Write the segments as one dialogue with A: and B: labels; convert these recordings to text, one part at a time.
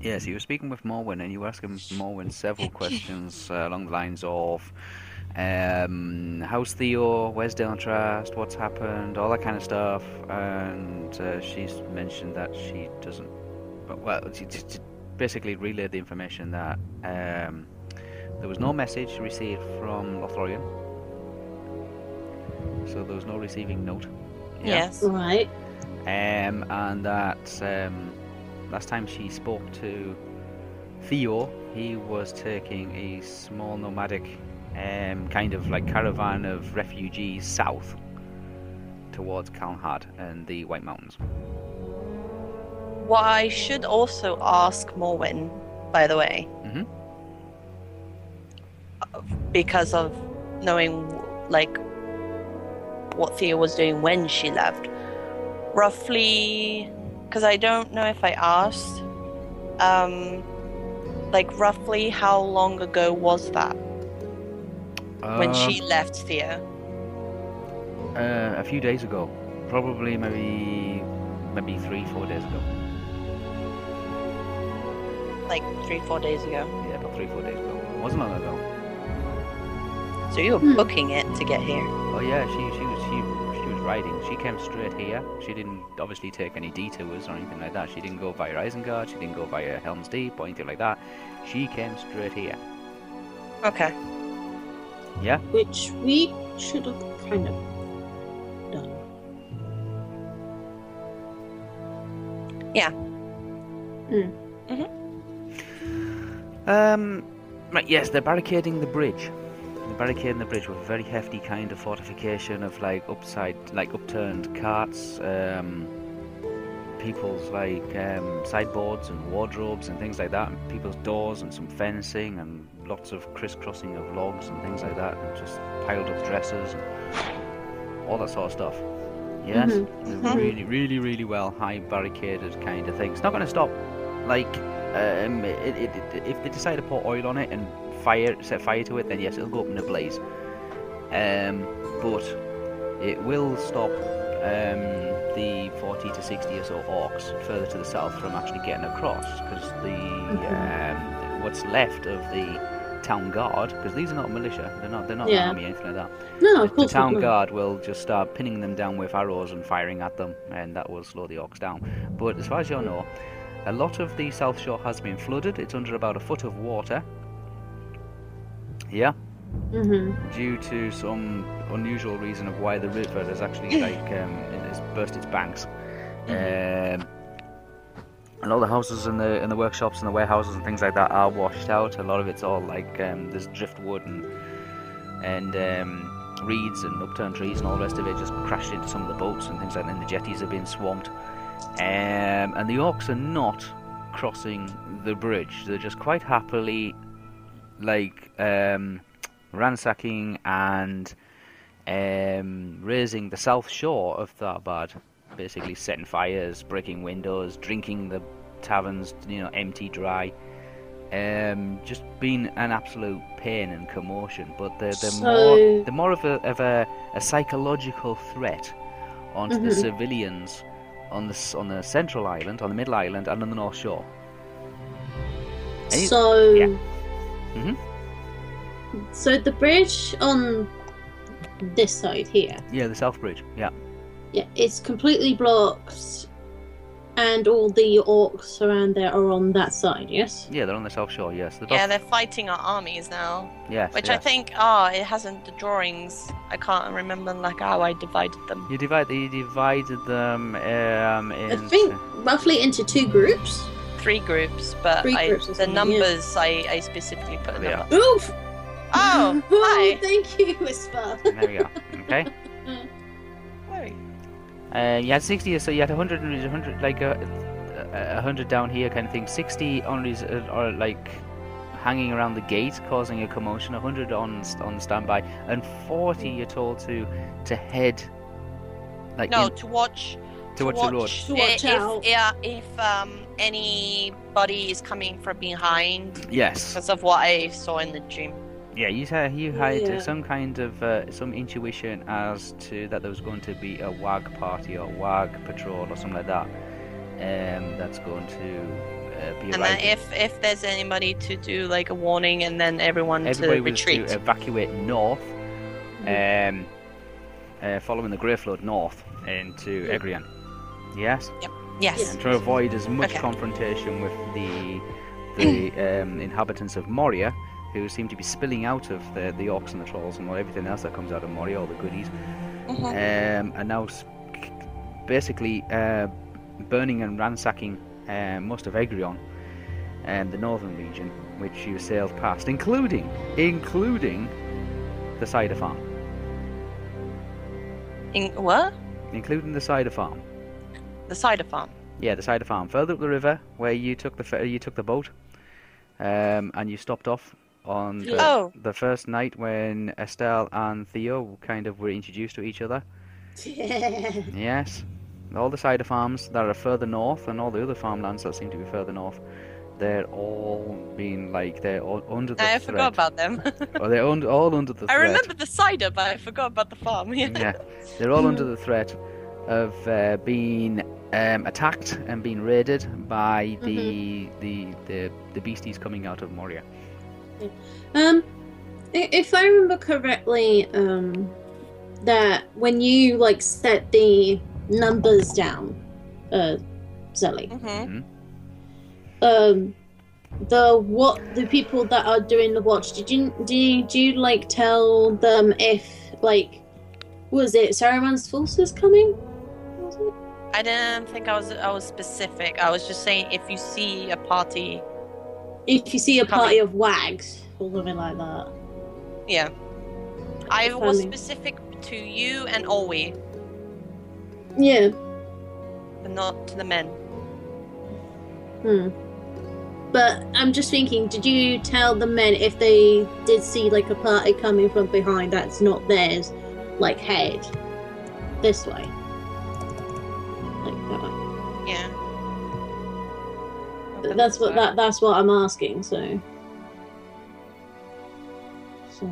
A: Yes, you were speaking with Morwen, and you asked him Morwen several questions uh, along the lines of, um, "How's Theo? Where's Dylan Trust? What's happened? All that kind of stuff." And uh, she's mentioned that she doesn't. Well, she just basically relayed the information that um, there was no message received from Lothlorien, so there was no receiving note.
B: Yes.
C: Right.
A: Um, and that um, last time she spoke to Theo, he was taking a small nomadic um, kind of like caravan of refugees south towards Kalhad and the White Mountains.
B: What I should also ask Morwen, by the way,
A: Mhm.
B: uh, because of knowing like what Thea was doing when she left, roughly, because I don't know if I asked, um, like roughly how long ago was that when she left Thea?
A: uh, a few days ago, probably maybe maybe three four days ago.
B: Like three, four days ago.
A: Yeah, about three four days ago. Wasn't long ago.
B: So you were
C: Hmm.
B: booking it to get here.
A: Oh yeah, she she was she she was riding. She came straight here. She didn't obviously take any detours or anything like that. She didn't go via Isengard. She didn't go via Helm's Deep or anything like that. She came straight here.
B: Okay.
A: Yeah.
C: Which we should have kind of done.
A: Um, right, yes, they're barricading the bridge. They're barricading the bridge with a very hefty kind of fortification of like upside, like upturned carts, um, people's like um, sideboards and wardrobes and things like that, and people's doors and some fencing and lots of crisscrossing of logs and things like that, and just piled up dresses, and all that sort of stuff. Yes,
C: Mhm.
A: they're
B: Mhm.
A: really, really, really well high barricaded kind of thing. It's not going to stop. Like, um, it, it, it, if they decide to pour oil on it and fire set fire to it, then yes, it'll go up in a blaze. Um, but it will stop um, the 40 to 60 or so orcs further to the south from actually getting across because the um, what's left of the town guard because these are not militia they're not they're not
C: Yeah.
A: an army or anything like that
C: No, of
A: the
C: course
A: town
C: not.
A: guard will just start pinning them down with arrows and firing at them, and that will slow the orcs down. But as far as you know, a lot of the south shore has been flooded. It's under about a foot of water. Yeah,
C: Mhm.
A: due to some unusual reason of why the river has actually like um, it has burst its banks. Um, a lot of the houses and the and the workshops and the warehouses and things like that are washed out. A lot of it's all like um, there's driftwood and and um, reeds and upturned trees and all the rest of it just crashed into some of the boats and things like that. And the jetties have been swamped. Um, and the orcs are not crossing the bridge. They're just quite happily like um, ransacking and um, raising the south shore of Tharbad, basically setting fires, breaking windows, drinking the taverns, you know, empty, dry. Um, just been an absolute pain and commotion, but they're, they're
C: So-
A: more they're more of a of a, a psychological threat onto the
C: Mhm.
A: civilians on the s- on the central island, on the middle island, and on the north shore. Any-
C: So.
A: yeah. Mm-hmm. Mhm.
C: So the bridge on this side here,
A: Yeah, the south bridge. Yeah.
C: yeah, it's completely blocked, and all the orcs around there are on that side. Yes.
A: Yeah, they're on the south shore. Yes, they're
B: Yeah,
A: both-
B: they're fighting our armies now.
A: yes,
B: Which I
A: yes.
B: think, ah, it hasn't the drawings. I can't remember like how I divided them.
A: You divide. You divided them um,
C: I
A: into.
C: think roughly into two groups.
B: Three groups, but
C: Three
B: I,
C: groups or
B: the
C: something, yeah.
B: numbers I, I specifically put a
A: Yeah.
B: number.
C: Oof!
B: Oh, hi.
C: Thank you, Whisper.
A: There we go. Okay.
B: Hey.
A: Uh, you had sixty, so you had hundred and hundred, like a, a hundred down here, kind of thing. Sixty on res- uh, or like hanging around the gate, causing a commotion. hundred on s- on standby, and forty you're told to to head. Like
B: No,
A: in-
B: to watch.
A: towards the road.
C: To watch
B: i-
C: out.
B: if, yeah, if um anybody is coming from behind
A: Yes.
B: because of what I saw in the dream.
A: Yeah, you had you had uh,
C: Yeah.
A: some kind of uh, some intuition as to that there was going to be a wag party or wag patrol or something like that. Um, that's going to uh, be
B: And
A: arriving.
B: then if if there's anybody to do like a warning, and then everyone
A: Everybody
B: to
A: was
B: retreat. Mm-hmm.
A: to evacuate north, um, uh, following the Grey Flood north into
C: Yeah.
A: Egrian. Yes,
B: Mm. yes.
A: and to avoid as much
B: Okay.
A: confrontation with the the um, inhabitants of Moria, who seem to be spilling out of the the orcs and the trolls and everything else that comes out of Moria, all the goodies,
B: Mhm.
A: um, and now s- basically uh, burning and ransacking uh, most of Egrion and the northern region, which you sailed past, including including the cider farm,
B: In, what?
A: including the cider farm.
B: The cider farm.
A: Yeah, the cider farm, further up the river, where you took the fe- you took the boat, um, and you stopped off on the,
B: Oh.
A: the first night when Estelle and Theo kind of were introduced to each other.
C: Yeah.
A: Yes. All the cider farms that are further north and all the other farmlands that seem to be further north, they're all being like they're all under the
B: I
A: threat.
B: forgot about them.
A: Or they're un- all under the
B: I
A: threat.
B: remember the cider, but I forgot about the farm. Yeah.
A: Yeah, they're all under the threat of uh, being um, attacked and being raided by the,
B: Mm-hmm.
A: the the the beasties coming out of Moria.
C: Um, i- if I remember correctly, um, that when you like set the numbers down, uh, Zelly,
B: Mhm.
C: um, the what the people that are doing the watch, did you do you, do you like tell them if like was it Saruman's forces coming? Was it?
B: I didn't think I was I was specific. I was just saying if you see a party,
C: If you see a
B: Coming.
C: party of wags or something like that.
B: yeah. I was
C: Funny.
B: specific to you and Olwe,
C: Yeah.
B: but not to the men.
C: Hmm. But I'm just thinking, did you tell the men if they did see like a party coming from behind that's not theirs, like head this way? Like that way.
B: Yeah.
C: Th- That's what that that's what I'm asking, so so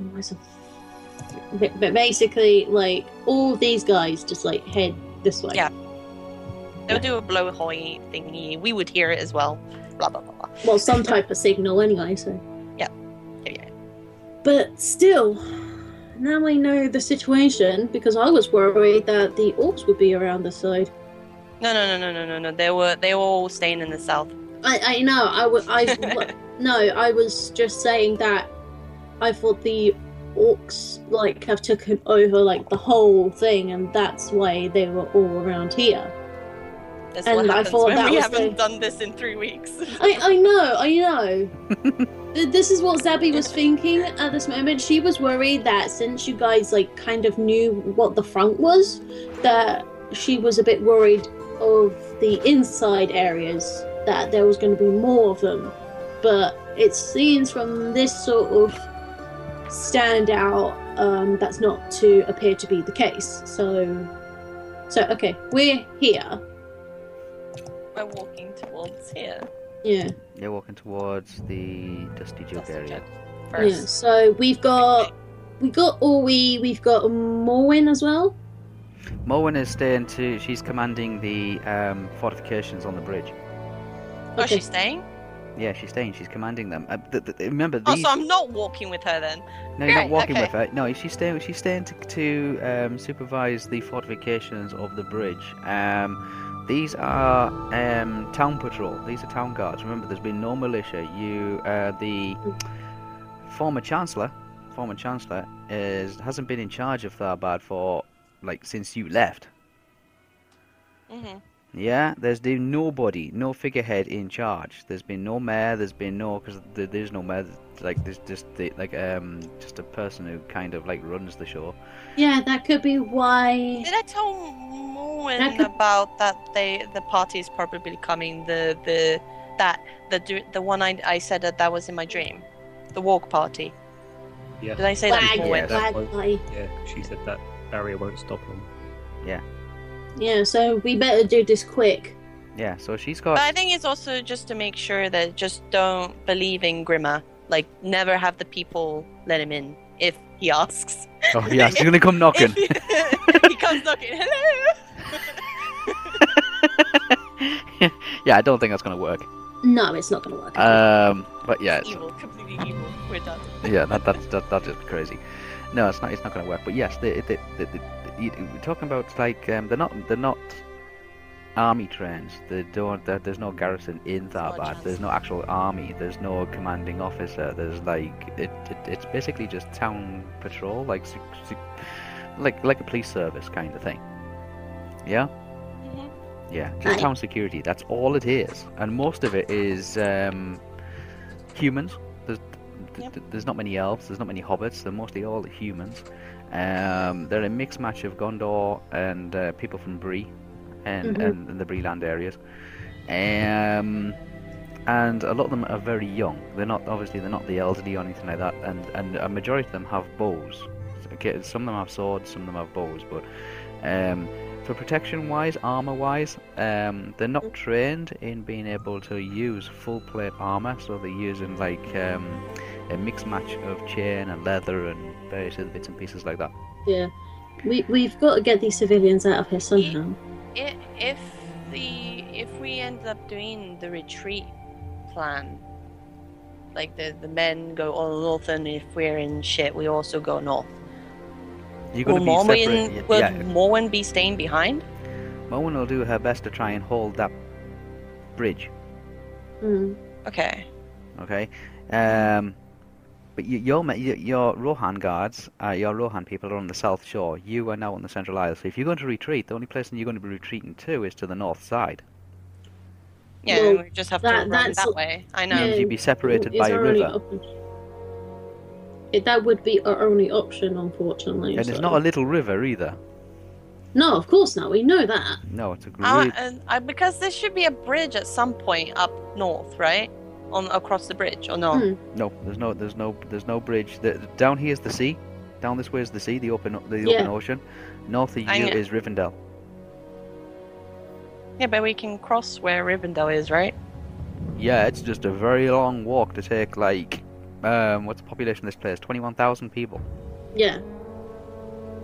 C: otherwise I- but, but basically like all these guys just like head this way.
B: Yeah. They'll do a blowhoi thingy. We would hear it as well. Blah blah blah. blah.
C: Well some type of signal anyway, so
B: Yeah, yeah.
C: But still, now I know the situation because I was worried that the orcs would be around the side.
B: No no no no no no no. They were they were all staying in the south.
C: I, I know, I wa- I- no, I was just saying that I thought the orcs like have taken over like the whole thing, and that's why they were all around here.
B: That's
C: And
B: what
C: I
B: happens
C: thought
B: when
C: that
B: we
C: was
B: haven't
C: the-
B: done this in three weeks.
C: I, I know, I know. Th- this is what Zabby was thinking at this moment. She was worried that since you guys like kind of knew what the front was, that she was a bit worried of the inside areas that there was going to be more of them. But it seems from this sort of standout um, that's not to appear to be the case. So, so okay, we're here.
B: We're walking towards here.
C: Yeah.
A: You're walking towards the Dusty Jug
B: That's the
A: area.
B: joke. First.
C: Yeah, so we've got we got Orwe, we've got Morwin as well.
A: Mowen is staying to. She's commanding the um, fortifications on the bridge.
B: Oh,
C: Okay.
B: she's staying?
A: Yeah, she's staying. She's commanding them. Uh, th- th- remember
B: Oh,
A: these.
B: so I'm not walking with her then.
A: no, you're not
B: right,
A: walking
B: okay.
A: with her. No, she's staying. She's staying to, to um, supervise the fortifications of the bridge. Um, these are um, town patrol. These are town guards. Remember, there's been no militia. You, uh, the former chancellor, former chancellor, is hasn't been in charge of Tharbad for like since you left.
B: hmm
A: Yeah, there's been nobody, no figurehead in charge. There's been no mayor. There's been no because there, there's no mayor. there's, Like there's just the, like um just a person who kind of like runs the show.
C: Yeah, that could be why.
B: Did I tell Moen
C: That could-
B: about that they the party is probably coming? The the that the du- the one I, I said that that was in my dream, the walk party.
D: Yeah.
B: Did I say that
C: Wag,
B: before?
A: Yes.
C: wag, wag.
D: Yeah, she said that barrier won't stop them.
C: Yeah, so we better do this quick.
A: Yeah, so she's
B: But
A: got
B: I think it's also just to make sure that just don't believe in Grimmer. Like never have the people let him in if he asks.
A: oh yeah, she's gonna come knocking.
B: If he comes knocking. Hello.
A: yeah, I don't think that's gonna work.
C: No, it's not going to work.
A: Um, but yeah,
B: It's
A: it's-
B: evil, completely evil. We're done.
A: yeah, that, that, that, that is crazy. No, it's not. It's not going to work. But yes, they, they, they, they, you- we're talking about like um, they're not they're not army trains. They don't. there- there's no garrison in
B: not a
A: Tharbad.
B: chance.
A: There's no actual army. There's no commanding officer. There's like it, it it's basically just town patrol, like sec- sec- like like a police service kind of thing. Yeah.
B: Mhm.
A: Yeah, just
C: Right.
A: town security. That's all it is, and most of it is um, humans. There's th-
B: Yep.
A: th- there's not many elves. There's not many hobbits. They're mostly all humans. Um, they're a mixed match of Gondor and uh, people from Bree, and,
C: Mhm.
A: and, and the Breeland areas. Um, and a lot of them are very young. They're not obviously they're not the elderly or anything like that. And and a majority of them have bows. Okay, some of them have swords, some of them have bows, but um, for protection wise, armor wise, um, they're not trained in being able to use full plate armor, so they're using like um, a mixed match of chain and leather and various other bits and pieces like that.
C: yeah. We, we've got to get these civilians out of here somehow.
B: I if the if we end up doing the retreat plan, like the the men go all north, and if we're in shit, we also go north.
A: You're
B: Will
A: going to be separate.
B: Morwen, will
A: yeah,
B: Morwen be staying behind?
A: Morwen will do her best to try and hold that bridge.
C: Mm.
B: Okay.
A: okay? Um, but you, your, ma- your your Rohan guards, uh, your Rohan people are on the south shore. You are now on the central isle. So if you're going to retreat, the only place you're going to be retreating to is to the north side.
B: Yeah,
C: Well,
B: we just have
C: that-
B: to run
C: that's-
B: that way. I know.
A: Means
C: Yeah.
A: you'd be separated
C: It's
A: by a
C: our only
A: river,
C: option. It, that would be our only option, unfortunately.
A: and
C: so-
A: it's not a little river either.
C: No, of course not. We know that.
A: No, it's a
B: I,
A: really,
B: Uh, and I, because there should be a bridge at some point up north, right? On across the bridge, or no?
C: Hmm.
A: no. There's no there's no there's no bridge. The, down here is the sea. Down this way is the sea, the open the open
C: Yeah.
A: ocean. North of
B: I
A: you
B: know.
A: is Rivendell.
B: Yeah, but we can cross where Rivendell is, right?
A: Yeah, it's just a very long walk to take. Like, um, what's the population of this place? Twenty-one thousand people.
C: Yeah.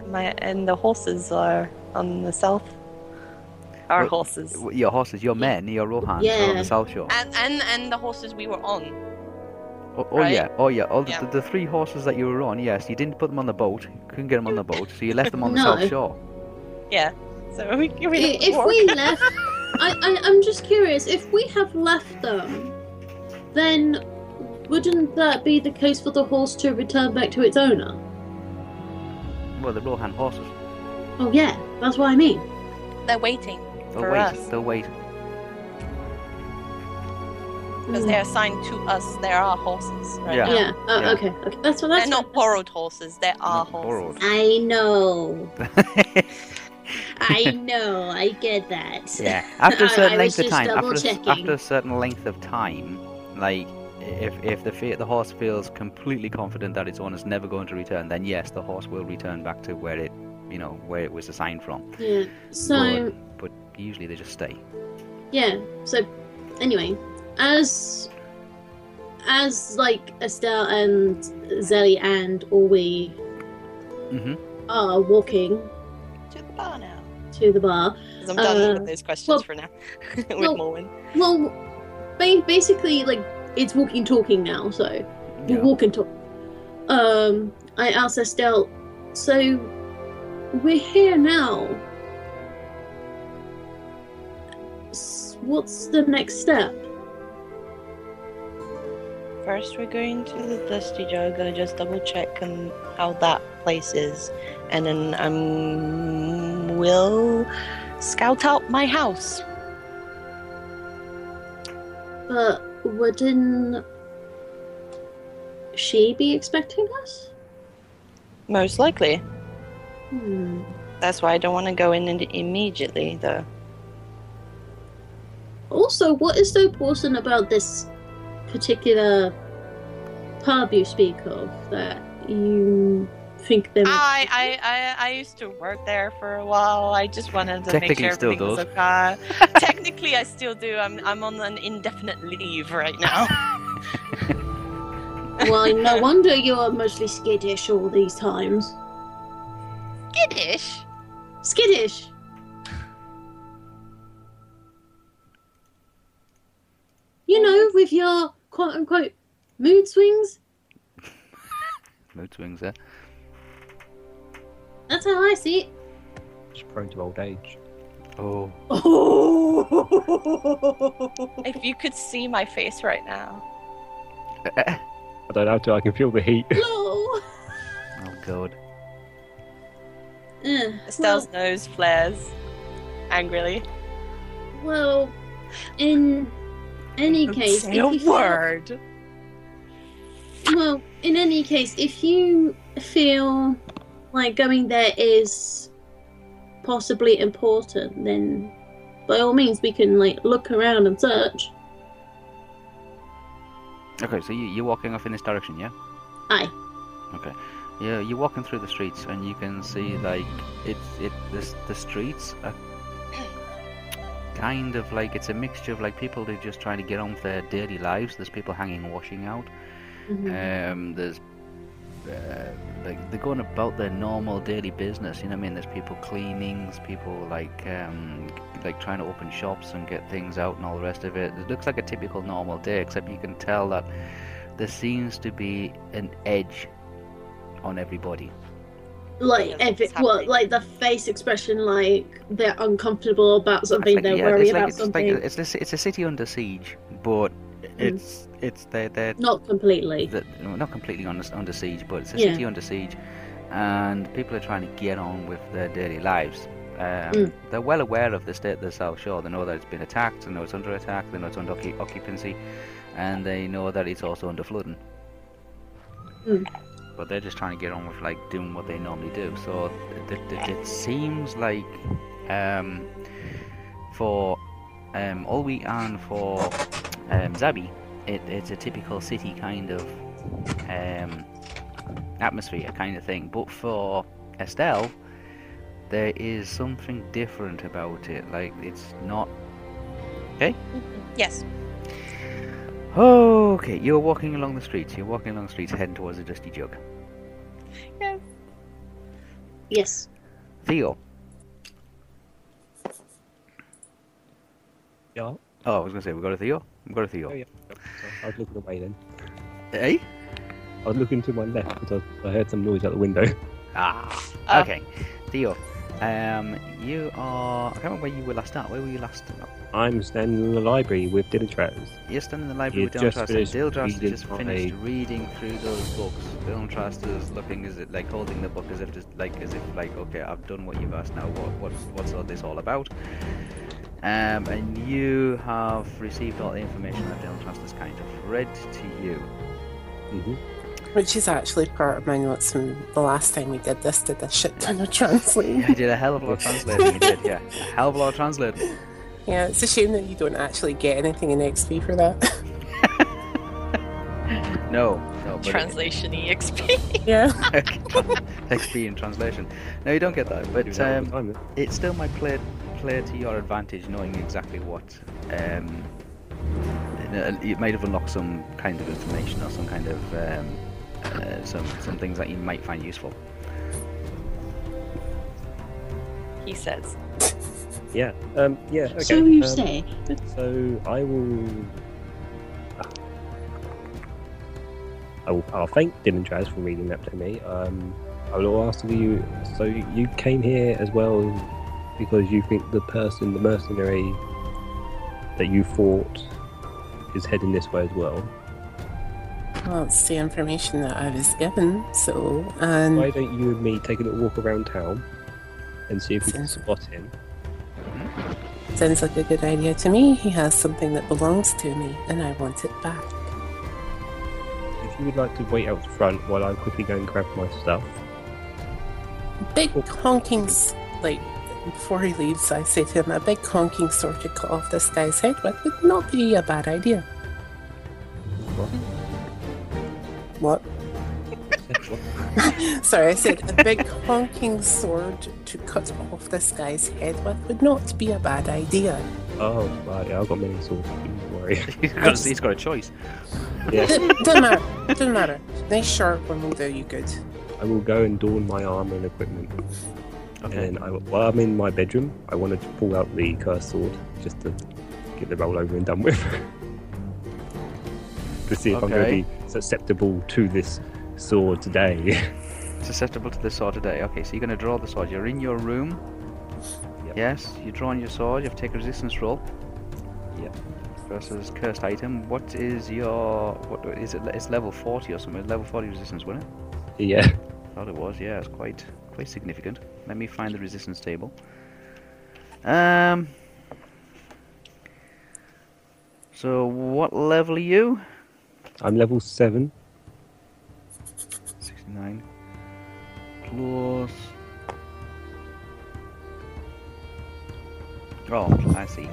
B: My and the horses are on the south. Our
A: Well,
B: horses.
A: W- Your horses, your men, your Rohan, are on
C: Yeah.
A: the South Shore.
B: And, and and the horses we were on.
A: Oh, oh
B: right?
A: yeah, oh yeah. All the,
B: Yeah.
A: The, the three horses that you were on, yes, you didn't put them on the boat. Couldn't get them on the boat, so you left them on the
C: No.
A: South Shore.
B: So we can we
C: if we left, I, I, I'm just curious. If we have left them, then wouldn't that be the case for the horse to return back to its owner?
A: Well, the Rohan horses.
C: Oh yeah, that's what I mean.
B: they're waiting
A: They'll
B: For
A: wait.
B: us.
A: They'll wait.
B: because they're assigned to us. They're our horses right
A: Yeah.
B: now.
C: Mm. Yeah. Oh,
A: Yeah.
C: Okay. Okay. That's what. That's
B: They're not borrowed horses. They're our
A: Not
B: horses.
C: I know.
A: borrowed.
C: I know. I get that.
A: yeah. After
C: I-
A: a certain
C: I
A: length
C: was
A: of
C: just
A: time, after a, s-
C: double-checking.
A: after a certain length of time, like if if the fe- the horse feels completely confident that its owner's never going to return, then yes, the horse will return back to where it, you know, where it was assigned from.
C: Yeah. So.
A: But, but usually they just stay.
C: yeah so anyway as as like estelle and zelly and ori
A: hmm
C: are walking
B: To the bar now.
C: to the bar
B: 'Cause I'm done
C: Uh,
B: with those questions
C: well-
B: for now. with
C: well-
B: Morwen.
C: well ba- basically like it's walking talking now so we
A: Yeah.
C: walk and talk um i asked estelle so we're here now S- what's the next step
B: First, we're going to the Dusty Jar. Gonna just double check um, how that place is, and then I'm will scout out my house.
C: But wouldn't she be expecting us?
B: Most likely.
C: Hmm.
B: That's why I don't want to go in and immediately, though.
C: Also, what is so important about this particular pub you speak of that you think they might
B: Oh, I, I, I, I used to work there for a while. I just wanted to make
A: Technically
B: sure
A: still
B: everything was
A: does.
B: okay. Technically, I still do. I'm, I'm on an indefinite leave right now.
C: Well, no wonder you are mostly skittish all these times.
B: Skittish.
C: Skittish! You know, your quote unquote mood swings.
A: Mood swings, eh?
C: That's how I see it.
D: She's prone to old age.
A: Oh.
C: Oh.
B: If you could see my face right now.
D: I don't know how to. I can feel the heat.
C: Hello.
A: Oh, God.
C: Eh,
B: Estelle's nose flares angrily.
C: Well, well, in any case,
B: Say
C: if
B: a
C: you feel-
B: word.
C: Well, in any case, if you feel like going there is possibly important, then by all means, we can like look around and search.
A: Okay, so you, you're walking off in this direction, yeah?
C: Aye.
A: Okay. Yeah, you're walking through the streets and you can see like it's it this the streets are kind of like it's a mixture of like people who are just trying to get on with their daily lives. There's people hanging washing out.
D: Mm-hmm.
C: Mm-hmm.
A: Um, there's uh, like they're going about their normal daily business. You know what I mean? There's people cleaning, there's people like um, like trying to open shops and get things out and all the rest of it. It looks like a typical normal day, except you can tell that there seems to be an edge on everybody.
C: Like
B: Yeah,
C: if it
B: what's
C: well,
B: happening?
C: like the face expression, like they're uncomfortable about something,
A: It's like-
C: they're
A: yeah,
C: worried
A: it's like,
C: about
A: it's
C: something. Mm-hmm.
A: Like, it's, a, it's a city under siege, but it's it's they're they're
C: Not completely.
A: that well, not completely under, under siege, but it's a
C: Yeah.
A: city under siege, and people are trying to get on with their daily lives. Um,
C: Mm.
A: They're well aware of the state of the South Shore. They know that it's been attacked, they know it's under attack, they know it's under occu- occupancy, and they know that it's also under flooding.
C: Mm.
A: But they're just trying to get on with like doing what they normally do. So th- th- th- it seems like um, for um, Olwe and for um, Zabi, it, it's a typical city kind of um, atmosphere kind of thing. But for Estelle, there is something different about it. Like it's not.
B: Yes.
A: Oh, okay. You're walking along the streets. You're walking along the streets, heading towards the dusty jug.
B: Yes.
C: Yes.
A: Theo.
D: Yeah.
A: Oh, I was gonna say we got a Theo. We got a
D: Oh,
A: Theo.
D: yeah. So I was looking away then.
A: Eh?
D: I was looking to my left because I heard some noise out the window.
A: Ah.
B: Ah.
A: Okay. Theo. Um, you are. I can't remember where you were last at. Where were you last? At?
D: I'm standing in the library with dinner trays.
A: You're standing in the library
D: You
A: with
D: just
A: Dylan Traster.
D: finished
A: Dylan Traster
D: reading
A: just
D: from
A: finished
D: a-
A: reading through those books. Dylan Traster's looking as it like holding the book as if just like as if like okay, I've done what you've asked now. What what's what's all this all about? Um, and you have received all the information that Dylan Traster's kind of read to you.
D: Mm-hmm.
E: Which is actually part of my notes from the last time we did this, did a shit ton of translating.
A: Yeah, I did a hell of a lot of translating. you did, yeah, a hell of a lot of translating.
E: Yeah, it's a shame that you don't actually get anything in XP for that.
A: No, no, but it-
B: Translation EXP.
E: yeah.
A: XP in translation. No, you don't get that. But um, it still might play play to your advantage knowing exactly what um, it it might have unlocked some kind of information or some kind of um, uh, some some things that you might find useful.
B: he says.
D: yeah. Um, yeah. Okay.
C: So you
D: um,
C: say.
D: So I will. Ah. I will. I'll thank Dylan Traz for reading that to me. Um, I will ask of you. So you came here as well because you think the person, the mercenary that you fought, is heading this way as well.
E: Well, it's the information that I was given, so, and
D: Why don't you and me take a little walk around town and see if we can
E: Sounds-
D: spot him?
E: sounds like a good idea to me. He has something that belongs to me, and I want it back.
D: If you would like to wait out front while I quickly go and grab my stuff.
E: Big honking, s- like, before he leaves, I say to him, a big honking sword to cut off this guy's head with would not be a bad idea. What? Sorry, I said a big honking sword to cut off this guy's head with would not be a bad idea.
D: Oh, right, yeah, I've got many swords. Don't worry.
A: he's, got a, he's got a choice.
D: yeah,
E: Doesn't matter. Doesn't matter. Nice sharp one will do you good.
D: I will go and don my armor and equipment. And
A: Okay.
D: then I, will- while I'm in my bedroom, I want to pull out the cursed sword just to get the roll over and done with. to see if I'm going
A: Okay.
D: to be susceptible to this sword today.
A: Susceptible to the sword today. Okay, so you're going to draw the sword. You're in your room.
D: Yep.
A: Yes, you're drawing your sword. You have to take a resistance roll.
D: Yep.
A: Versus cursed item. What is your? What is it? It's level 40 or something. Level 40 resistance, wasn't it?
D: yeah.
A: Thought it was. Yeah, it's quite quite significant. Let me find the resistance table. Um. So what level are you?
D: I'm level seven.
A: 69 plus oh I see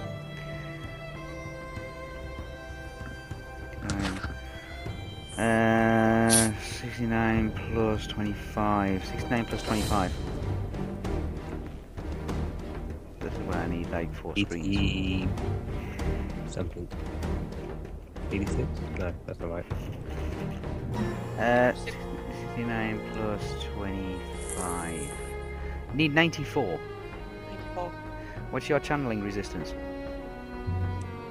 A: Times, uh, 69 plus 25 69 plus 25 this is where I need like four screens
D: Eighty something. Eighty-six? No, that's not right.
A: uh, 69 plus 25 need 94 what's your channeling resistance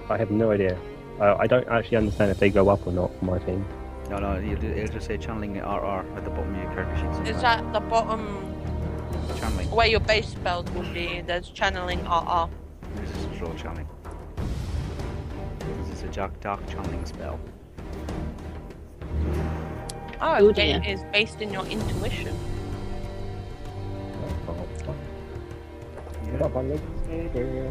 D: I have no idea. Uh, I don't actually understand if they go up or not on my team.
A: No, no, it'll, it'll just say channeling RR at the bottom of your character sheet. somewhere.
B: Is that the bottom
A: channeling?
B: where your base spells would be? There's channeling uh, RR.
A: Resistance roll channeling. This is a dark, dark channeling spell.
B: Oh,
C: Oh,
B: the game is based in your intuition.
A: Oh, Yeah.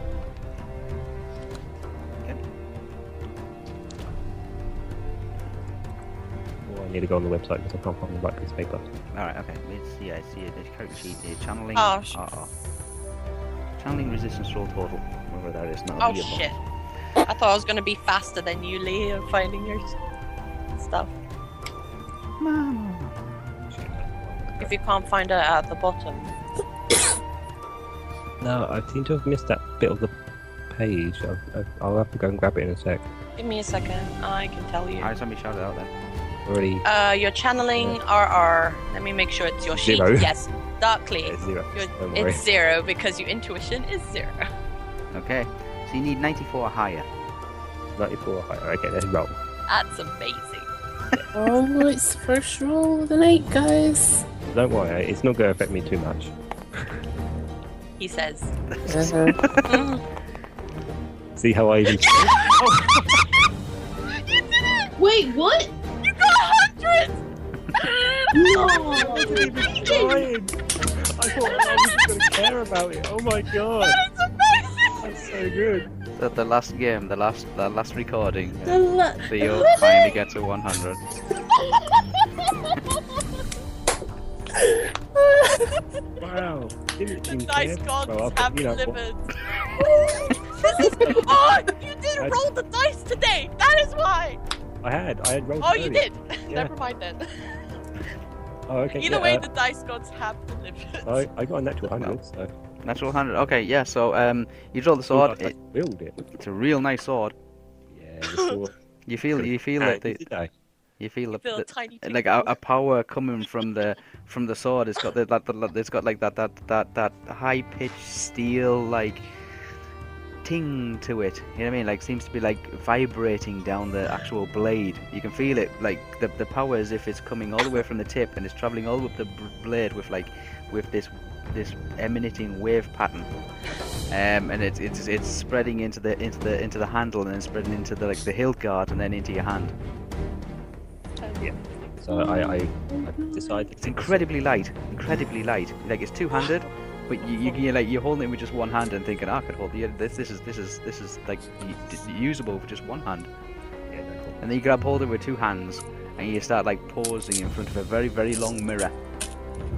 D: Oh, I need to go on the website because I can't find the right piece of paper.
A: All right, okay. It's yeah, it's yeah, the character sheet. Here. Channeling
B: Oh, sh-
A: RR. Channeling resistance roll total. Whatever that is, not
B: Oh
A: a readable.
B: shit! I thought I was gonna be faster than you, Lee, at finding your stuff.
A: Mama.
B: If you can't find it at the bottom,
D: No, I seem to have missed that bit of the page. I'll, I'll- I'll have to go and grab it in a sec.
B: give me a second. I can tell you.
A: All right, somebody shout it out then.
D: Already
B: Uh, your channeling RR. Let me make sure it's your sheet.
D: Zero.
B: Yes, darkly.
D: at zero.
B: Your-
D: Don't worry.
B: It's zero because your intuition is zero.
A: Okay. So you need 94 or higher.
D: 94. Alright, Okay, let's roll.
B: That's amazing.
E: Oh, it's first roll of the night, guys.
D: Don't worry, it's not going to affect me too much.
B: He says.
E: Uh-huh.
B: Mm.
D: See how I even.
B: you did it!
C: Wait, what?
B: You got a hundred!
C: No.
D: Fine. I thought I wasn't going to care about it. Oh my god,
B: That is amazing!
D: that's so good.
A: So the last game, the last, the last recording.
C: The la-
A: Theo finally gets a 100.
D: Wow. Didn't
B: The
D: even
B: dice
D: care.
B: gods
D: Well, I
B: have
D: think, you know,
B: delivered. this is oh, you did
D: I-
B: roll the dice today. That is why.
D: I had, I had rolled.
B: Oh, you
D: earlier.
B: did. Never mind then.
D: Oh, okay.
B: Either
D: yeah,
B: way,
D: uh,
B: the dice gods have delivered.
D: I, I got a natural 100, so.
A: Natural 100. Okay, yeah. So um, you draw the sword.
D: I
A: It,
D: build it.
A: it's a real nice sword.
D: Yeah, the sword.
A: You feel, you feel
D: Ah,
A: that the,
D: did I?
A: you feel, the,
B: Feel a
A: the-
B: tiny
A: like a,
B: tingle.
A: a power coming from the from the sword. It's got the, that, that it's got like that that that that high pitched steel like ting to it. You know what I mean? Like seems to be like vibrating down the actual blade. You can feel it like the the power as if it's coming all the way from the tip and it's traveling all the way up the br- blade with like with this this emanating wave pattern. Um, and it's it's it's spreading into the into the into the handle and then spreading into the like the hilt guard and then into your hand.
D: So I, I, I decided.
A: It's incredibly light, incredibly light. Like it's two-handed, but you, you you're like you're holding it with just one hand and thinking, "Ah, I could hold the other- this. This is this is this is like u- d- usable with just one hand.
D: Yeah, no, cool.
A: And then you grab hold of it with two hands, and you start like posing in front of a very very long mirror.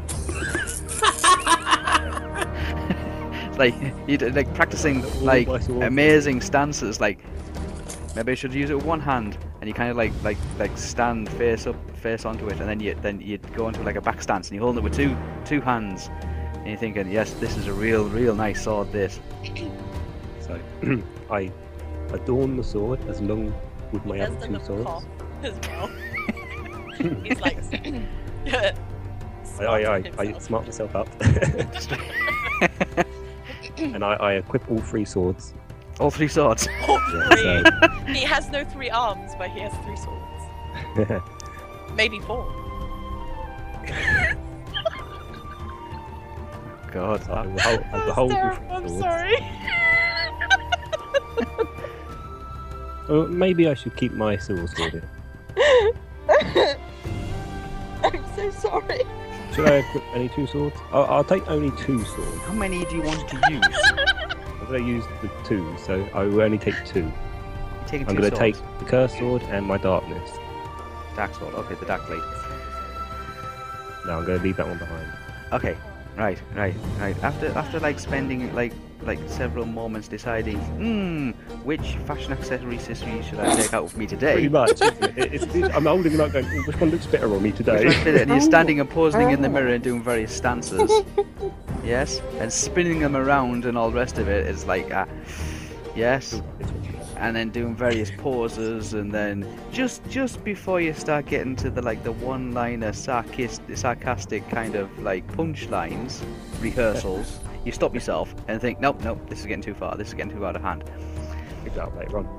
A: It's like you d- like practicing
D: Oh,
A: like
D: my sword.
A: amazing stances. Like maybe I should use it with one hand, and you kind of like like like stand face up, face onto it, and then you then you go into like a back stance, and you hold it with two two hands, and you're thinking, yes, this is a real real nice sword. This
D: So I adorn the sword as long with my
B: That's
D: other
B: the
D: two
B: little
D: swords.
B: cough as well. He's like.
D: I, I, I,
B: smarting
D: I
B: himself.
D: smart myself up. and I, I equip all three swords.
A: all three swords.
B: Oh,
D: Yeah, so
B: three. He has no three arms, but he has three swords. Maybe four.
A: God,
D: I
A: that-
D: will hold- I will hold you for
B: I'm
D: yours.
B: sorry.
D: Or Oh, maybe I should keep my silver sword here.
B: I'm so sorry.
D: Should I equip only two swords? I'll, I'll take only two swords.
A: how many do you want to use? You're
D: I'm going to use the two, so I will only take two.
A: taking
D: I'm
A: two
D: going to take
A: swords.
D: the cursed sword and my darkness.
A: Dark sword. Okay, the dark blade.
D: No, I'm going to leave that one behind.
A: Okay, right, right, right. After after like spending like like several moments deciding, hmm, which fashion accessory accessory should I take out with me
D: Pretty
A: today?
D: much. isn't it? It- it's- it's- I'm holding it up going, "Ooh, which one looks better on me
A: Which
D: today?
A: one's better? And you're standing and posing in the
E: Oh.
A: mirror and doing various stances. yes, and spinning them around and all the rest of it is like, uh, yes, and then doing various pauses, and then just just before you start getting to the like the one-liner sarcastic, sarcastic kind of like punchlines rehearsals, you stop yourself and think, nope, nope, this is getting too far. This is getting too out of hand.
D: Pick it up later on.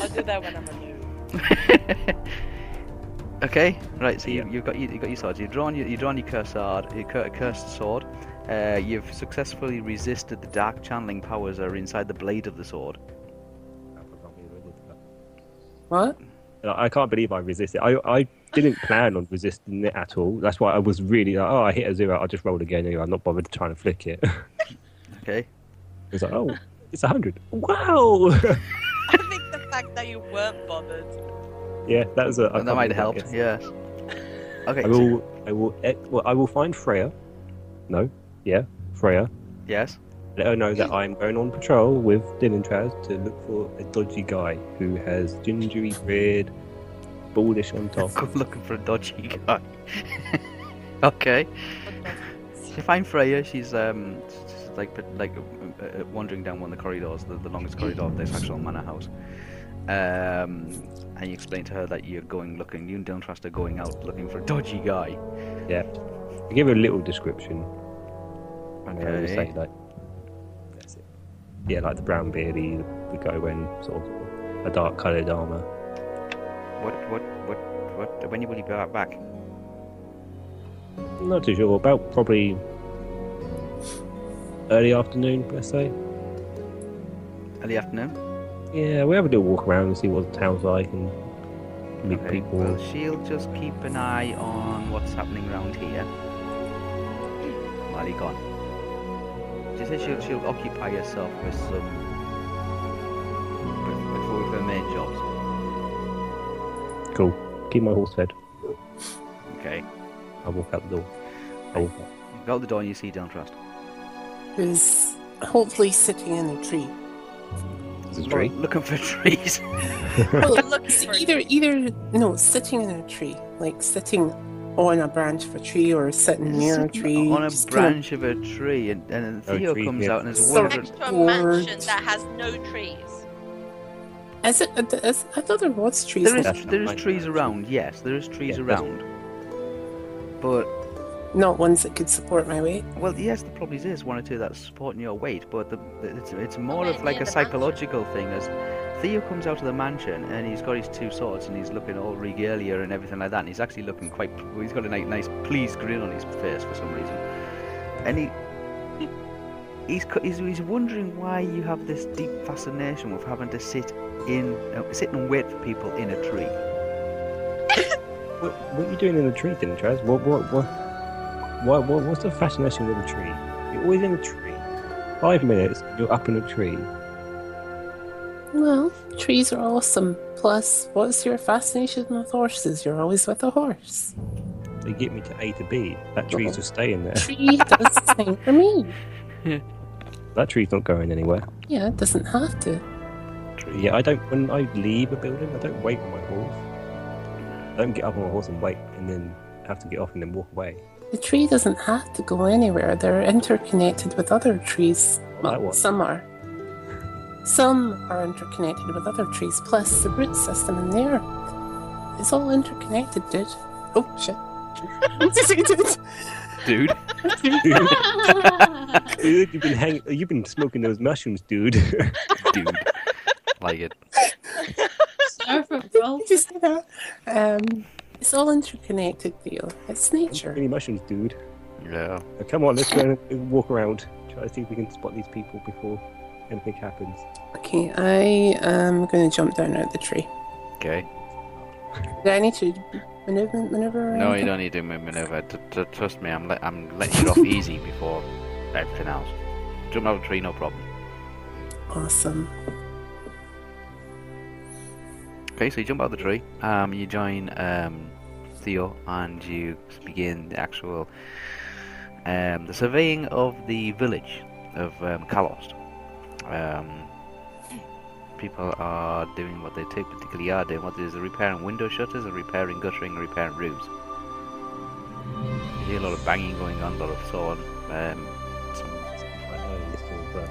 B: I'll do that when I'm alone.
A: Okay, right. So you,
D: Yeah.
A: you've got your- you've got your swords. You've drawn your you've drawn your cursed sword. Your cur- cursed sword. Uh, you've successfully resisted the dark channeling powers that are inside the blade of the sword.
E: What?
D: And I I can't believe I resisted. I, I didn't plan on resisting it at all. That's why I was really like, oh, I hit a zero. I'll just roll again anyway. I'm not bothered trying to flick it.
A: Okay.
D: It's like, oh, it's 100. Wow!
B: I think the fact that you weren't bothered.
D: yeah, that was a. I
A: And that
D: can't
A: might have
D: believe
A: helped.
D: yes.
A: Yes. Okay.
D: I
A: so-
D: will. I will. ex- Well, I will find Freya. No. Yeah, Freya.
A: yes.
D: Let her know that I'm going on patrol with Dylan Traz to look for a dodgy guy who has gingery beard, baldish on top.
A: Good looking for a dodgy guy. okay. You find Freya. She's um s- s- like but- like uh, uh, wandering down one of the corridors, the, the longest corridor of this actual manor house. Um, and you explain to her that you're going looking. You don't trust her going out looking for a dodgy guy.
D: yeah. I give her a little description. And I will say
A: Okay.
D: like, that's it. Yeah, like the brown beardy, the guy wearing sort of a dark coloured armour.
A: What what what what? When will you be back?
D: Not too sure. About probably early afternoon, let's say.
A: Early afternoon.
D: Yeah, we have a little walk around and see what the town's like and meet
A: Okay,
D: people.
A: Well, she'll just keep an eye on what's happening around here while you're gone. She says she'll, she'll occupy herself with some with, with, with her main jobs.
D: Cool. Keep my horse fed.
A: Okay.
D: I'll walk out the door. I'll walk out.
A: You go out the door and you see Don't Trust.
E: Who's hopefully sitting in a tree.
D: There's a
A: Lo-
D: tree.
A: Looking for trees.
E: Well,
B: Looking
E: it's
B: for a
E: either either no, sitting in a tree, like sitting on a branch of a tree or sitting near a
A: Sitting
E: tree.
A: on a
E: just kinda-
A: branch of a tree, and, and then
D: Oh,
A: Theo
D: tree,
A: comes
D: yeah.
A: out and is
E: Sorry.
A: wondering.
B: next to a
E: Or-
B: mansion that has no trees.
E: Is it? Is, I thought there was trees.
A: There
D: That's
A: is
D: not
A: there is
D: my
A: trees
D: branch.
A: around. Yes, there is trees
D: Yeah, that's-
A: around. But
E: Not ones that could support my weight.
A: Well, yes, the problem is one or two that's supporting your weight, but the, it's, it's more
B: maybe
A: of like
B: in
A: a
B: the mansion.
A: psychological thing. As Theo comes out of the mansion and he's got his two swords and he's looking all regalia and everything like that, and he's actually looking quite. He's got a ni- nice pleased grin on his face for some reason, and he. He's, cu- he's, he's wondering why you have this deep fascination with having to sit in uh, sit and wait for people in a tree.
D: What, what are you doing in the tree, then, Traz? What, what, what, what, what, what's the fascination with a tree? You're always in a tree. Five minutes, you're up in a tree.
E: Well, trees are awesome. Plus, what's your fascination with horses? You're always with a horse.
D: They get me to A to B. That tree's just staying there.
E: Tree does the thing for me.
D: That tree's not going anywhere.
E: Yeah, it doesn't have to.
D: Yeah, I don't. When I leave a building, I don't wait on my horse. I don't get up on my horse and wait, and then have to get off and then walk away.
E: The tree doesn't have to go anywhere. They're interconnected with other trees.
D: Like
E: Well,
D: what?
E: some are. Some are interconnected with other trees, plus the root system in there. It's all interconnected, dude. Oh, shit.
A: Dude,
D: Dude,
C: That's
D: dude, you've been hanging. You've been smoking those mushrooms, dude.
A: dude, like it.
C: roll?
E: Did you see that? Um, it's all interconnected, Theo. It's nature.
D: Any mushrooms, dude?
A: Yeah.
D: Uh, Come on, let's go and walk around. Try to see if we can spot these people before anything happens.
E: Okay, I am going to jump down out the tree.
A: Okay.
E: Do I need to maneuver, maneuver around?
A: No, you don't need to move maneuver. T- t- trust me, I'm, le- I'm letting it off easy before everything else. Jump out of a tree, no problem.
E: Awesome.
A: Okay, so you jump out of the tree. Um, you join um, Theo, and you begin the actual um, the surveying of the village of um, Kalost. Um, people are doing what they typically are doing. What is the repairing window shutters, and repairing guttering, and repairing roofs. You hear a lot of banging going on, a lot of sawing. Um, some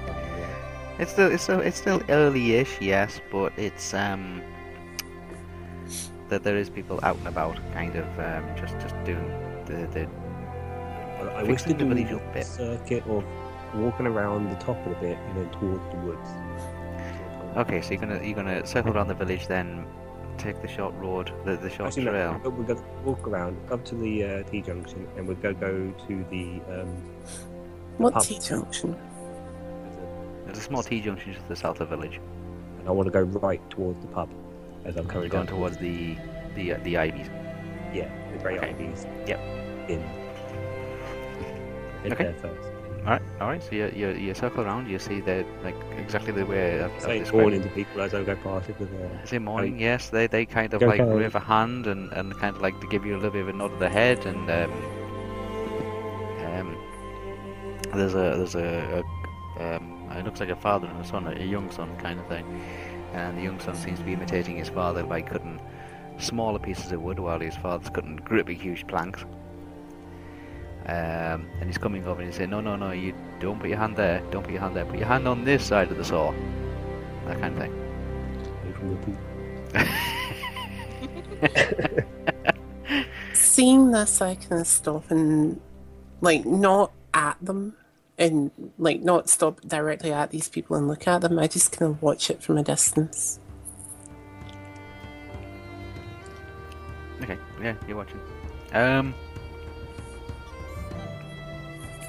A: it's still it's still it's still early-ish, yes, but it's um that there is people out and about, kind of um, just just doing the, the
D: I
A: Fix
D: wish
A: the
D: to do
A: individual
D: a
A: bit.
D: circuit of walking around the top of the bit and then towards the woods.
A: Okay, so you're gonna you're gonna circle around the village, then take the short road, the, the short
D: Actually,
A: trail.
D: no, we're going to walk around up to the uh, T junction and we're going to go to the. Um,
E: What
A: Ah.
D: pub.
E: T junction?
A: There's a small T junction to the south of the village.
D: and I want to go right towards the pub as I'm
A: You're
D: coming
A: going
D: down.
A: towards the the uh, the ivies.
D: Yeah, the grey
A: Okay.
D: ivies.
A: Yep.
D: In. Head
A: Okay.
D: there first.
A: All right, all right. So you you, you circle around. You see they're like exactly the way I've, I've
D: Saying
A: described.
D: warning to people as I go past it with uh,
A: Is it morning? Yes, they they kind of
D: Go
A: like
D: ahead.
A: wave a hand and, and kind of like to give you a little bit of a nod of the head and um, um there's a there's a, a um it looks like a father and a son, a young son kind of thing, and the young son seems to be imitating his father by cutting smaller pieces of wood while his father's cutting gripping huge planks. Um, and he's coming over and he's saying, "No, no, no! You don't put your hand there. Don't put your hand there. Put your hand on this side of the saw." That kind of thing.
D: from the people.
E: Seeing this, I can stop and, like, not at them and, like, not stop directly at these people and look at them. I just kind of watch it from a distance.
A: Okay, yeah, you're watching. Um,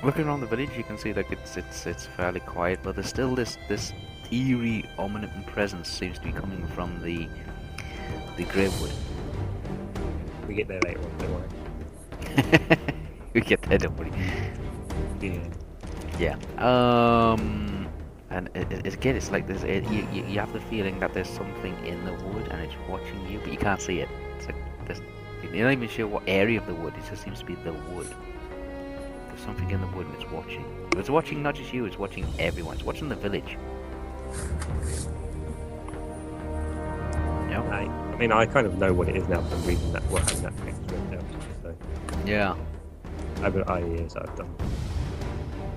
A: looking around the village, you can see like it's it's it's fairly quiet, but there's still this this eerie, omnipotent presence seems to be coming from the the gravewood.
D: We get there later on, don't worry.
A: we get there, don't worry.
D: Yeah.
A: Yeah. Um, and it, it, it's- again, it's like this. It, you, you you have the feeling that there's something in the wood and it's watching you, but you can't see it. It's like this. You're not even sure what area of the wood. It just seems to be the wood. There's something in the wood and it's watching. It's watching not just you. It's watching everyone. It's watching the village. Yeah.
D: I, I mean, I kind of know what it is now for the reason that we're having that extra intelligence. So
A: Yeah.
D: I've got eye ears that I've done.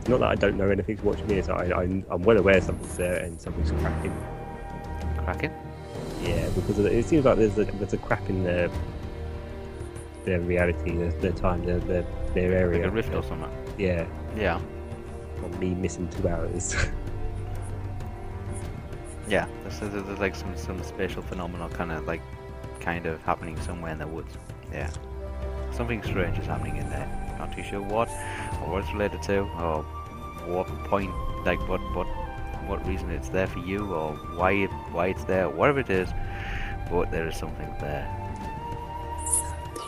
D: It's Not that I don't know anything's watching me, it's that I, I'm, I'm well aware something's there and something's cracking.
A: Cracking.
D: Yeah, because it- it seems like there's a, there's a crap in their their reality, their, their time, their their, their area.
A: Like a rift or something.
D: Yeah,
A: Yeah.
D: from me missing two hours.
A: Yeah. There's, there's, there's like some some spatial phenomenon kind of like kind of happening somewhere in the woods. Yeah. Something strange is happening in there. Not too sure what, or what it's related to, or what point, like what what what reason it's there for you, or why it, why it's there, whatever it is. But there is something there.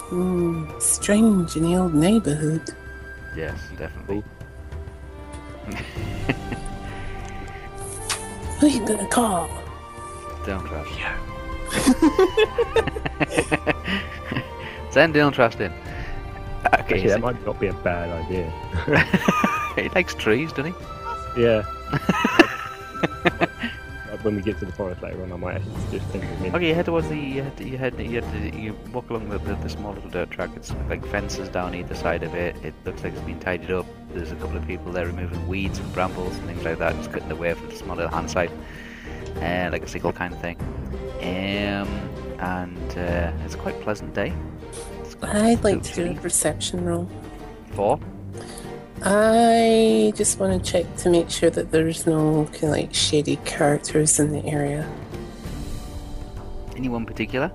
E: Hmm, strange in the old neighborhood.
A: Yes, definitely.
E: Who are you going to call?
A: Don't trust. Send Dylan Trust in. Okay,
D: Actually, that
A: so-
D: might not be a bad idea.
A: he likes trees, doesn't he?
D: Yeah. Like, when we get to the forest later on, I might actually just think of it.
A: Okay, you head towards the you head you head you, head to, you walk along the, the, the small little dirt track. It's like fences down either side of it. It looks like it's been tidied up. There's a couple of people there removing weeds and brambles and things like that, just cutting away from the small little hand side, uh, like a sickle kind of thing. Um, and uh, it's a quite pleasant day. It's got
E: I'd
A: blue
E: like to do a
A: sea.
E: perception roll.
A: four.
E: I just want to check to make sure that there's no kind of like shady characters in the area.
A: Anyone particular?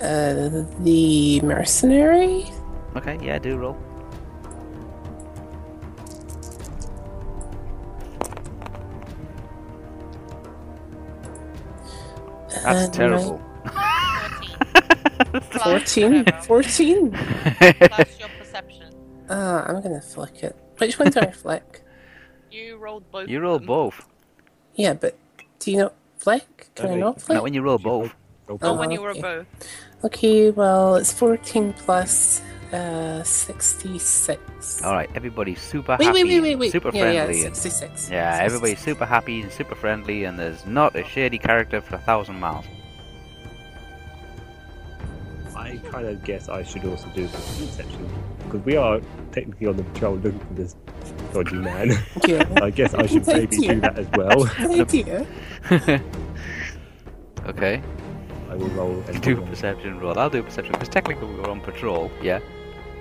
E: Uh, the mercenary.
A: Okay, yeah, do roll. That's
E: Um,
A: terrible.
E: 14. 14.
B: Plus your perception.
E: Ah, I'm gonna flick it. Which one do I flick?
B: You rolled both.
A: you
B: of
A: roll
B: them.
A: both.
E: Yeah, but do you not flick? Can I
D: Okay.
E: not flick?
A: Not when you roll both.
B: Oh,
E: Oh,
B: when you roll
E: okay.
B: both.
E: Okay, well, it's 14 plus uh, 66.
A: All right, everybody's super
E: Wait,
A: Oh, happy,
E: wait, wait, wait, wait.
A: super
E: yeah, yeah,
A: friendly. and-
E: 66.
A: Yeah,
E: 66.
A: everybody's super happy and super friendly, and there's not a shady character for a thousand miles.
D: I kind of guess I should also do some perception because we are technically on the patrol looking for this dodgy man.
E: Yeah.
D: I guess I should maybe do that as well.
E: Good idea.
A: Okay,
D: I will roll and
A: do a perception roll. I'll do a perception because technically we're on patrol. Yeah.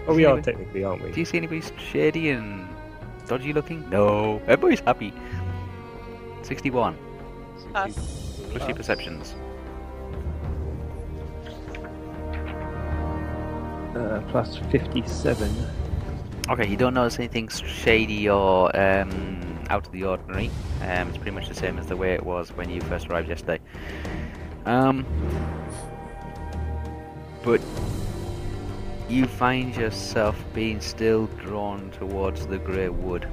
D: Oh, we are technically, aren't
A: Do
D: we?
A: you see anybody shady and dodgy looking? No. Everybody's happy. Sixty-one
B: Plus.
A: plus your perceptions.
D: Uh, plus 57.
A: Okay, you don't notice anything s- shady or um, out of the ordinary. Um, it's pretty much the same as the way it was when you first arrived yesterday. Um, but you find yourself being still drawn towards the grey wood.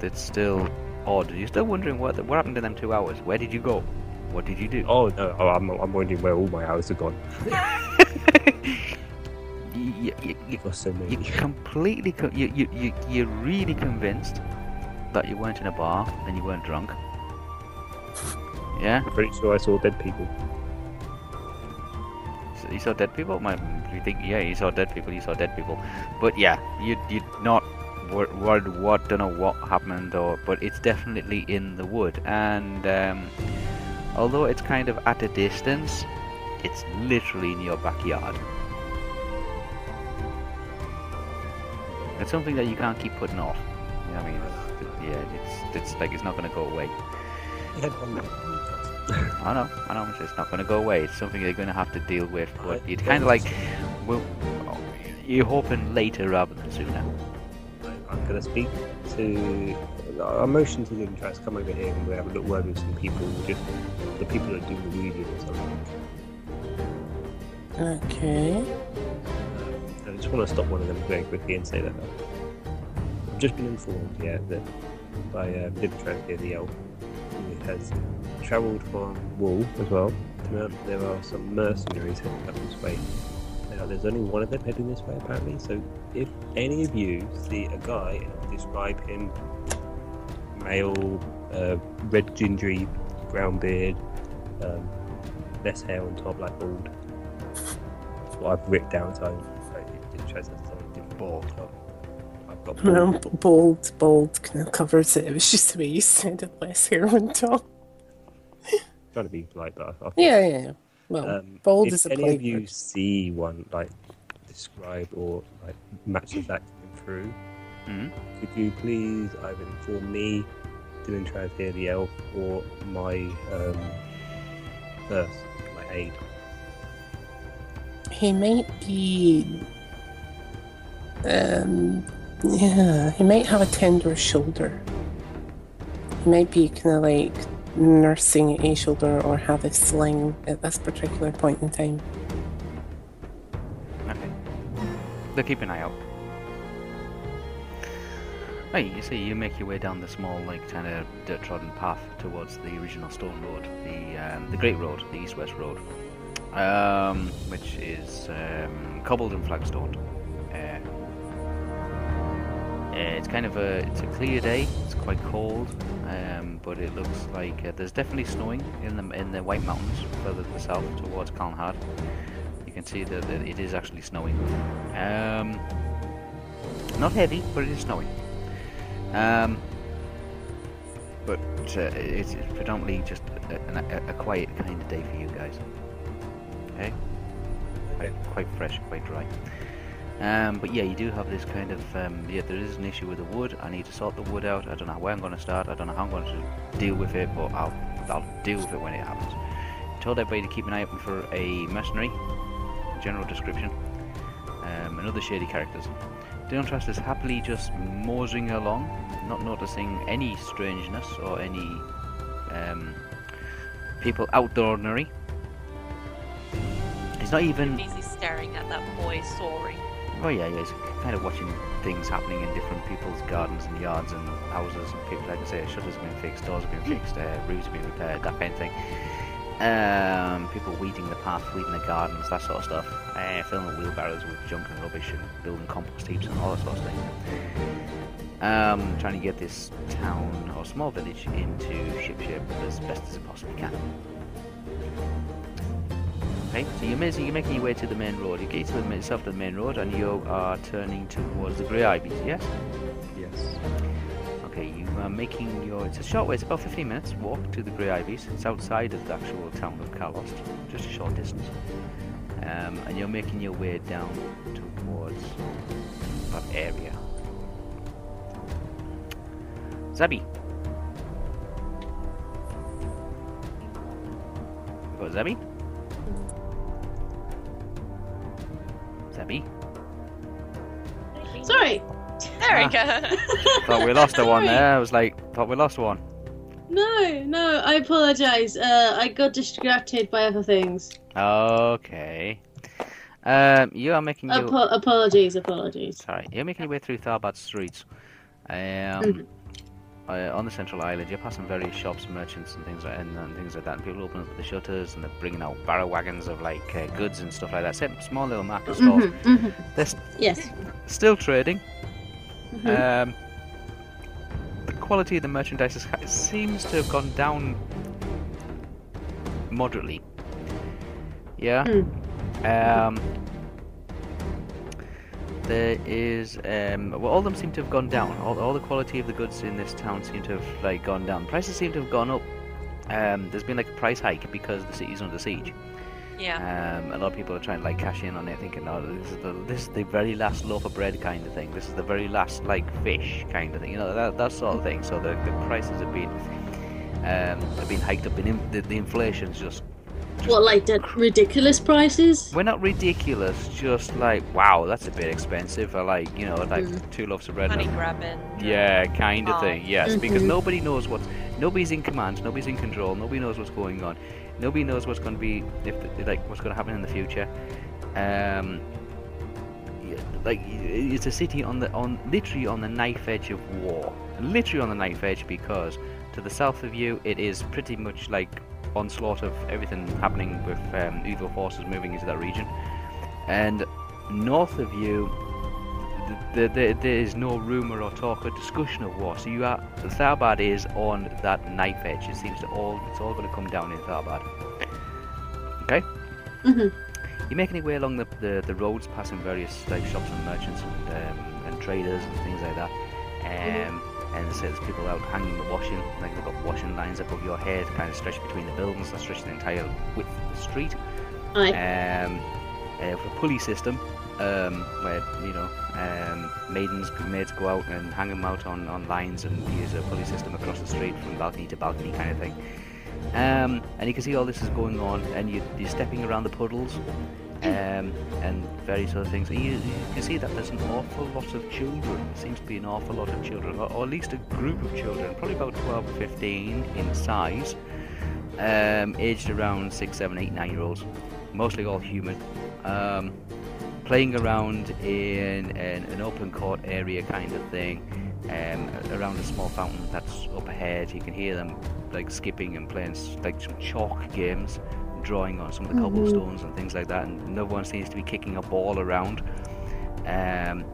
A: That's still odd. You're still wondering what the, what happened in them two hours. Where did you go? What did you do?
D: Oh, no. Oh, I'm, I'm wondering where all my hours are gone.
A: You- you- you-
D: Got so many.
A: You're completely, co- you, you, you, you're really convinced that you weren't in a bar and you weren't drunk. Yeah?
D: I'm pretty sure I saw dead people.
A: So you saw dead people? My, you think, yeah, you saw dead people, you saw dead people. But yeah, you, you're not worried what, what, don't know what happened, or but it's definitely in the wood. And um, although it's kind of at a distance, it's literally in your backyard. It's something that you can't keep putting off. You know what I mean? It's- Yeah, it's, it's like it's not going to go away. I know, I know, it's not going to go away. It's something you're going to have to deal with. But it's kind of like, well, oh, you're hoping later rather than sooner.
D: I'm going to speak to. I motion to the guys come over here and we have a little word with some people, just the people that do Um, the weeding or something.
E: Okay.
D: I just want to stop one of them very quickly and say that I've just been informed, yeah, that by uh, Bibtran here, the elf, who has travelled from Wall as well. There are- There are some mercenaries heading up this way. Now, there's only one of them heading this way, apparently, so if any of you see a guy and describe him male, uh, red gingery, brown beard, um, less hair on top, like bald, that's what I've written down, so I- it just shows that's something different. Bald. I've got bald.
E: No, b- bold, bold kind of covers it. It was just the way you said it last here on top.
D: trying to be polite, but I, I
E: Yeah, yeah, yeah. Well,
D: Um,
E: Oh, bold
D: if
E: is a
D: any
E: play
D: of you
E: word.
D: see one like describe or like matches that coming through,
A: Mhm.
D: could you please either inform me, Dylan Trav here, the elf, or my um, nurse, my aide?
E: He might be. Um, yeah, he might have a tender shoulder. He might be kind of like nursing a shoulder or have a sling at this particular point in time.
A: Okay. So keep an eye out. Hey, you see, you make your way down the small, like, kind of dirt-trodden path towards the original stone road, the um, the Great Road, the East-West Road, um, which is um, cobbled and flagstoned. Uh, uh, it's kind of a it's a clear day. It's quite cold, um, but it looks like uh, there's definitely snowing in the in the White Mountains further to the south towards Calnhard. You can see that that it is actually snowing. Um, not heavy, but it is snowing. Um, but uh, it's, it's predominantly just a, a, a quiet kind of day for you guys. Okay? Quite, quite fresh, quite dry. Um, but yeah, you do have this kind of um, yeah. There is an issue with the wood. I need to sort the wood out. I don't know where I'm going to start. I don't know how I'm going to deal with it, but I'll I'll deal with it when it happens. Told everybody to keep an eye open for a mercenary general description, um, and other shady characters. Deontrast is happily just moseying along, not noticing any strangeness or any um, people out the ordinary. He's not even
B: Busy staring at that boy soaring.
A: Oh yeah, yeah. It's kind of watching things happening in different people's gardens and yards and houses and people. Like I say, shutters have been fixed, doors have been fixed, uh, roofs have been repaired, that kind of thing. Um, people weeding the path, weeding the gardens, that sort of stuff. Uh, filling the wheelbarrows with junk and rubbish and building compost heaps and all that sort of thing. Um, trying to get this town or small village into shipshape as best as it possibly can. Okay, so you're, mis- you're making your way to the main road. You get to the, ma- yourself to the main road, and you are turning towards the Grey Ibis, yes?
D: Yes.
A: Okay, you are making your. It's a short way, it's about 15 minutes walk to the Grey Ibis. It's outside of the actual town of Kalost, just a short distance. Um, and you're making your way down towards that area. Zabi! Got Zabi? Zabi?
C: Sorry.
B: There
A: Ah.
B: we go.
A: Thought we lost a one
C: Sorry.
A: there. I was like, thought we lost one.
C: No, no, I apologize. Uh, I got distracted by other things.
A: Okay. Um, you are making your
C: Apo- apologies, apologies.
A: sorry, you're making your way through Tharbad streets. Um,
C: Mhm.
A: uh, on the central island, you're passing various shops, merchants, and things like and, and things like that. And people opening up the shutters and they're bringing out barrow wagons of like uh, goods and stuff like that. Same small little market stores,
C: Mhm,
B: Mm-hmm,
C: mhm.
A: This-
C: Yes.
A: still trading.
C: Mhm.
A: Um, the quality of the merchandise is, it seems to have gone down moderately. Yeah. Um, there is um, well, all of them seem to have gone down. All, all the quality of the goods in this town seem to have like gone down. Prices seem to have gone up. Um, there's been like a price hike because the city's under siege.
B: yeah.
A: Um, a lot of people are trying to like cash in on it, thinking, "Oh, this is the this is the very last loaf of bread kind of thing. This is the very last like fish kind of thing. You know that that sort of thing." So the, the prices have been um, have been hiked up, and in, the, the inflation's just
C: What, like the ridiculous prices?
A: we're not ridiculous. Just like wow, that's a bit expensive. Or like you know, like
C: Mm.
A: two loaves of bread. and
B: Money
A: a-
B: grabbing.
A: yeah, kind of
B: Oh.
A: thing. Yes, because
C: Mhm.
A: nobody knows what's nobody's in command, nobody's in control, nobody knows what's going on, nobody knows what's going to be if like what's going to happen in the future. Um, yeah, like i- it's a city on the on literally on the knife edge of war, literally on the knife edge because to the south of you it is pretty much like onslaught of everything happening with um, evil forces moving into that region, and north of you there, there, there is no rumour or talk or discussion of war. So you are Tharbad is on that knife edge. It seems to all it's all going to come down in Tharbad. Okay.
C: Mhm.
A: You're making your way along the, the, the roads, passing various like shops and merchants and, um, and traders and things like that. Um, And there's, there's people out hanging the washing, like they've got washing lines above your head, kind of stretched between the buildings, that stretch the entire width of the street
C: I.
A: um, uh, with a pulley system um, where you know um, maidens maids go out and hang them out on, on lines and use a pulley system across the street from balcony to balcony kind of thing. Um, and you can see all this is going on, and you, you're stepping around the puddles um, and various other things. And you, you can see that there's an awful lot of children. There seems to be an awful lot of children, or, or at least a group of children, probably about 12 or 15 in size, um, aged around 6, 7, 8, 9 year olds, mostly all human, um, playing around in, an an open court area kind of thing. Um, around a small fountain that's up ahead, you can hear them like skipping and playing s- like some chalk games, drawing on some of the
C: Mhm.
A: cobblestones and things like that. And no one seems to be kicking a ball around, um,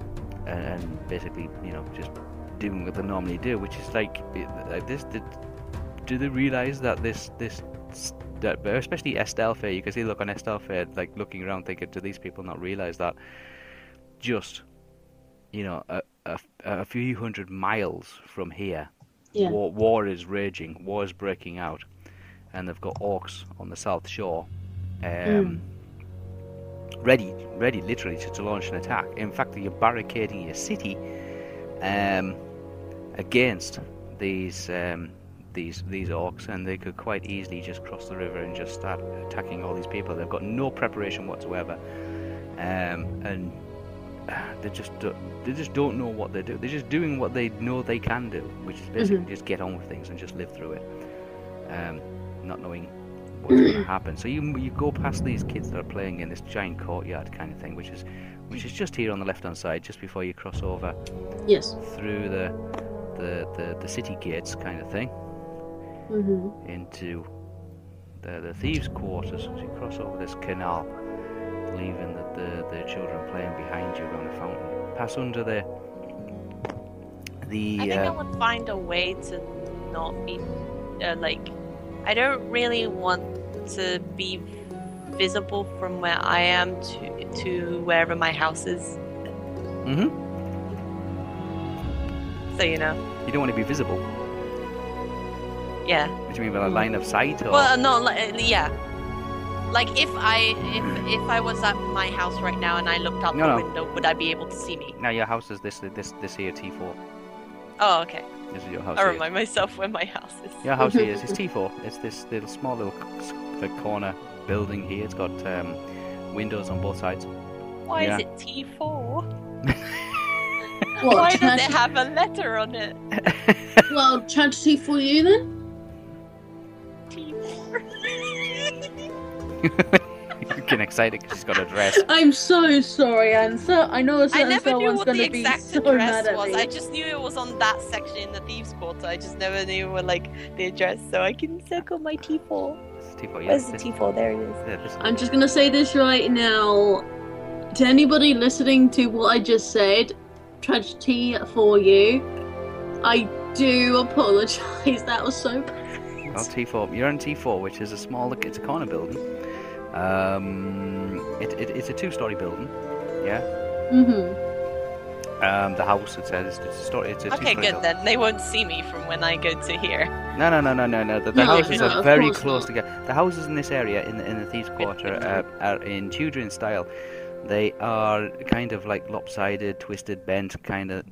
A: and, and basically, you know, just doing what they normally do, which is like, it- like this. The, do they realize that this this s- that, but especially Estelle Fair, you can see the look on Estelle Fair, like looking around, thinking, do these people not realize that just you know a, a, a few hundred miles from here,
C: Yeah.
A: war, war is raging, war is breaking out, and they've got orcs on the south shore, um, ready, ready, literally to, to launch an attack. In fact, you're barricading your city um, against these um, these these orcs, and they could quite easily just cross the river and just start attacking all these people. They've got no preparation whatsoever. um, and uh, they just do- they just don't know what they do. They're just doing what they know they can do, which is basically just get on with things and just live through it, um, not knowing what's going to happen. So you you go past these kids that are playing in this giant courtyard kind of thing, which is which is just here on the left hand side, just before you cross over
C: Yes.
A: through the the, the, the city gates kind of thing
C: Mm-hmm.
A: into the, the thieves' quarters as you cross over this canal, leaving the, the, the children playing behind you around the fountain. Pass under the
B: I
A: the
B: think I
A: uh,
B: would find a way to not be uh, like. I don't really want to be visible from where I am to to wherever my house is.
A: mhm.
B: So you know,
A: you don't want to be visible.
B: yeah.
A: What do you mean by that line of sight or
B: Well, uh, no, like, yeah. Like if I if if I was at my house right now and I looked out
A: No,
B: the
A: no.
B: window, would I be able to see me?
A: now your house is this this this here T four.
B: Oh, okay.
A: This is your house.
B: I
A: here.
B: remind myself where my house is.
A: Your house here is it's T4. It's this little small little c- the corner building here. It's got um, windows on both sides.
B: Why
A: yeah.
B: is it T four?
C: Well,
B: Why does
C: trans-
B: it have a letter on it?
C: well, tragedy for you then.
B: T
A: you can excite it because she's got a dress.
C: I'm so sorry, Ansa. I know a
B: I
C: certain
B: never knew
C: someone's
B: what the
C: going to be
B: exact
C: so
B: address
C: mad at
B: was.
C: me.
B: I just knew it was on that section in the thieves' quarter. I just never knew what, like the address, so I can circle my T four.
A: It's T4. Yeah,
B: Where's the
A: this-
B: T four? There it is.
A: yeah, this-
C: I'm just gonna say this right now. To anybody listening to what I just said, tragedy for you. I do apologize. That was so
A: Well, T4. oh, You're in T4, which is a small. It's a corner building. Um, it, it, it's a two-story building.
C: Mm-hmm.
A: Um, the house it says it's a story. It's a
B: Okay,
A: two-story
B: good
A: building.
B: then. They won't see me from when I go to here.
A: No, no, no, no, no, no. The, the
C: No,
A: houses
C: no,
A: are
C: of
A: very
C: course
A: close
C: not.
A: together. The houses in this area, in the, in the Thieves' Quarter, uh, are in Tudorian style. They are kind of like lopsided, twisted, bent, kind of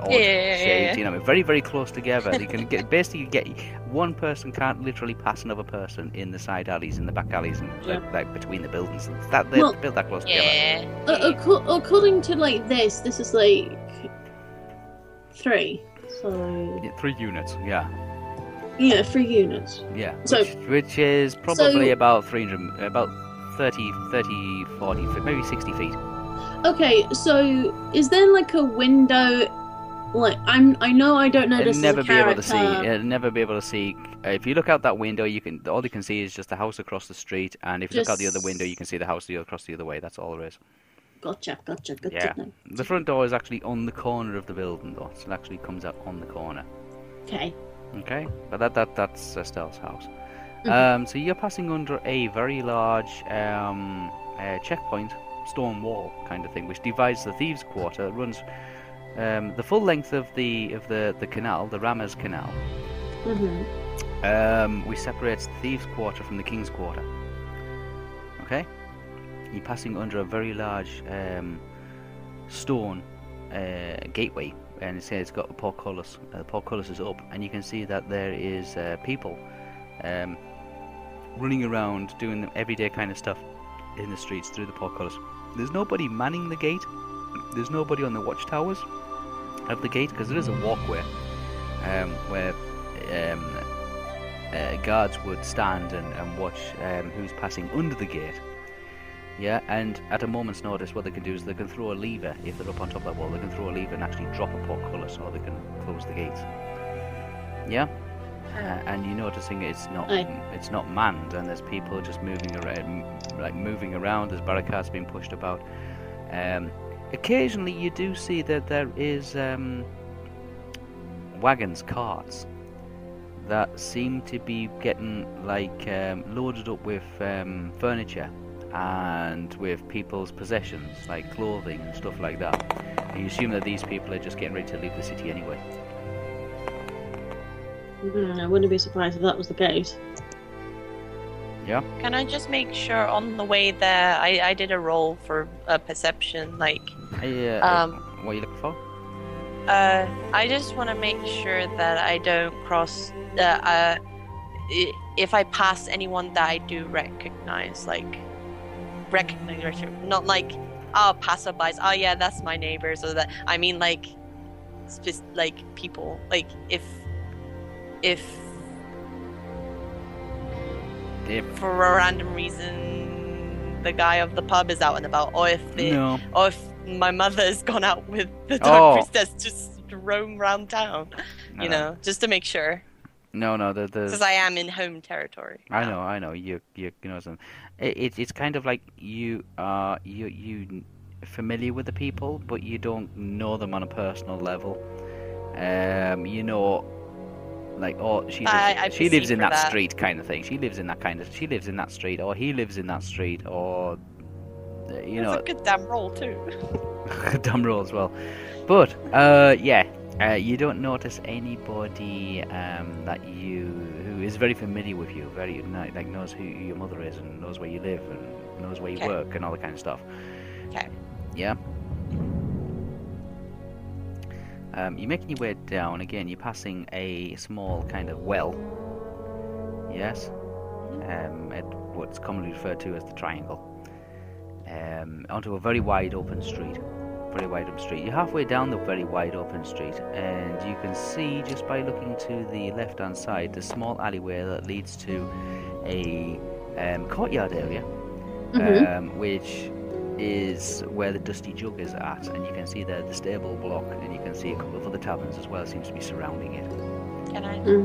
A: odd
B: Yeah, yeah, yeah,
A: shaped.
B: yeah.
A: You know, what I mean? very, very close together. You can get basically you get one person can't literally pass another person in the side alleys, in the back alleys, and
C: Yeah.
A: like, like between the buildings. That they're
C: Well,
A: built that close together.
B: Yeah.
C: Ac- according to like this, this is like three. So
A: Yeah, three units. Yeah,
C: yeah, three units.
A: yeah.
C: So-
A: which, which is probably about 300, about 30, 30, 40, maybe 60 feet.
C: Okay, so is there like a window? Like I'm, I know I don't know
A: It'll
C: this is a
A: never be able to see.
C: character.
A: It'll never be able to see. uh, If you look out that window, you can all you can see is just the house across the street, and if you look out the other window, you can see the house the other- across the other way. That's all there is.
C: Gotcha, gotcha, gotcha.
A: Yeah.
C: no.
A: The front door is actually on the corner of the building, though. So it actually comes out on the corner.
C: Okay.
A: Okay, but that that that's Estelle's house.
C: Mhm.
A: Um, so you're passing under a very large um, uh, checkpoint, stone wall kind of thing, which divides the thieves' quarter. It runs um, the full length of the of the the canal, the Rammers Canal.
C: hmm
A: Um, we separate the thieves' quarter from the king's quarter. Okay, you're passing under a very large um, stone uh, gateway, and it says it's got a portcullis. Uh, the portcullis is up, and you can see that there is uh, people um, running around doing the everyday kind of stuff in the streets through the portcullis. There's nobody manning the gate. There's nobody on the watchtowers of the gate because there is a walkway um, where um, uh, guards would stand and, and watch um, who's passing under the gate. Yeah, and at a moment's notice, what they can do is they can throw a lever. If they're up on top of that wall, they can throw a lever and actually drop a portcullis, or they can close the gates. Yeah, uh, and you're noticing it's not
C: Aye.
A: it's not manned, and there's people just moving around, like moving around. There's barricades being pushed about. Um, occasionally, you do see that there is um, wagons, carts that seem to be getting like um, loaded up with um, furniture and with people's possessions like clothing and stuff like that. And you assume that these people are just getting ready to leave the city anyway.
C: Mm, I wouldn't be surprised if that was the case.
B: Can I just make sure on the way there I, I did a roll for uh, perception? Like,
A: Yeah.
B: Um,
A: what are you looking for?
B: uh, I just want to make sure that I don't cross. Uh, uh, i- if I pass anyone that I do recognize, like, recognize right through. Not like, ah, passerbys. Oh yeah, that's my neighbors. Or that. I mean, like, just like people. Like if, if
A: If
B: for a random reason the guy of the pub is out and about, or if the,
A: no,
B: or if my mother's gone out with the
A: Oh.
B: dark priestess just to roam round town.
A: no,
B: You know, just to make sure,
A: no, no, the the
B: because I am in home territory.
A: I
B: now.
A: know, I know. You, you, you know, some. It, it's it's kind of like you are you you n- familiar with the people, but you don't know them on a personal level. Um, you know, like oh, she lives,
B: I- I
A: she lives
B: perceive
A: in
B: for
A: that,
B: that.
A: street kind of thing. She lives in that kind of she lives in that street, or he lives in that street, or uh, you
B: That's
A: know,
B: a good damn roll too.
A: dumb roll as well. But uh, yeah, uh, you don't notice anybody um, that you who is very familiar with you, very kn- like knows who your mother is and knows where you live and knows where you
B: Okay.
A: work and all that kind of stuff.
B: Okay.
A: Yeah. Um, you're making your way down again. You're passing a small kind of well. Yes.
B: Mm-hmm.
A: Um, at what's commonly referred to as the triangle. Um, onto a very wide open street very wide open street. You're halfway down the very wide open street, and you can see just by looking to the left hand side the small alleyway that leads to a um, courtyard area,
C: Mhm.
A: um, which is where the Dusty Jug is at. And you can see there the stable block, and you can see a couple of other taverns as well, seems to be surrounding it.
B: Can I
C: Mm.
B: go,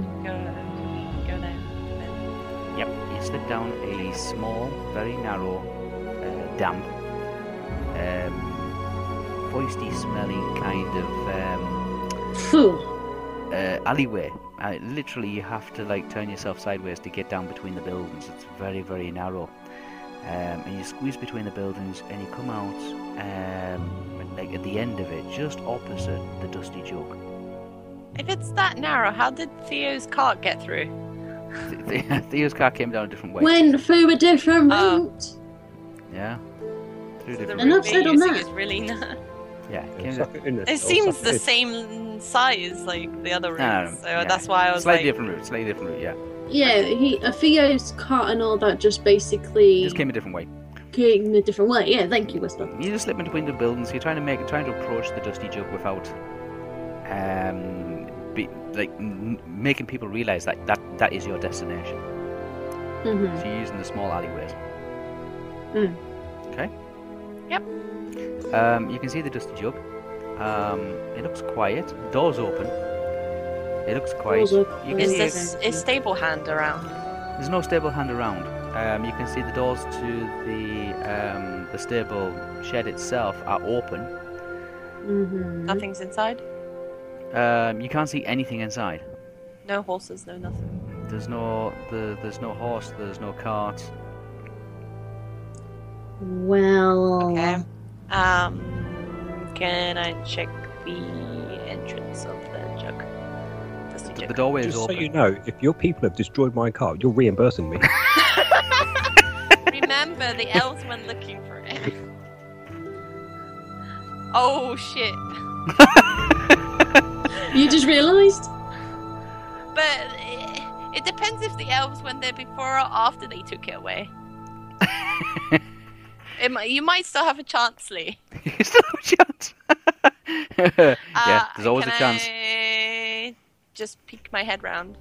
B: go there?
A: Yep, you slip down a small, very narrow, uh, damp, um, foisty smelling kind of. Um,
C: Mm-hmm. Phew.
A: uh, alleyway. Uh, literally, you have to like turn yourself sideways to get down between the buildings. It's very, very narrow, um, and you squeeze between the buildings, and you come out um, like at the end of it, just opposite the Dusty Jug.
B: If it's that narrow, how did Theo's cart get through?
A: Th- th- Theo's car came down a different way.
C: Went through a different
B: Uh,
C: route.
A: Yeah, through
B: So the
A: different.
C: route Enough
B: route
C: said
B: we're
C: on
B: using
C: that.
B: is really not...
A: Yeah, came down-
D: Suck it in,
B: It
D: it's all
B: seems
D: suck
B: the
D: in.
B: same size like the other route,
A: No, no, no,
B: so
A: yeah.
B: that's why I was
A: slightly
B: like,
A: different route. Slightly different route. Yeah,
C: Yeah, he uh, Theo's cart and all that just basically
A: just came a different way.
C: came a different way. Yeah, thank you, Whisper.
A: You just slip between the buildings. You're trying to make, trying to approach the dusty jug without, um, be, like n- making people realise that, that that is your destination.
C: hmm
A: So you're using the small alleyways.
C: Mm.
A: Okay.
B: Yep.
A: Um, you can see the dusty jug. Um, it looks quiet. Doors open. It looks quiet.
C: Doors open.
A: You can
B: is
A: see
B: this is stable hand around?
A: there's no stable hand around. Um, you can see the doors to the um, the stable shed itself are open.
C: hmm
B: Nothing's inside.
A: Um, you can't see anything inside.
B: No horses, no nothing.
A: There's no the, there's no horse. There's no cart.
C: Mm-hmm. Well,
B: Okay. Um, can I check the entrance of the jug? Dusty
A: The,
B: jug.
A: the doorway is
D: Just so
A: open.
D: you know, if your people have destroyed my car, you're reimbursing me.
B: Remember, the elves went looking for it. Oh shit!
C: you just realised.
B: But it, it depends if the elves went there before or after they took it away. it, mi- you might still have a chance, Lee.
A: you still have a chance. yeah,
B: Uh,
A: there's always a
B: can
A: chance.
B: I just peek my head round.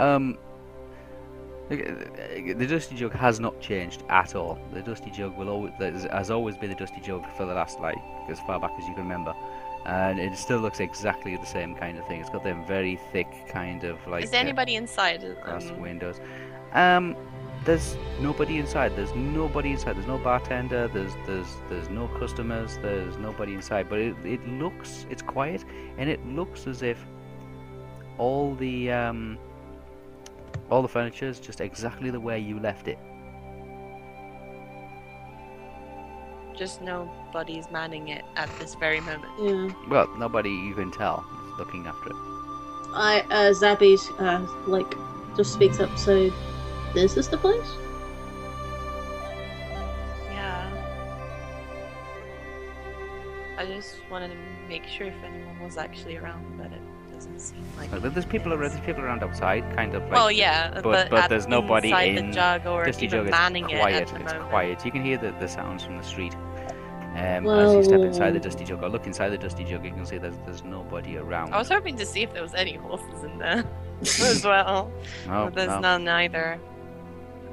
A: Um, uh, the the dusty jug has not changed at all. The dusty jug will always there's- has always been the dusty jug for the last like as far back as you can remember, and it still looks exactly the same kind of thing. It's got them very thick kind of like.
B: Is there
A: uh,
B: anybody inside?
A: glass
B: Um,
A: windows. Um, there's nobody inside. There's nobody inside. There's no bartender. There's there's there's no customers. There's nobody inside. But it, it looks it's quiet, and it looks as if all the um all the furniture is just exactly the way you left it.
B: just nobody's manning it at this very moment.
C: Yeah,
A: Well, nobody you can tell is looking after it.
C: I uh, Zabby's uh, like just speaks up. So, is this the place?
B: Yeah. I just wanted to make sure if anyone was actually around, but it doesn't
F: doesn't seem like.
A: Like, there's people around. There's people around outside, kind of. Like,
B: well, yeah,
A: but- but
B: at-
A: there's nobody
B: inside
A: in
B: the jug or
A: Dusty
B: even
A: Jug is
B: manning it at
A: quiet.
B: the
A: It's
B: moment.
A: quiet. You can hear the, the sounds from the street. Um, as you step inside the
C: Well-
A: Dusty Jug, or look inside the Dusty Jug, you can see there's there's nobody around.
B: I was hoping to see if there was any horses in there as well,
A: no,
B: but there's
A: Oh, no.
B: none either.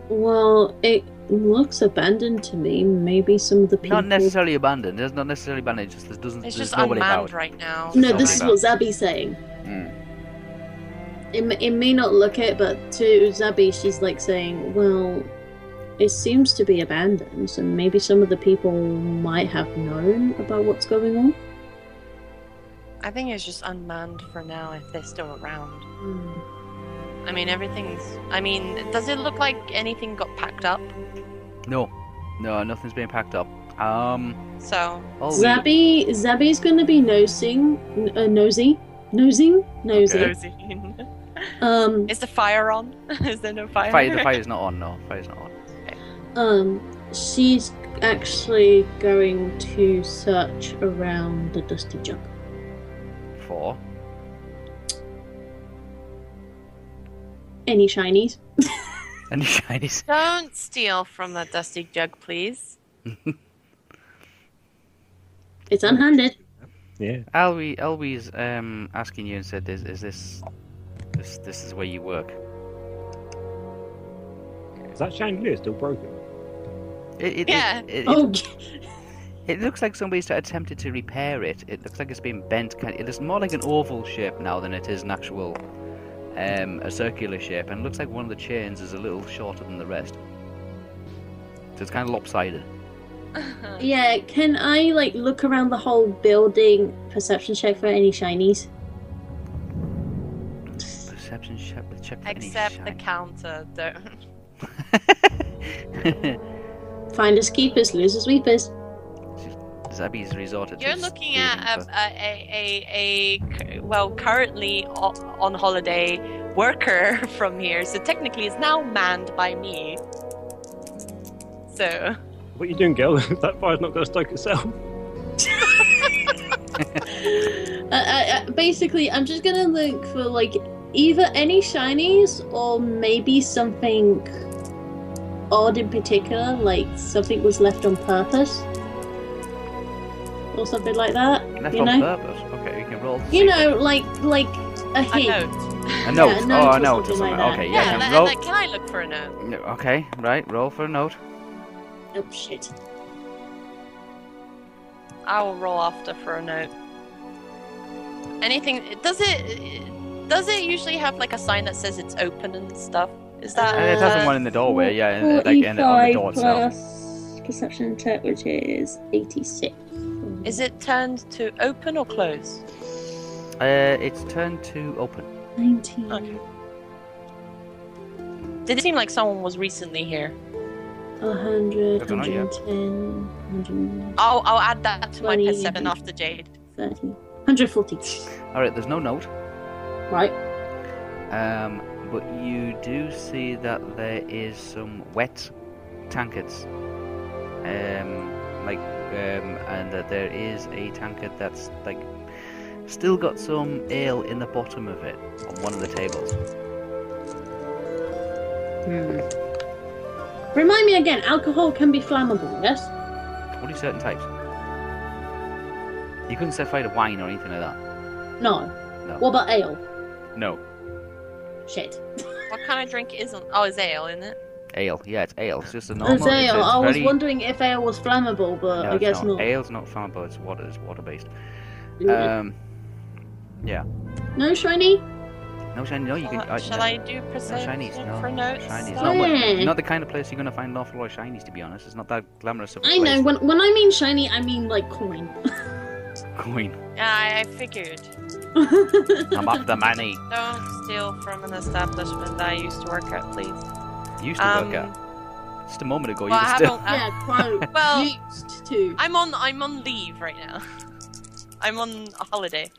C: Well, it looks abandoned to me. Maybe some of the people.
A: Not necessarily abandoned. There's not necessarily abandoned. It's just there doesn't.
B: It's
A: there's
B: just
A: nobody
B: unmanned
A: about.
B: right now.
C: No,
A: Something
C: this is
A: about- Mm.
C: what Zabby's saying. It, m- it may not look it, but to Zabby, she's like saying, well, it seems to be abandoned, so maybe some of the people might have known about what's going on.
B: I think it's just unmanned for now if they're still around. I mean, everything's. I mean, does it look like anything got packed up?
A: No, no, nothing's being packed up. Um,
B: So,
A: all we-
C: Zabby, Zabby's going to be nosing, n- uh, nosy, nosing, nosy.
A: Okay.
C: Um,
B: is the fire on? is there no fire?
A: fire. The fire's not on. No, fire's not on.
C: um, she's actually going to search around the dusty jug.
A: Four.
C: Any shinies?
A: And the shinies.
B: Don't steal from that dusty jug, please.
C: It's unhanded.
D: Yeah.
A: Alwi, Alwi's um asking you and said, "Is is this this this is where you work?"
D: Is that chandelier still broken?
A: It, it,
B: Yeah.
A: It, it,
C: Oh,
A: It looks like somebody's attempted to repair it. It looks like it's been bent. Kind it is more like an oval shape now than it is an actual um, a circular shape, and it looks like one of the chains is a little shorter than the rest. So it's kind of lopsided.
C: Yeah, can I like look around the whole building perception check for any shinies?
A: Perception check. check for any
B: Except the
A: shine.
B: counter. Don't.
C: Finders keepers, losers weepers.
A: Zabby's resorted. to
B: You're looking
A: stealing
B: at
A: stuff.
B: a, a, a, a, a well, currently o- on holiday worker from here, so technically it's now manned by me. So,
D: What are you doing, girl? that fire's not going to stoke itself.
C: Uh, uh, uh, basically, I'm just gonna look for like either any shinies or maybe something odd in particular, like something was left on purpose or something like that.
A: Left
C: you
A: on
C: know,
A: purpose. Okay, you can roll. to
C: you
A: see.
C: know, like like a
B: a
C: hint.
B: note.
A: A note.
C: a note
A: oh,
C: or
A: a note
C: something like that.
A: okay, yeah.
B: Yeah,
A: can
B: like-
A: roll.
B: like, can I look for a note?
A: No, Okay, right. Roll for a note.
C: Oh shit!
B: I will roll after for a note. Anything? Does it? Does it usually have like a sign that says it's open and stuff? Is that?
A: And it has
B: uh,
A: one in the doorway. Oh, Yeah, and, uh, like and on the door itself.
C: plus perception check, which is eighty-six.
B: Is it turned to open or close?
A: Uh, it's turned to open.
C: 19.
B: Okay. Did it seem like someone was recently here?
C: 100,
A: I don't know yet.
C: 110, 130.
B: I'll, I'll add that to my
C: Twenty.
B: perception after Jade.
C: 140.
A: All right, there's no note.
C: Right.
A: Um, but you do see that there is some wet tankards. Um, like, um, and that there is a tankard that's like still got some ale in the bottom of it on one of the tables.
C: Remind me again, alcohol can be flammable, yes?
A: Only certain types. You couldn't set fire to wine or anything like that.
C: No.
A: No.
C: What about ale?
A: No,
C: Shit.
B: What kind of drink isn't? Oh, is ale in it?
A: ale. Yeah, it's ale. It's just a normal.
C: That's
A: it's-
C: ale.
A: it's
C: I was
A: very-
C: wondering if ale was flammable, but
A: No,
C: Uh, I
A: it's
C: guess
A: not.
C: not.
A: Ale's not flammable. It's water. It's water based.
C: Mm.
A: Um,
C: no shiny?
A: no shiny. No, you can.
B: Uh,
A: I-
B: shall
A: no,
B: I do perception
A: shinies, no,
B: for notes?
A: Shinies.
B: stuff?
A: Not, what,
C: Yeah.
A: not the kind of place you're going to find an awful lot of shinies, to be honest. It's not that glamorous of a
C: I know,
A: place.
C: when, when I mean shiny, I mean like coin.
A: Coin.
B: Yeah, I, I figured.
A: I'm up the money.
B: Don't steal from an establishment that I used to work at, please.
A: Used to
B: Um,
A: work at. Just a moment ago,
B: well,
A: you
B: I
A: were still.
B: haven't. I-
C: yeah, quote.
B: Uh, Well-
C: used to.
B: I'm on. I'm on leave right now. I'm on a holiday.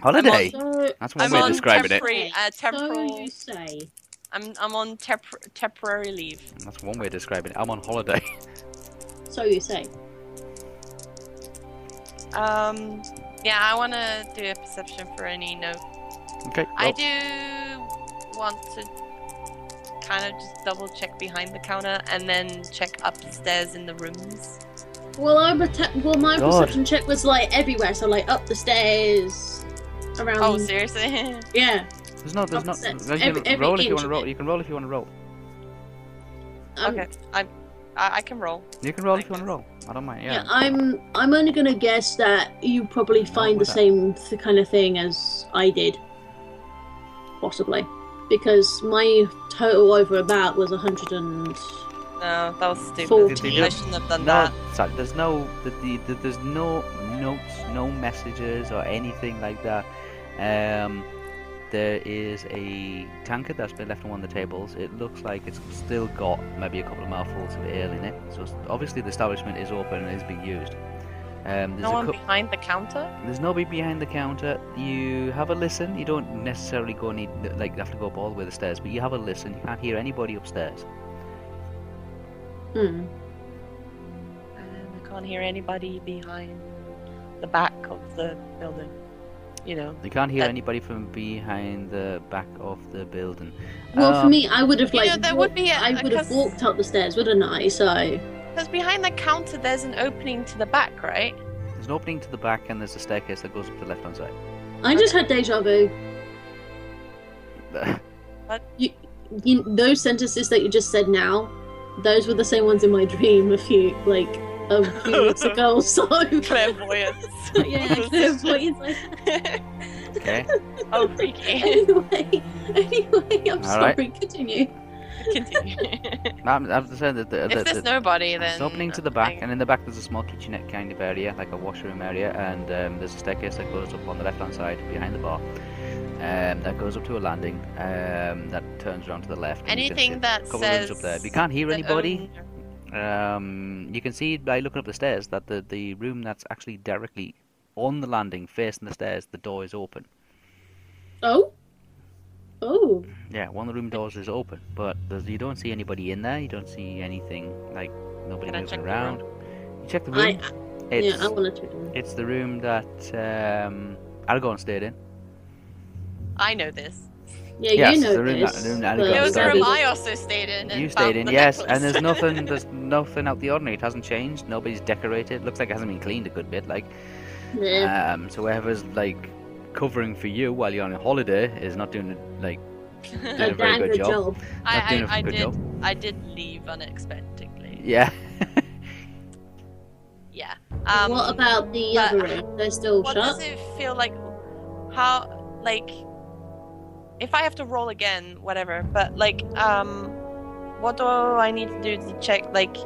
A: Holiday!
C: So,
A: That's one
B: I'm
A: way of
B: on
A: describing it.
B: temporary. Uh,
C: so
B: temporal.
C: you say.
B: I'm. I'm on tep- temporary leave.
A: That's one way of describing it. I'm on holiday.
C: So you say.
B: Um. Yeah, I want to do a perception for any note.
A: Okay.
B: I
A: well,
B: do want to kind of just double check behind the counter and then check upstairs in the rooms.
C: Well, I rete- well my
A: God.
C: perception check was like everywhere, so like up the stairs, around.
B: oh, seriously?
C: yeah.
A: There's no. There's not.
C: Upsets.
A: no, You
C: Every-
A: can
C: every
A: roll if
C: inch
A: you want to
C: of
A: roll.
C: it.
A: You can roll if you want to roll.
C: Um,
B: okay, I'm, I, I can roll.
A: You can roll if you want to roll. I don't mind.
C: Yeah.
A: Yeah.
C: I'm. I'm only gonna guess that you probably find the
A: with that.
C: same th- kind of thing as I did, possibly, because my total over about was a hundred and.
B: No, that was stupid.
C: Four.
A: Did they
B: I
A: do-
B: shouldn't have done
A: No,
B: that.
A: sorry, there's no, the, the, the, there's no notes, no messages or anything like that. Um, there is a tankard that's been left on one of the tables. It looks like it's still got maybe a couple of mouthfuls of ale in it. So it's, obviously the establishment is open and is being used. Um, there's
B: No
A: a
B: one
A: cou-
B: behind the counter?
A: there's nobody behind the counter. You have a listen. You don't necessarily go need like have to go up all the way the stairs, but you have a listen. You can't hear anybody upstairs.
C: Hmm.
B: Um, I can't hear anybody behind the back of the building. You know.
A: You can't hear
B: Uh,
A: anybody from behind the back of the building.
C: Well, for
A: Um,
C: me, I would have
B: You
C: like.
B: know, there
C: wa-
B: would be a-
C: I would have
B: because-
C: walked up the stairs, wouldn't I? So.
B: Because behind the counter, there's an opening to the back, right?
A: There's an opening to the back, and there's a staircase that goes up to the left hand side.
C: I just had deja vu. You, those sentences that you just said now, those were the same ones in my dream a few like a few weeks ago. So
B: Clairvoyance.
C: yeah, clairvoyance. I
A: Okay.
B: oh, freaky.
C: anyway, anyway, I'm
A: All
C: sorry.
A: right.
C: Continue.
B: Continue.
A: I'm, I'm just saying that the, the,
B: if
A: the-
B: there's nobody, then
A: there's an opening to the back, and in the back there's a small kitchenette kind of area, like a washroom area, and um, there's a staircase that goes up on the left hand side behind the bar. Um, that goes up to a landing um, that turns around to the left. and you can see
B: anything that
A: a couple
B: says
A: of rooms up there. But you can't hear
B: the
A: anybody.
B: owner-
A: Um, you can see by looking up the stairs that the, the room that's actually directly on the landing, facing the stairs, the door is open.
C: Oh, oh,
A: Yeah, one of the room doors is open, but there's, you don't see anybody in there. You don't see anything like nobody
B: Can I
A: moving
B: check the
A: around.
B: room? uh,
A: You check the
C: I,
A: room.
C: I
A: it's
C: yeah, I wanted to.
A: it's the room that um, Aragorn stayed in.
B: I know this.
C: Yeah,
A: Yes,
C: you know
A: the room that-
C: this.
A: the room that I
C: but-
A: got
B: It was the
A: started.
B: room I also stayed in. And
A: you
B: found
A: stayed in,
B: the
A: yes.
B: necklace.
A: And there's nothing. There's nothing out the ordinary. It hasn't changed. Nobody's decorated. Looks like it hasn't been cleaned a good bit. Like
C: Yeah.
A: um, so, whoever's like covering for you while you're on a holiday is not doing like
C: a
A: did a very
C: damn
A: good job. not
B: I,
A: doing a
B: I, I
A: good
B: did.
A: job.
B: I did leave unexpectedly.
A: Yeah.
B: Yeah. Um,
C: what about the
B: but-
C: other room? They're still
B: What
C: shut.
B: does it feel like? How like? If I have to roll again, whatever. But like, um, what do I need to do to check like?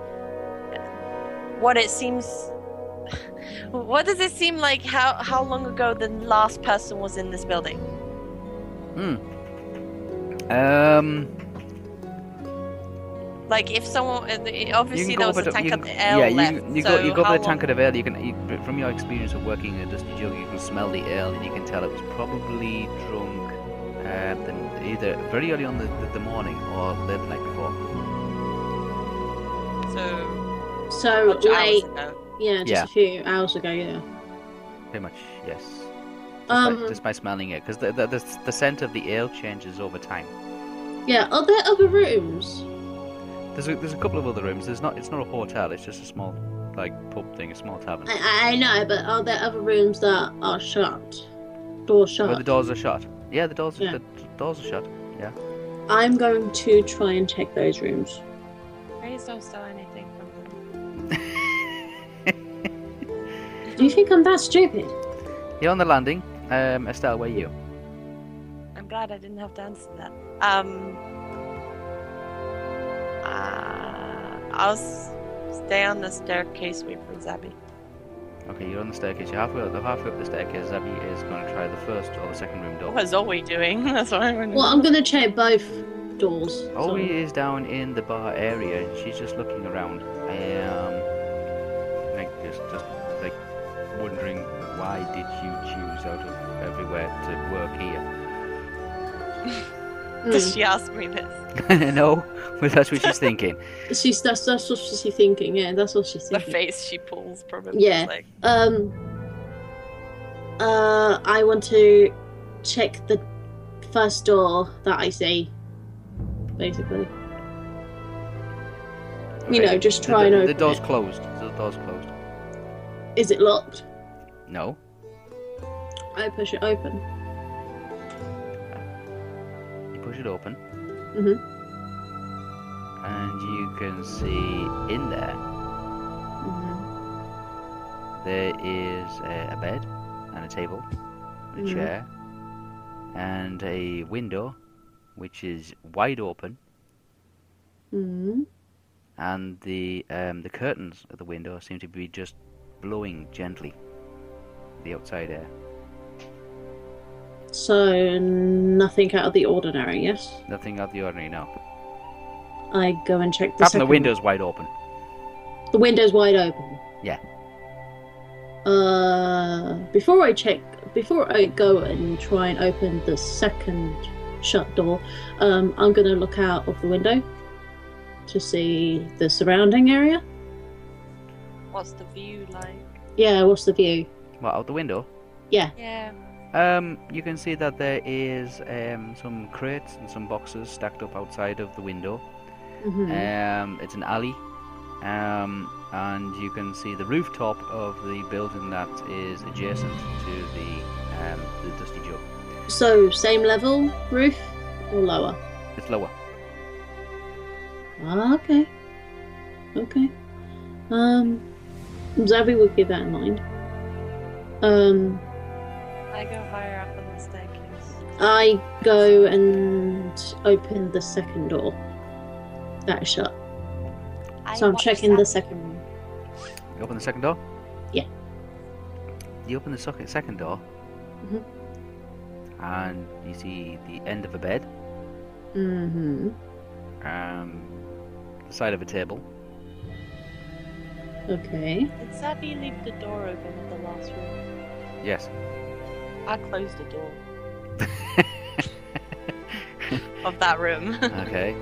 B: What it seems. What does it seem like? How how long ago the last person was in this building?
A: Um.
B: Like if someone uh, the-
A: You
B: obviously
A: can
B: there
A: go
B: was
A: over
B: a
A: to- you
B: tank of
A: can-
B: ale
A: yeah, you,
B: left.
A: you
B: so
A: go you go
B: how
A: over the
B: long-
A: tank of ale. You can you, from your experience of working in a dusty jug, you can smell the ale and you can tell it was probably drunk, uh, the, either very early on the, the, the morning or late the night before.
B: So
C: So
B: which hours
C: like,
B: ago?
C: yeah, just
A: Yeah.
C: a few hours ago. Yeah.
A: Pretty much, yes. Just, by,
C: Um.
A: just by smelling it, because the, the the the scent of the ale changes over time.
C: Yeah. Are there other rooms?
A: There's a, there's a couple of other rooms. There's not it's not a hotel. It's just a small like pub thing, a small tavern.
C: I, I, I know, but are there other rooms that are shut? Doors shut.
A: Where the doors are shut. Yeah, the doors
C: Yeah.
A: the doors are shut.
C: I'm going to try and check those rooms.
B: Please don't steal anything from them.
C: Do you think I'm that stupid?
A: You're on the landing. Um, Estelle, where are you?
B: I'm glad I didn't have to answer that. Um, uh, I'll s- stay on the staircase wait for Zabby.
A: Okay, you're on the staircase. You're halfway up, halfway up the staircase. Zabby is going to try the first or the second room door.
B: What is Zoe doing? That's what I'm wondering.
C: Well, I'm going to check both doors. so-
A: Ollie is down in the bar area. and She's just looking around. Um, like just, just like wondering why did you choose out of everywhere to work here?
B: Does
C: Mm.
B: she ask me this?
A: no, but that's what she's thinking.
C: She's that's that's what she's thinking. Yeah, that's what she's
B: The
C: thinking.
B: face she pulls probably.
C: Yeah.
B: Like,
C: Um, Uh, I want to check the first door that I see. Basically, you know, just
A: the,
C: try and
A: the,
C: open
A: The door's
C: it.
A: closed. The door's closed.
C: Is it locked?
A: No.
C: I push it open.
A: You push it open.
C: Mhm.
A: And you can see in there there is a, a bed and a table and a
C: Mhm.
A: chair and a window which is wide open
C: Mm-hmm.
A: and the um, the curtains at the window seem to be just blowing gently the outside air.
C: So nothing out of the ordinary. Yes.
A: Nothing out of the ordinary now.
C: I go and check the
A: Apart from
C: second
A: the window's wide open.
C: The window's wide open.
A: Yeah.
C: Uh, before I check, before I go and try and open the second shut door, um, I'm gonna look out of the window to see the surrounding area.
B: What's the view like?
C: Yeah, what's the view?
A: Well, out the window.
B: Yeah.
A: Um, you can see that there is um, some crates and some boxes stacked up outside of the window.
C: Mm-hmm.
A: Um, it's an alley, um, and you can see the rooftop of the building that is adjacent to the um, the Dusty Joe.
C: so same level roof or lower?
A: It's lower.
C: Ah, okay. Okay. Um, Zabby would keep that in mind. Um,
B: I go higher up on the staircase.
C: I go and open the second door. That is shut. so I'm checking the second one.
A: You open the second door.
C: Yeah.
A: You open the socket second door,
C: Mhm.
A: and you see the end of a bed,
C: Mm-hmm.
A: um, the side of a table.
C: Okay.
B: Did Zabby leave the door open in the last room?
A: Yes.
B: I closed the door of that room.
A: okay.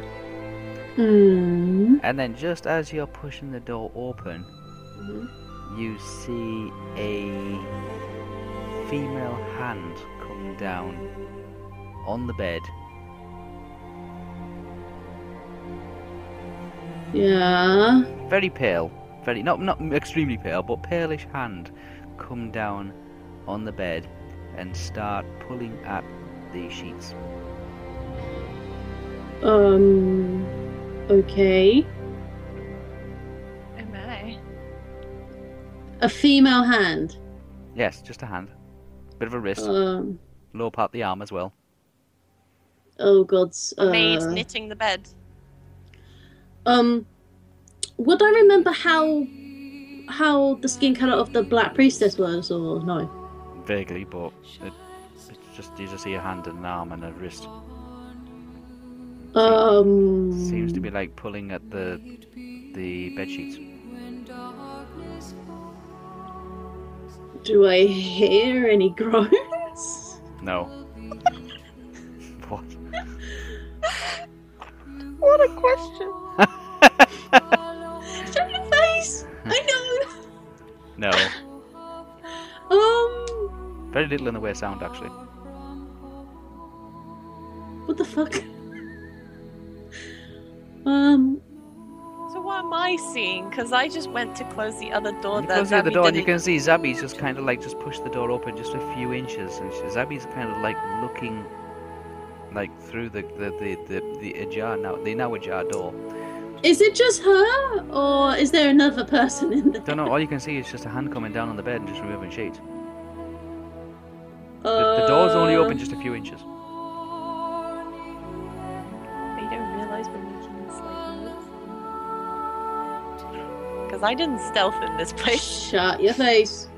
C: Hmm.
A: And then just as you're pushing the door open,
C: Mhm.
A: you see a female hand come down on the bed.
C: Yeah.
A: Very pale, very not not extremely pale, but palish hand come down on the bed and start pulling at the sheets.
C: Um. Okay.
B: Am I?
C: A female hand.
A: Yes, just a hand, bit of a wrist,
C: Um.
A: lower part of the arm as well.
C: Oh gods. Uh,
B: Maid knitting the bed.
C: um. Would I remember how how the skin color of the black priestess was, or no?
A: Vaguely, but it, it's just you just see a hand and an arm and a wrist.
C: Um.
A: Seems to be like pulling at the the bed sheets.
C: Do I hear any groans?
A: No. what?
B: What a question.
C: Show your face! I
A: No.
C: know! Um.
A: Very little in the way of sound, actually.
C: What the fuck? Um.
B: So what am I seeing? Because I just went to close the other door.
A: you
B: that
A: close the other
B: Zabby
A: door, and you
B: didn't-
A: can see Zabby's just kind of like just pushed the door open just a few inches, and she- Zabby's kind of like looking, like through the the the the, the ajar now the now ajar door.
C: Is it just her, or is there another person in there?
A: Don't know. All you can see is just a hand coming down on the bed and just removing sheets. The, the door's only
C: Uh,
A: open just a few inches.
B: They don't realize we're making this like Because I didn't stealth in this place.
C: Shut your face.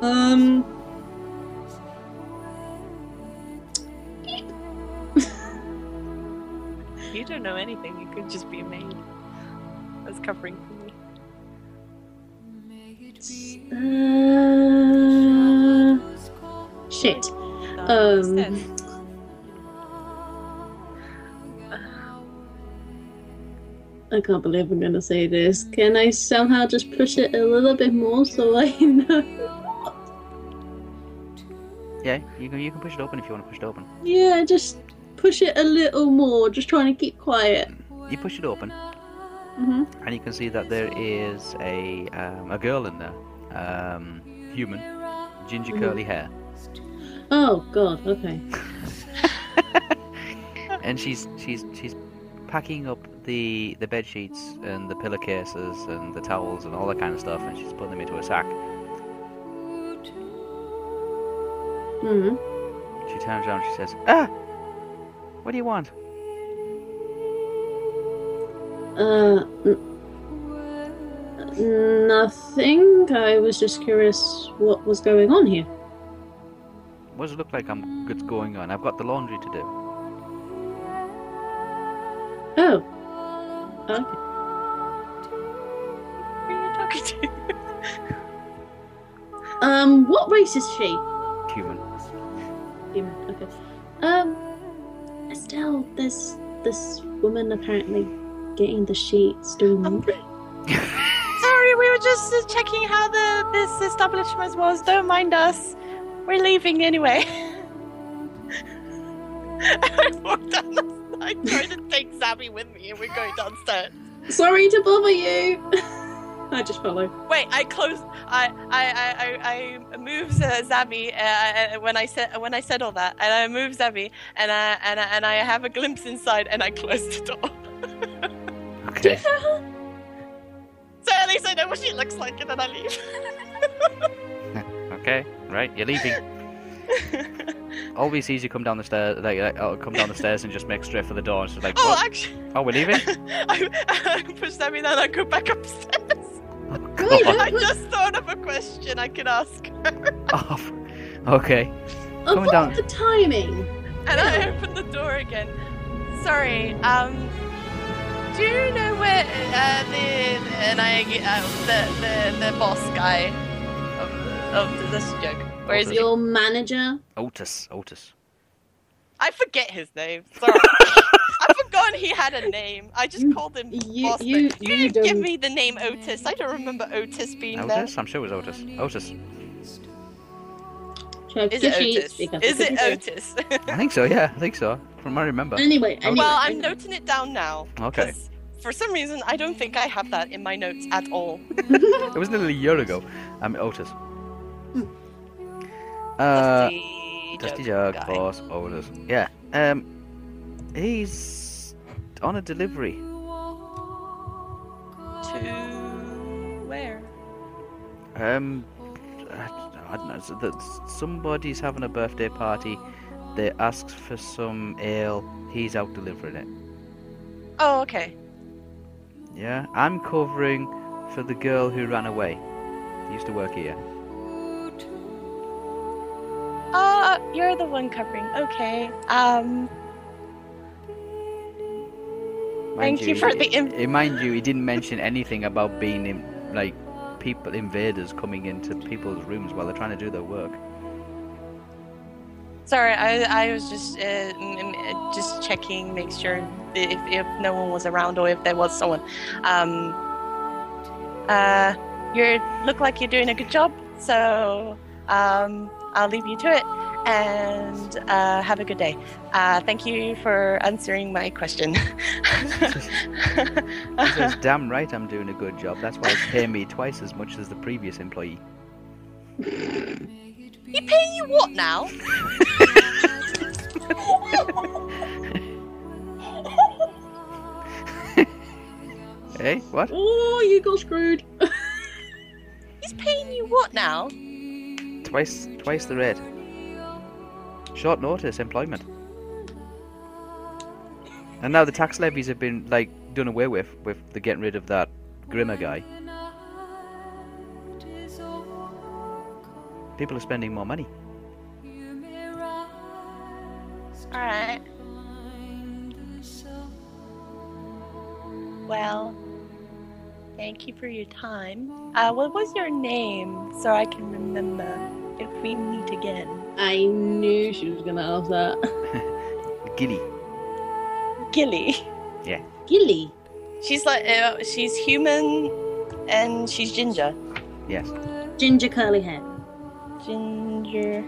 C: um.
B: You don't know anything. You could just be a maid. That's covering for me.
C: Uh, shit.
B: No,
C: Um.
B: instead.
C: I can't believe I'm gonna say this. Can I somehow just push it a little bit more so I know?
A: Yeah, you can you can push it open if you want to push it open.
C: Yeah, just push it a little more. Just trying to keep quiet.
A: You push it open,
C: hmm
A: and you can see that there is a um, a girl in there, um, human, ginger
C: Mhm.
A: curly hair,
C: Oh god. Okay.
A: and she's she's she's packing up the the bed sheets and the pillowcases and the towels and all that kind of stuff, and she's putting them into a sack.
C: hmm
A: She turns around. She says, "Ah, what do you want?"
C: Uh. n- Nothing. I was just curious what was going on here.
A: What does it look like? I'm what's going on? I've got the laundry to do.
C: Oh,
B: Who are you talking to?
C: um, what race is she?
A: Human.
C: Human. Okay. Um, Estelle, this this woman apparently getting the sheets doing
B: I'm
C: laundry.
B: Sorry, we were just uh, checking how the this establishment was. Don't mind us. We're leaving anyway. I walked down the I tried to take Zabby with me and we're going downstairs.
C: Sorry to bother you. I just follow.
B: Wait, I closed. I I I I, I moved uh, Zabby uh, uh, when I said when I said all that, and I moved Zabby, and I and I, and I have a glimpse inside, and I close the door.
A: Okay.
B: So at least I know what she looks like, and then I leave.
A: Okay. Right. You're leaving. Always easy. Come down the stairs. Like, like I'll come down the stairs and just make straight for the door. And she's like,
B: oh,
A: "What?
B: actually,
A: "Oh, we're leaving."
B: I, I push Zabby, and I go back upstairs.
A: God.
B: I just thought of a question I could ask,
A: Oh, f- okay.
C: Oh,
A: Coming
C: what
A: down.
C: the timing?
B: and I open the door again. Sorry. Um. Do you know where uh, the and I uh, the, the the boss guy of of this joke? Where is he?
C: Your manager?
A: Otis. Otis.
B: I forget his name. Sorry. I've forgotten he had a name. I just
C: You-
B: called him
C: you-
B: Boston.
C: you-
B: You,
C: you
B: didn't give
C: don't-
B: me the name Otis. I don't remember Otis being there.
A: Otis. I'm sure it was Otis. Otis.
C: Check
B: Is
C: your
B: it
C: sheets,
B: Otis?
C: pick up
B: Is
C: the
B: it
C: computer.
B: Otis?
A: I think so. Yeah, I think so. From what I remember.
C: Anyway, anyway.
B: well, I'm noting it down now.
A: Okay.
B: 'cause For some reason, I don't think I have that in my notes at all.
A: It was nearly a year ago. I'm Otis. Uh,
B: Dusty
A: Dusty
B: Jug
A: Jug
B: guy.
A: Boss Otis. Yeah. Um, he's on a delivery.
B: To where?
A: Um, I I don't know. so that somebody's having a birthday party. They asks for some ale. He's out delivering it.
B: Oh, okay.
A: Yeah, I'm covering for the girl who ran away. Used to work here.
B: Uh, you're the one covering. Okay. Um,
A: Mind
B: Thank you for
A: he-
B: the in-
A: eh, mind you, he didn't mention anything about being in, like people invaders coming into people's rooms while they're trying to do their work.
B: sorry. I I was just uh, m- m- uh, just checking, make sure if if no one was around or if there was someone. Um. Uh, you look like you're doing a good job. So, um, I'll leave you to it, and uh, have a good day. Uh, thank you for answering my question.
A: He says, "Damn right, I'm doing a good job. That's why they pay me twice as much as the previous employee."
B: He paying you what now?
A: Eh? What?
C: Oh, you got screwed.
B: He's paying you what now?
A: Twice, twice the rate. Short notice employment. And now the tax levies have been like done away with, with the getting rid of that grimmer guy. People are spending more money.
B: All right. Well, thank you for your time. Uh, what was your name so I can remember if we meet again?
C: I knew she was gonna ask that.
A: Gilly.
B: Gilly.
C: Gilly.
B: She's like, uh, she's human, and she's ginger.
A: Yes.
C: Ginger curly hair.
B: Ginger.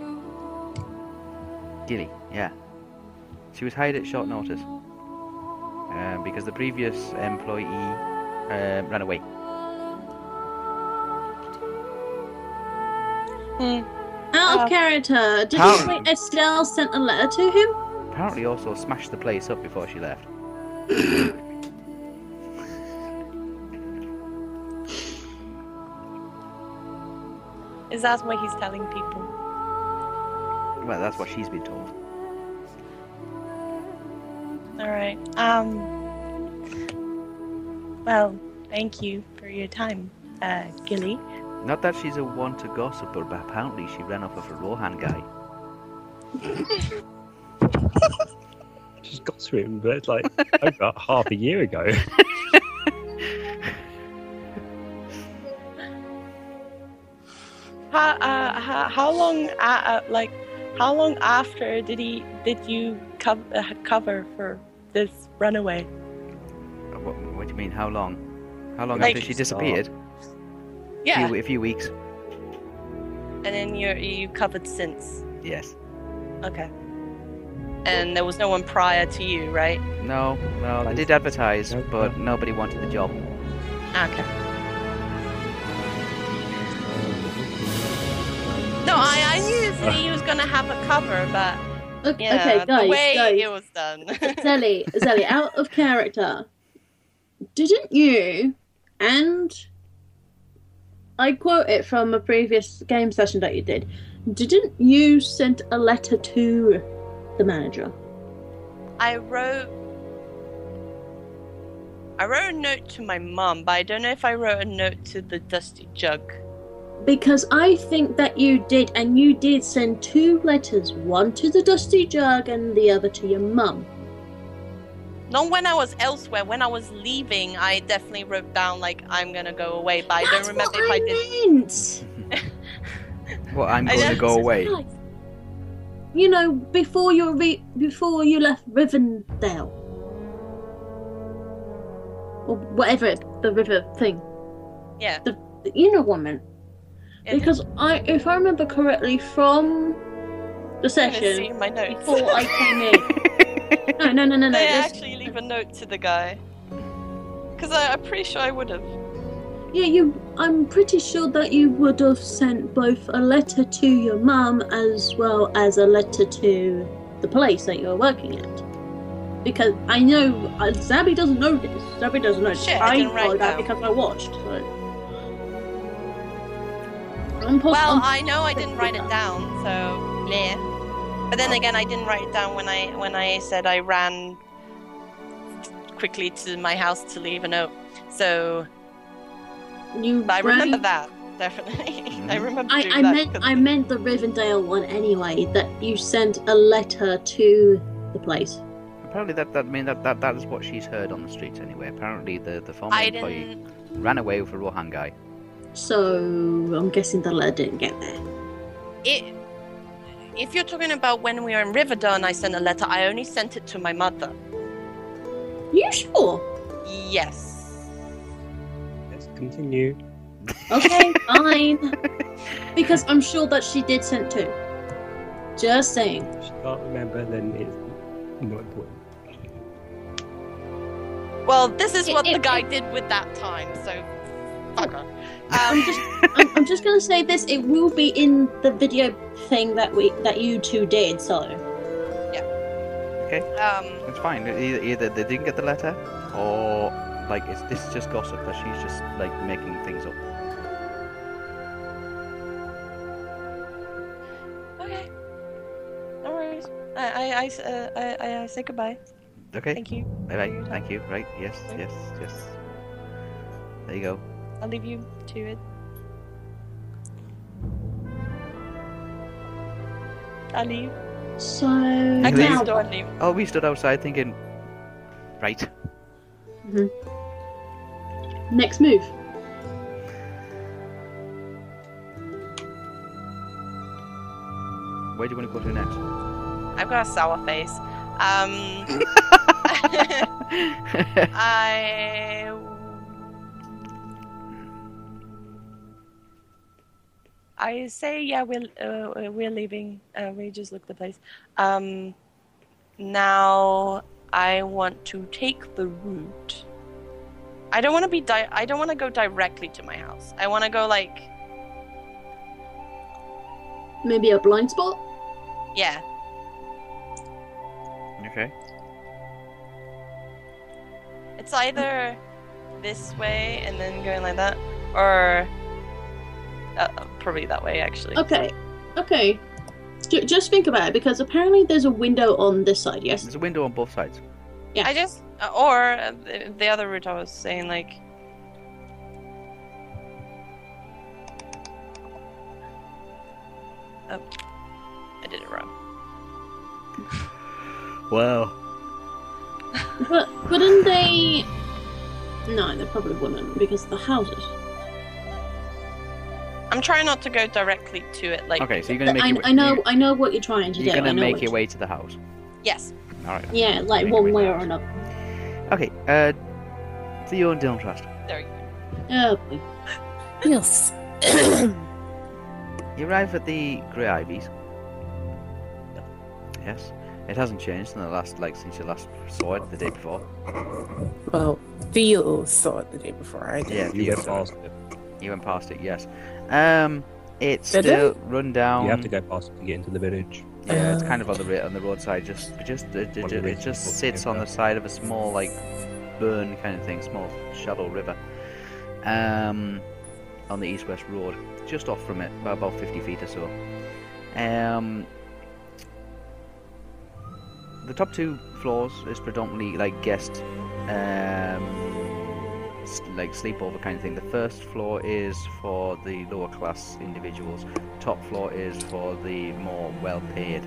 A: Gilly, yeah. She was hired at short notice um, because the previous employee um, ran away.
B: Hmm.
C: Out
B: Uh,
C: of character. Did
A: How-
C: you say Estelle sent a letter to him?
A: Apparently, also smashed the place up before she left.
B: Is that what he's telling people?
A: Well, that's what she's been told.
B: All right. Um. Well, thank you for your time, uh, Gilly.
A: Not that she's a one to gossip, but apparently she ran off with a Rohan guy.
D: She's got to him, but it's like over half a year ago.
B: How uh, how, how long uh, uh, like how long after did he did you co- uh, cover for this runaway?
A: Uh, What, what do you mean? How long? How long
B: Like-
A: after she disappeared? A,
B: Yeah,
A: few, a few weeks.
B: and then you you covered since.
A: Yes.
B: Okay. And there was no one prior to you, right?
A: No, no. They did advertise, but nobody wanted the job.
B: Okay. No, I, I knew that he was gonna have a cover, but
C: O-
B: yeah,
C: okay,
B: the
C: guys,
B: way
C: guys.
B: it was done.
C: Zelly, Zelly, out of character. Didn't you and I quote it from a previous game session that you did. Didn't you send a letter to the manager?
B: I wrote. I wrote a note to my mum, but I don't know if I wrote a note to the dusty jug.
C: Because I think that you did, and you did send two letters, one to the dusty jug and the other to your mum.
B: Not when I was elsewhere. When I was leaving, I definitely wrote down like I'm gonna go away, but I
C: That's
B: don't remember if
C: what
B: I did.
C: meant.
A: Well, I'm
B: I
A: going to
B: just-
A: go away.
C: Guys, You know, before you re- before you left Rivendell, or whatever it- the river thing.
B: Yeah.
C: The, the you know what I meant.
B: Yeah.
C: Because I, if I remember correctly, from the
B: I'm gonna see
C: session
B: my notes.
C: before I came in. No, no, no, no, no.
B: Did I
C: this-
B: actually leave a note to the guy? Because I'm pretty sure I would have.
C: Yeah, you. I'm pretty sure that you would have sent both a letter to your mum as well as a letter to the place that you're working at. Because I know uh, Zabby doesn't know this. Zabby doesn't know. this.
B: Shit, I didn't
C: know
B: write
C: that
B: down.
C: because I watched. So. I'm pos-
B: Well,
C: I'm-
B: I know I didn't write it down, so yeah. But then again, I didn't write it down when I when I said I ran quickly to my house to leave a note. So
C: you.
B: I remember
C: ran-
B: that definitely. I
A: Mhm.
B: remember
C: I,
B: doing
C: I
B: that.
C: meant
B: 'cause-
C: I meant the Rivendell one anyway. That you sent a letter to the place.
A: Apparently, that that I mean that, that that is what she's heard on the streets anyway. Apparently, the the former
B: I
A: employee
B: didn't.
A: ran away with a Rohan guy.
C: So I'm guessing the letter didn't get there.
B: It, if you're talking about when we were in Riverdale and I sent a letter, I only sent it to my mother.
C: You sure?
B: Yes.
D: Let's continue.
C: Okay, fine. Because I'm sure that she did send two. Just saying.
D: If she can't remember, then it's not important.
B: Well, this is
C: It-
B: what
C: it-
B: the guy did with that time. So, fucker.
C: I'm
B: Um,
C: just, I'm, I'm just gonna say this. It will be in the video thing that we that you two did. So
B: um.
A: It's fine. Either, either they didn't get the letter, or like it's this is just gossip that she's just like making things up.
B: Okay. No worries. I I I s- uh, I, I, uh, say goodbye.
A: Okay.
B: Thank you.
A: Right. Thank you. Right. Yes. Yes. Yes. There you go.
B: I'll leave you to it. I leave.
C: so
B: I
A: Actually,
C: now
B: close the door and leave.
A: Oh, we stood outside thinking. Right.
C: next move.
A: Where do you want to go to next?
B: I've got a sour face. Um. I. I say, yeah, we're uh, we're leaving. Uh, we just looked the place. Um, now I want to take the route. I don't want to be. Di- I don't want to go directly to my house. I want to go like,
C: Maybe a blind spot?
B: yeah,
A: okay.
B: It's either this way and then going like that, or uh, probably that way actually.
C: Okay, okay. J- just think about it because apparently there's a window on this side, yes?
A: There's a window on both sides.
B: I just uh, or uh, the- the other route I was saying like. Oh, I did it wrong.
A: Wow.
C: But wouldn't they. No, they probably wouldn't because the houses.
B: I'm trying not to go directly to it. Like
A: Okay, so you're gonna make
C: I,
A: your,
C: I know
A: you-
C: I know what you're trying to
A: You're
C: do. I
A: gonna
C: know
A: make
C: what
A: your
C: you-
A: way to the house.
B: yes,
A: All right.
C: Yeah, like
A: Make
C: one
A: your way
C: way
A: to
C: or
A: the
C: another.
A: Okay. Uh, Theo and Dylan Trust.
B: there you go.
C: Oh, boy.
E: Yes.
A: You arrive at the Grey Ivies. Yes. It hasn't changed in the last, like, since you last saw it the day before.
E: well, Theo saw it the day before I did.
A: Yeah,
D: you
A: Theo
D: went
A: saw it.
D: past it.
A: You went past it, yes. Um, it's
E: Did
A: still run down.
D: You have to go past it to get into the village.
A: Yeah, it's
E: Uh.
A: kind of on the ri- on the roadside. Just, just uh, it,
D: On
A: it,
D: the
A: it,
D: ridge,
A: just
D: okay,
A: sits on the
D: okay.
A: side of a small like burn kind of thing, small shallow river. Um, on the east-west road, just off from it, by about fifty feet or so. Um, the top two floors is predominantly like guest, um, s- like sleepover kind of thing. The first floor is for the lower class individuals. Top floor is for the more well-paid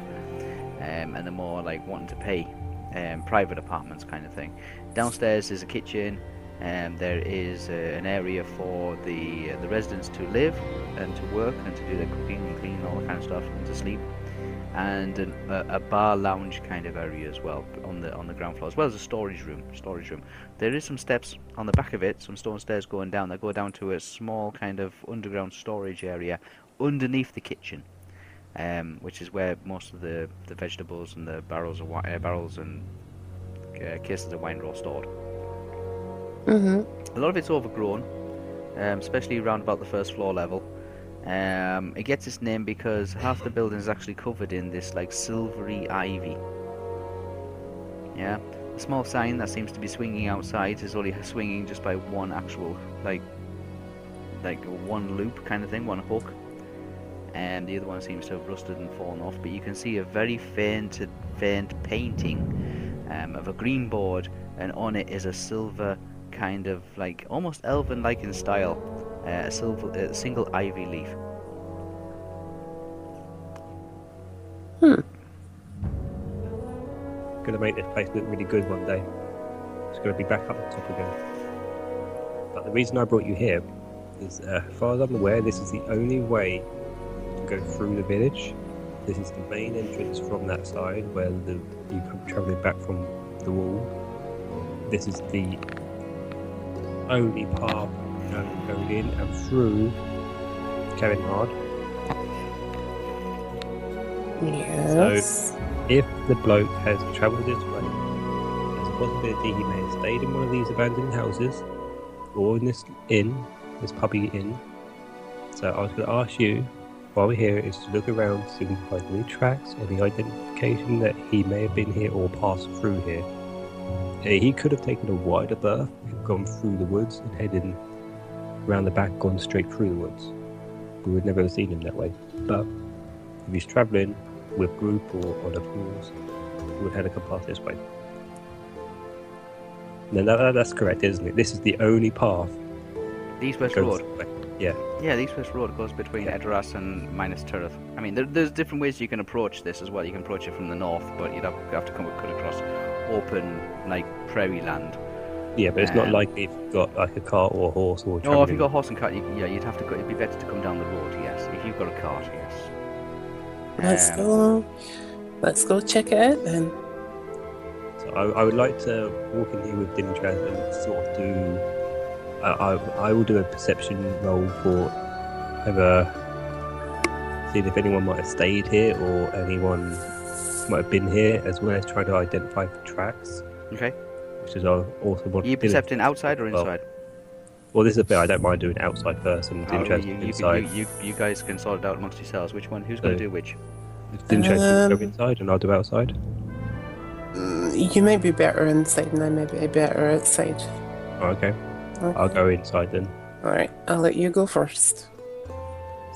A: um, and the more like wanting to pay um, private apartments kind of thing. Downstairs is a kitchen, and there is uh, an area for the the residents to live and to work and to do their cooking and clean all that kind of stuff and to sleep, and an, a, a bar lounge kind of area as well on the on the ground floor as well as a storage room. Storage room. There is some steps on the back of it, some stone stairs going down. They go down to a small kind of underground storage area underneath the kitchen um, which is where most of the, the vegetables and the barrels of wi- uh, barrels and uh, cases of wine are all stored.
E: hmm
A: A lot of it's overgrown, um, especially around about the first floor level. Um, it gets its name because half the building is actually covered in this like silvery ivy. Yeah, a small sign that seems to be swinging outside is only swinging just by one actual like like one loop kind of thing, one hook, and the other one seems to have rusted and fallen off. But you can see a very faint faint painting um, of a green board, and on it is a silver kind of like almost elven like in style uh, a silver a single ivy leaf
D: Gonna make this place look really good one day. It's gonna be back up the top again. But the reason I brought you here is, uh, as far as I'm aware, this is the only way to go through the village. This is the main entrance from that side where the you come travelling back from the wall. This is the only path going- going in and through Kevin Hard.
E: Yes.
D: if the bloke has travelled this way, there's a possibility he may have stayed in one of these abandoned houses or in this inn, this pubby inn. So I was going to ask you, while we're here, is to look around see if we can find any tracks, any identification that he may have been here or passed through here. Uh, He could have taken a wider berth, gone through the woods, and headed round the back, gone straight through the woods. We would never have seen him that way. But if he's travelling, with group or on a course, we had a couple path this way. No, no, no, that's correct, isn't it? This is the only path.
A: the east west
D: goes
A: road
D: this way.
A: yeah the east west road goes between
D: Yeah.
A: Edoras and Minas Tirith I mean there, there's different ways you can approach this as well you can approach it from the north but you'd have, have to come cut across open like prairie land
D: Yeah, but it's not
A: Um,
D: like if you've got like a cart or a horse or.
A: or if
D: travelling-
A: you've got a horse and cart you, yeah you'd have to go, it'd be better to come down the road yes if you've got a cart yes
E: Let's
A: Um,
E: go. Let's go check it out then.
D: So I, I would like to walk in here with Dimtraz and sort of do. I, I, I will do a perception roll for either seeing if anyone might have stayed here or anyone might have been here, as well as try to identify tracks.
A: Okay.
D: Which is al- also what
A: Are you
D: Dylan-
A: percepting outside or
D: Well,
A: inside?
D: Well, this is a bit I don't mind doing outside first and
A: Oh,
D: Dimtraz
A: you, you, You,
D: inside.
A: you, you guys can sort it out amongst yourselves. Which one? Who's going
D: So-
A: to do which?
D: If Dimtraz can
E: Um,
D: go inside and I'll do outside.
E: Mm, You might be better inside and I may be better outside.
D: Oh, okay.
E: Okay.
D: I'll go inside then.
E: Alright, I'll let you go first.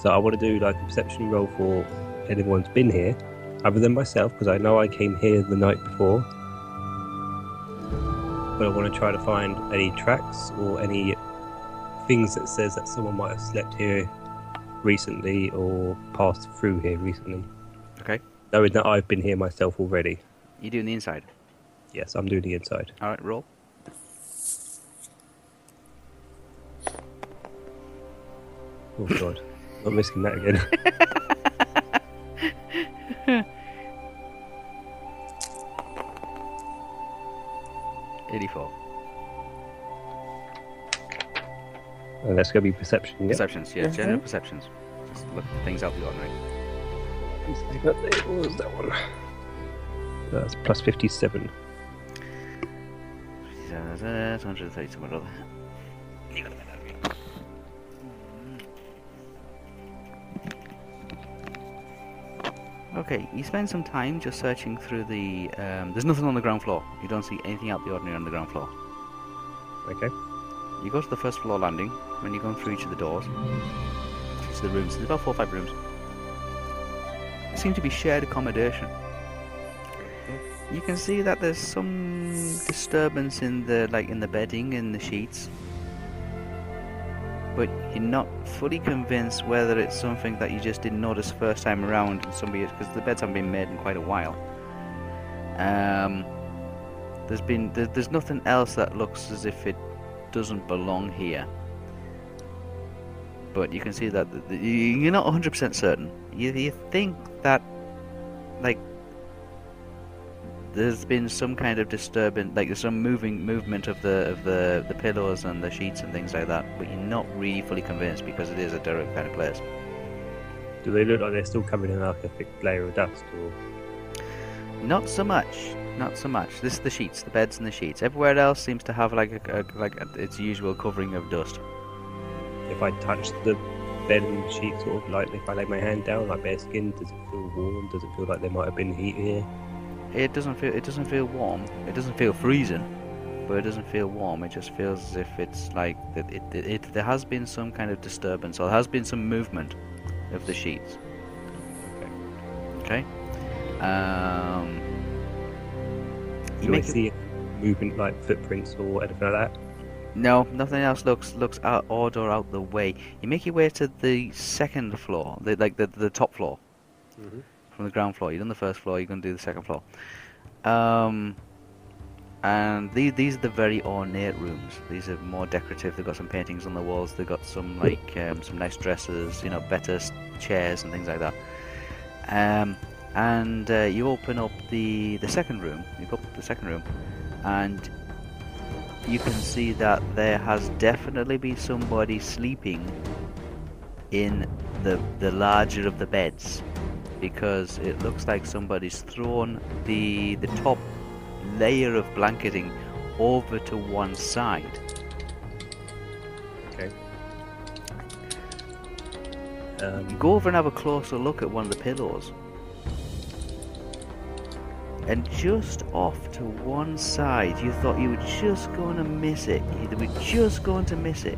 D: So I want to do like a perception roll for anyone's been here, other than myself, because I know I came here the night before. But I want to try to find any tracks or any things that says that someone might have slept here recently or passed through here recently.
A: Okay.
D: Knowing that I've been here myself already.
A: You doing the inside?
D: Yes, I'm doing the inside.
A: All right, roll.
D: Oh god, not risking that again.
A: Eighty-four.
D: And Oh, that's going to be perception. Yeah.
A: Perceptions. Yeah, general perceptions. Just look for things out the ordinary.
D: What was that one? That's plus fifty-seven.
A: 130 somewhere or other. You got a minute, have you? Okay, you spend some time just searching through the. Um, there's nothing on the ground floor. You don't see anything out the ordinary on the ground floor.
D: Okay.
A: You go to the first floor landing. When you go through each of the doors, each of the rooms, there's about four or five rooms. There seem to be shared accommodation. You can see that there's some disturbance in the like in the bedding and the sheets, but you're not fully convinced whether it's something that you just didn't notice first time around, and somebody because the beds haven't been made in quite a while. Um, there's been there, there's nothing else that looks as if it doesn't belong here. But you can see that th- th- you- you're not 100% certain. You, you think that, like, there's been some kind of disturbance, like there's some moving movement of the of the, the pillows and the sheets and things like that. But you're not really fully convinced because it is a derelict kind of place.
D: Do they look like they're still covered in like a thick layer of dust? Or
A: Not so much. Not so much. This is the sheets, the beds and the sheets. Everywhere else seems to have like a, a like a, its usual covering of dust.
D: if I touch the bed and sheet, sort of like if I lay my hand down, like bare skin, does it feel warm? Does it feel like there might have been heat here?
A: It doesn't feel. It doesn't feel warm. It doesn't feel freezing, but it doesn't feel warm. It just feels as if it's like that. It, it, it there has been some kind of disturbance, or there has been some movement of the sheets. Okay. Um. You
D: Do I
A: make it,
D: see movement like footprints or anything like that?
A: no, nothing else looks looks out odd or out the way. You make your way to the second floor, the, like the the top floor. from the ground floor. You've done the first floor. You're gonna do the second floor. Um, and these these are the very ornate rooms. These are more decorative. They've got some paintings on the walls. They've got some like um, some nice dresses. You know, better s- chairs and things like that. Um, and uh, you open up the the second room. You go up to the second room, and you can see that there has definitely been somebody sleeping in the the larger of the beds because it looks like somebody's thrown the the top layer of blanketing over to one side.
D: Um,
A: Go over and have a closer look at one of the pillows. And just off to one side, you thought you were just going to miss it. You were just going to miss it.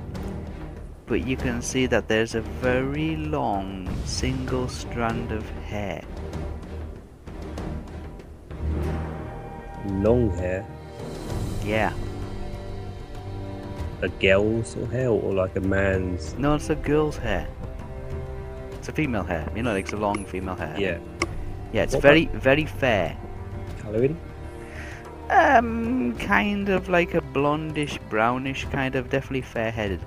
A: But you can see that there's a very long single strand of hair.
D: long hair,
A: Yeah.
D: a girl's sort of hair, or like a man's.
A: No, it's a girl's hair. It's a female hair. You know, like it's a long female hair.
D: Yeah,
A: Yeah, it's
D: What
A: very, very fair.
D: colouring.
A: Um, kind of like a blondish, brownish kind of, definitely fair-headed.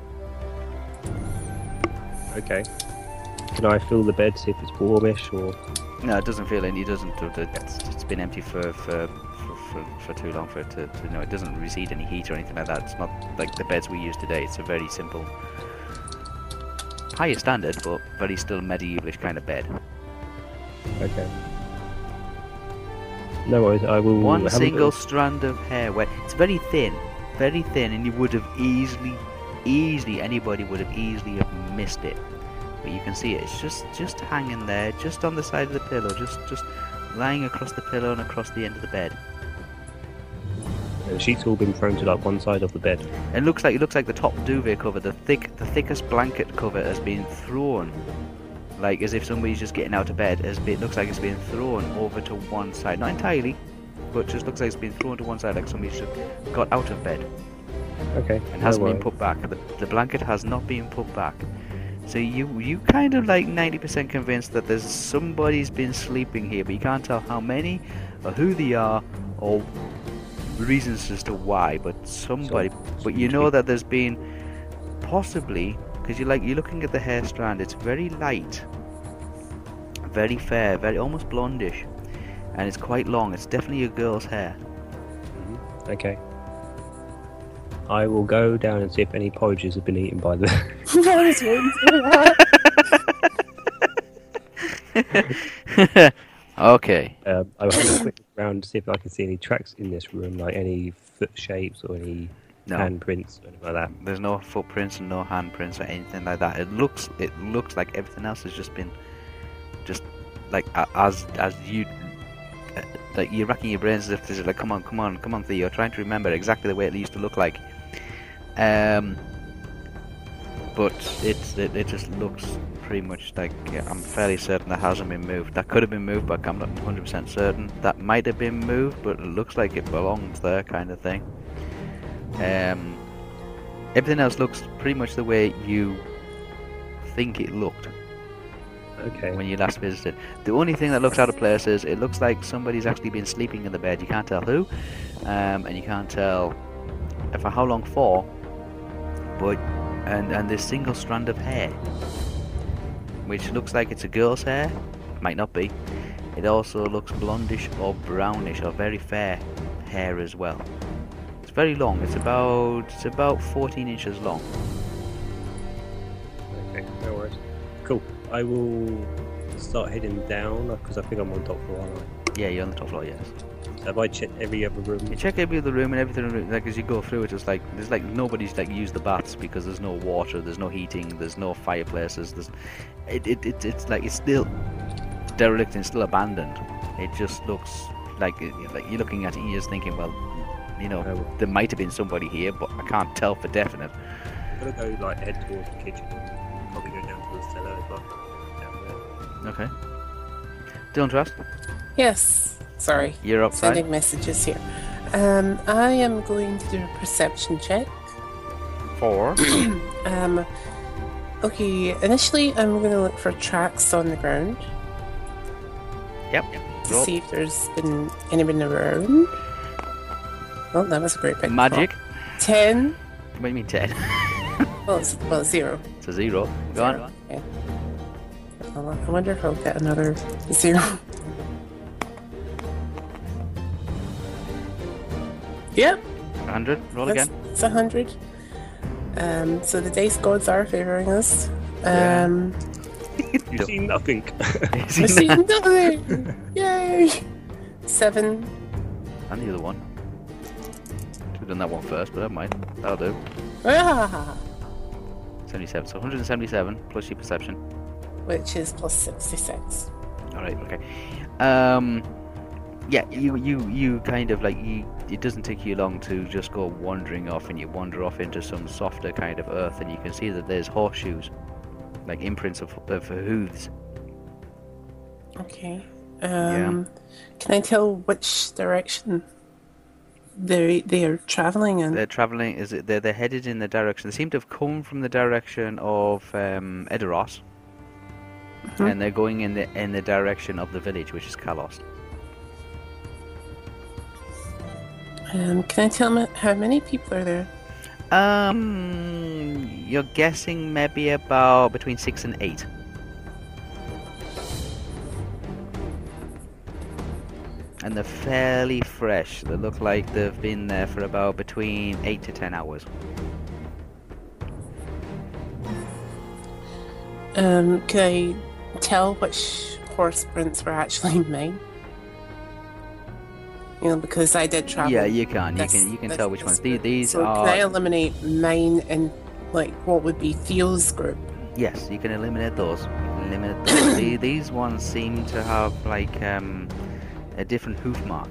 D: Okay. Can I feel the bed see if it's warmish or?
A: No, it doesn't feel any. It doesn't. it- It's, it's been empty for for, for for, for too long for it to, to you know it doesn't receive any heat or anything like that. It's not like the beds we use today. It's a very simple, higher standard, but very still medievalish kind of bed.
D: Okay. No worries. I will.
A: One
D: have a
A: single
D: look.
A: strand of hair. Where it's very thin, very thin, and you would have easily, easily anybody would have easily have missed it. But you can see it. It's just just hanging there, just on the side of the pillow, just just lying across the pillow and across the end of the bed.
D: The sheets all been thrown to like one side of the bed.
A: It looks like it looks like the top duvet cover, the thick, the thickest blanket cover has been thrown, like as if somebody's just getting out of bed. As it looks like it's been thrown over to one side, not entirely, but just looks like it's been thrown to one side, like somebody's just got out of bed
D: Okay.
A: and
D: no
A: hasn't been
D: worries.
A: put back. The, the blanket has not been put back. So you you kind of like 90% convinced that there's somebody's been sleeping here, but you can't tell how many, or who they are, or reasons as to why. But somebody, but you know that there's been possibly because you like you're looking at the hair strand. It's very light, very fair, very almost blondish, and it's quite long. It's definitely a girl's hair.
D: Okay. I will go down and see if any porridges have been eaten by the.
E: I was waiting for that.
A: okay.
D: Um, I will have a quick look around to see if I can see any tracks in this room, like any foot shapes or any
A: No.
D: handprints or anything like that.
A: There's no footprints and no handprints or anything like that. It looks it looks like everything else has just been just like a- as as you uh, like you're racking your brains as if this is like come on come on come on Theo trying to remember exactly the way it used to look like. Um, but it's it, it just looks pretty much like yeah, I'm fairly certain that hasn't been moved. That could have been moved, but I'm not 100% certain. That might have been moved, but it looks like it belongs there kind of thing. Um, Everything else looks pretty much the way you think it looked
D: Okay.
A: when you last visited. The only thing that looks out of place is it looks like somebody's actually been sleeping in the bed. You can't tell who, um, and you can't tell for how long for. But and and this single strand of hair, which looks like it's a girl's hair, might not be. It also looks blondish or brownish or very fair hair as well. It's very long. It's about it's about 14 inches long.
D: Okay, no worries. Cool. I will start heading down because I think I'm on top floor, aren't
A: Yeah, you're on the top floor. Yes.
D: I? Have I checked every other room?
A: You check every other room and everything. Like as you go through it, it's like there's like nobody's like used the baths because there's no water, there's no heating, there's no fireplaces. There's it, it, it it's like it's still derelict and still abandoned. It just looks like like you're looking at it and you're just thinking, well, you know,
D: I'm
A: there might have been somebody here, but I can't tell for definite.
D: gonna go like head towards the kitchen. Probably go down to the cellar as well. Down there.
A: Okay. Don't trust.
E: Yes. Sorry.
A: You're outside.
E: Sending messages here. Um, I am going to do a perception check.
A: Four.
E: Um, okay, initially I'm going to look for tracks on the ground
A: Yep.
E: to
A: Roll.
E: see if there's been anyone around. Oh, that was a great big
A: Magic.
E: roll. Ten.
A: What do you mean ten?
E: Well, it's, well, zero.
A: It's a zero. Go on.
E: Well, I wonder if I'll get another zero. yep,
A: 100. Roll
E: that's-
A: again.
E: it's a hundred. Um, so the dice gods are favouring us.
A: Yeah.
E: Um,
D: You see nothing. Oh,
E: we see nothing. Yay! Seven.
A: And the other one. Should have done that one first, but never mind. That'll do.
E: Ah,
A: 77. So 177 plus your perception.
E: which is plus sixty-six.
A: All right. Okay. Um. Yeah. You. You. You. Kind of like you. It doesn't take you long to just go wandering off, and you wander off into some softer kind of earth, and you can see that there's horseshoes, like imprints of, of hooves.
E: Okay. Um, Can I tell which direction they they are traveling in?
A: They're traveling. Is it? They're, they're headed in the direction. They seem to have come from the direction of um, Edoras,
E: Mhm.
A: and they're going in the in the direction of the village, which is Kalos.
E: Um, can I tell me how many people are there?
A: Um, you're guessing maybe about between six and eight. and they're fairly fresh. They look like they've been there for about between eight to ten hours.
E: Um, can I tell which horse prints were actually mine? You know, because I did travel.
A: Yeah, you can. You
E: this-
A: can. You can
E: this-
A: tell which ones.
E: this
A: These,
E: group.
A: these
E: so
A: are.
E: Can I eliminate mine and like what would be Theo's group?
A: Yes, you can eliminate those. You can Eliminate those. the, these ones seem to have like um, a different hoof mark.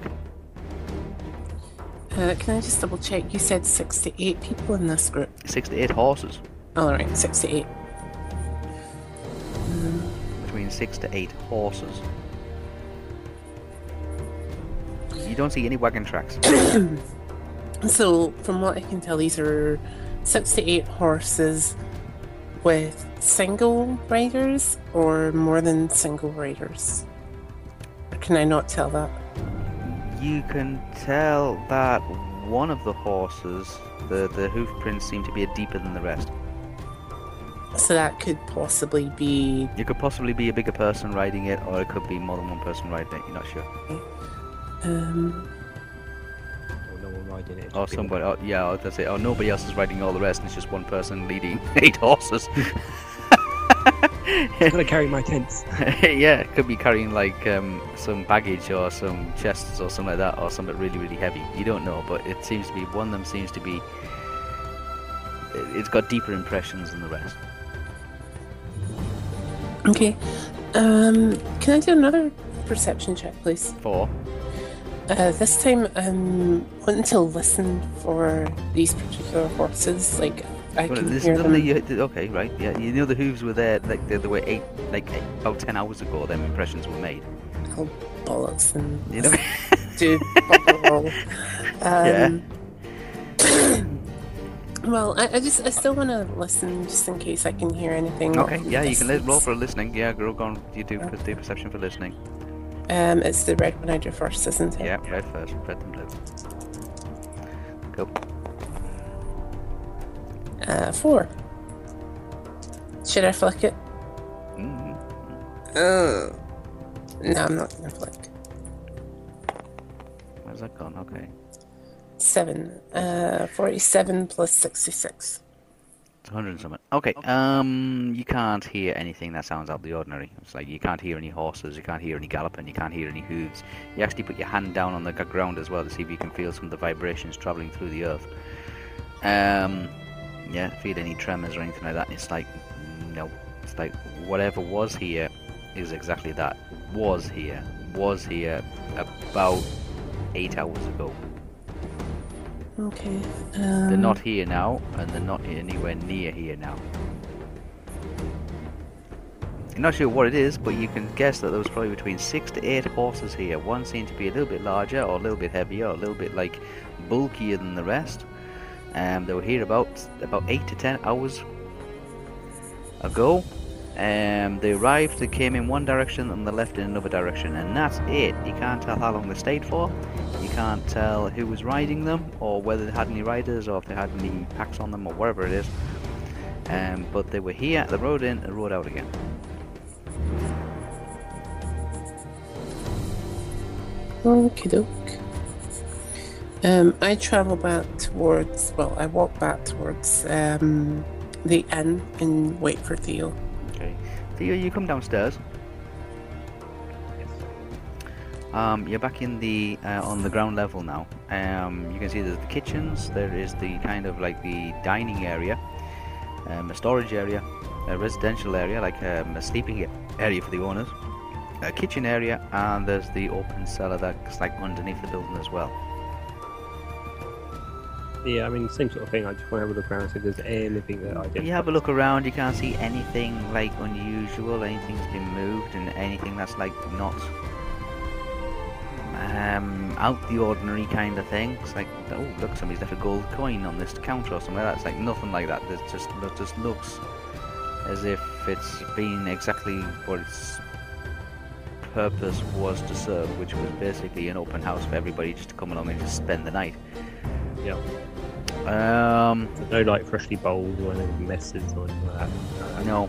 E: Uh, can I just double check? You said six to eight people in this group.
A: Six to eight horses.
E: All right, six to eight.
A: Between six to eight horses. You don't see any wagon tracks.
E: So, from what I can tell, these are six to eight horses with single riders or more than single riders. Or Can I not tell that?
A: You can tell that one of the horses, the, the hoof prints seem to be deeper than the rest.
E: So, that could possibly be.
A: It could possibly be a bigger person riding it, or it could be more than one person riding it. You're not sure.
E: Um,
D: Or no one riding it.
A: Or Oh, somebody, or, yeah, or that's it. Or oh, nobody else is riding all the rest, and it's just one person leading eight horses.
D: I'm gonna carry my tents.
A: yeah, it could be carrying like um, some baggage or some chests or something like that, or something really, really heavy. You don't know, but it seems to be one of them seems to be. it- It's got deeper impressions than the rest.
E: okay. Um, can I do another perception check, please?
A: Four.
E: Uh, this time, I'm wanting to listen for these particular horses. Like, I
A: Well,
E: can
A: listen
E: hear
A: to
E: them.
A: the, you- the- okay, right, yeah. You know the hooves were there, like they, they were eight, like eight, about ten hours ago. Them impressions were made.
E: bollocks and
A: You know.
E: do bubble. Um,
A: Yeah.
E: well, I, I just I still want to listen just in case I can hear anything.
A: okay,
E: off in
A: yeah.
E: the
A: You can li- roll for
E: distance.
A: listening. Yeah, go go on. You do do perception for listening.
E: Um, it's the red one I do first, isn't it?
A: Yeah, red first, red and blue. Cool.
E: Uh, four. Should I flick it?
A: Mm,
E: Uh, no, I'm not gonna flick.
A: where's that gone? Okay.
E: Seven. Uh, forty-seven plus sixty-six.
A: It's 100 and something. Okay, um, you can't hear anything that sounds out of the ordinary. It's like you can't hear any horses, you can't hear any galloping, you can't hear any hooves. You actually put your hand down on the g- ground as well to see if you can feel some of the vibrations traveling through the earth. Um, yeah, feel any tremors or anything like that. It's like, no. It's like whatever was here is exactly that. Was here. Was here about eight hours ago.
E: Okay. Um,
A: They're not here now, and they're not anywhere near here now. You're not sure what it is, but you can guess that there was probably between six to eight horses here. One seemed to be a little bit larger, or a little bit heavier, or a little bit like bulkier than the rest. Um, they were here about about eight to ten hours ago. Um, they arrived, they came in one direction, and they left in another direction, and that's it. You can't tell how long they stayed for. You can't tell who was riding them, or whether they had any riders, or if they had any packs on them, or whatever it is. Um, but they were here, they rode in, and rode out again.
E: Okie doke. Um, I travel back towards, well, I walk back towards um, the inn and wait for Theo.
A: Okay. Theo, you come downstairs. Um, you're back in the uh, on the ground level now. Um, you can see there's the kitchens. There is the kind of like the dining area, um, a storage area, a residential area, like um, a sleeping a- area for the owners, a kitchen area, and there's the open cellar that's like underneath the building as well.
D: Yeah, I mean, same sort of thing. I just want to have a look around see if there's anything that I did.
A: You have a look around. You can't see anything like unusual. Anything's been moved, and anything that's like not um, out the ordinary kind of thing. It's like, oh look, somebody's left a gold coin on this counter or something like that. It's like nothing like that. It just it just looks as if it's been exactly what its purpose was to serve, which was basically an open house for everybody just to come along and just spend the night.
D: Yeah.
A: Um,
D: No, like freshly bowled or anything messes or anything like that.
A: no,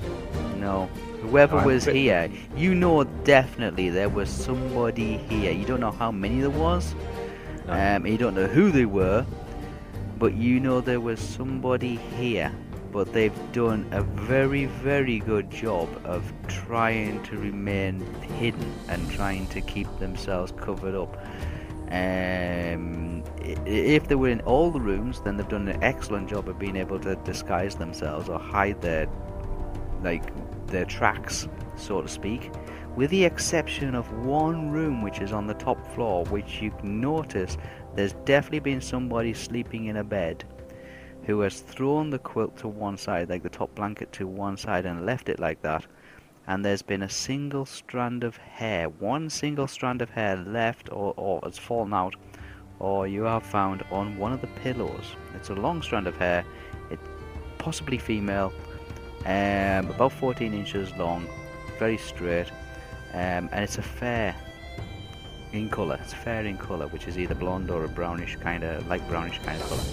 A: no. Whoever
D: I'm
A: was
D: quit-
A: here, you know definitely there was somebody here. You don't know how many there was.
D: No.
A: Um, you don't know who they were, but you know there was somebody here. But they've done a very, very good job of trying to remain hidden and trying to keep themselves covered up. Um, i- if they were in all the rooms, then they've done an excellent job of being able to disguise themselves or hide their, like, their tracks, so to speak with the exception of one room which is on the top floor, which you can notice there's definitely been somebody sleeping in a bed who has thrown the quilt to one side, like the top blanket to one side, and left it like that. And there's been a single strand of hair, one single strand of hair left, or, or it's fallen out, or you have found on one of the pillows. It's a long strand of hair, it possibly female, um, about 14 inches long, very straight, um, and it's a fair in colour. It's fair in colour, which is either blonde or a brownish kind of light brownish kind of colour.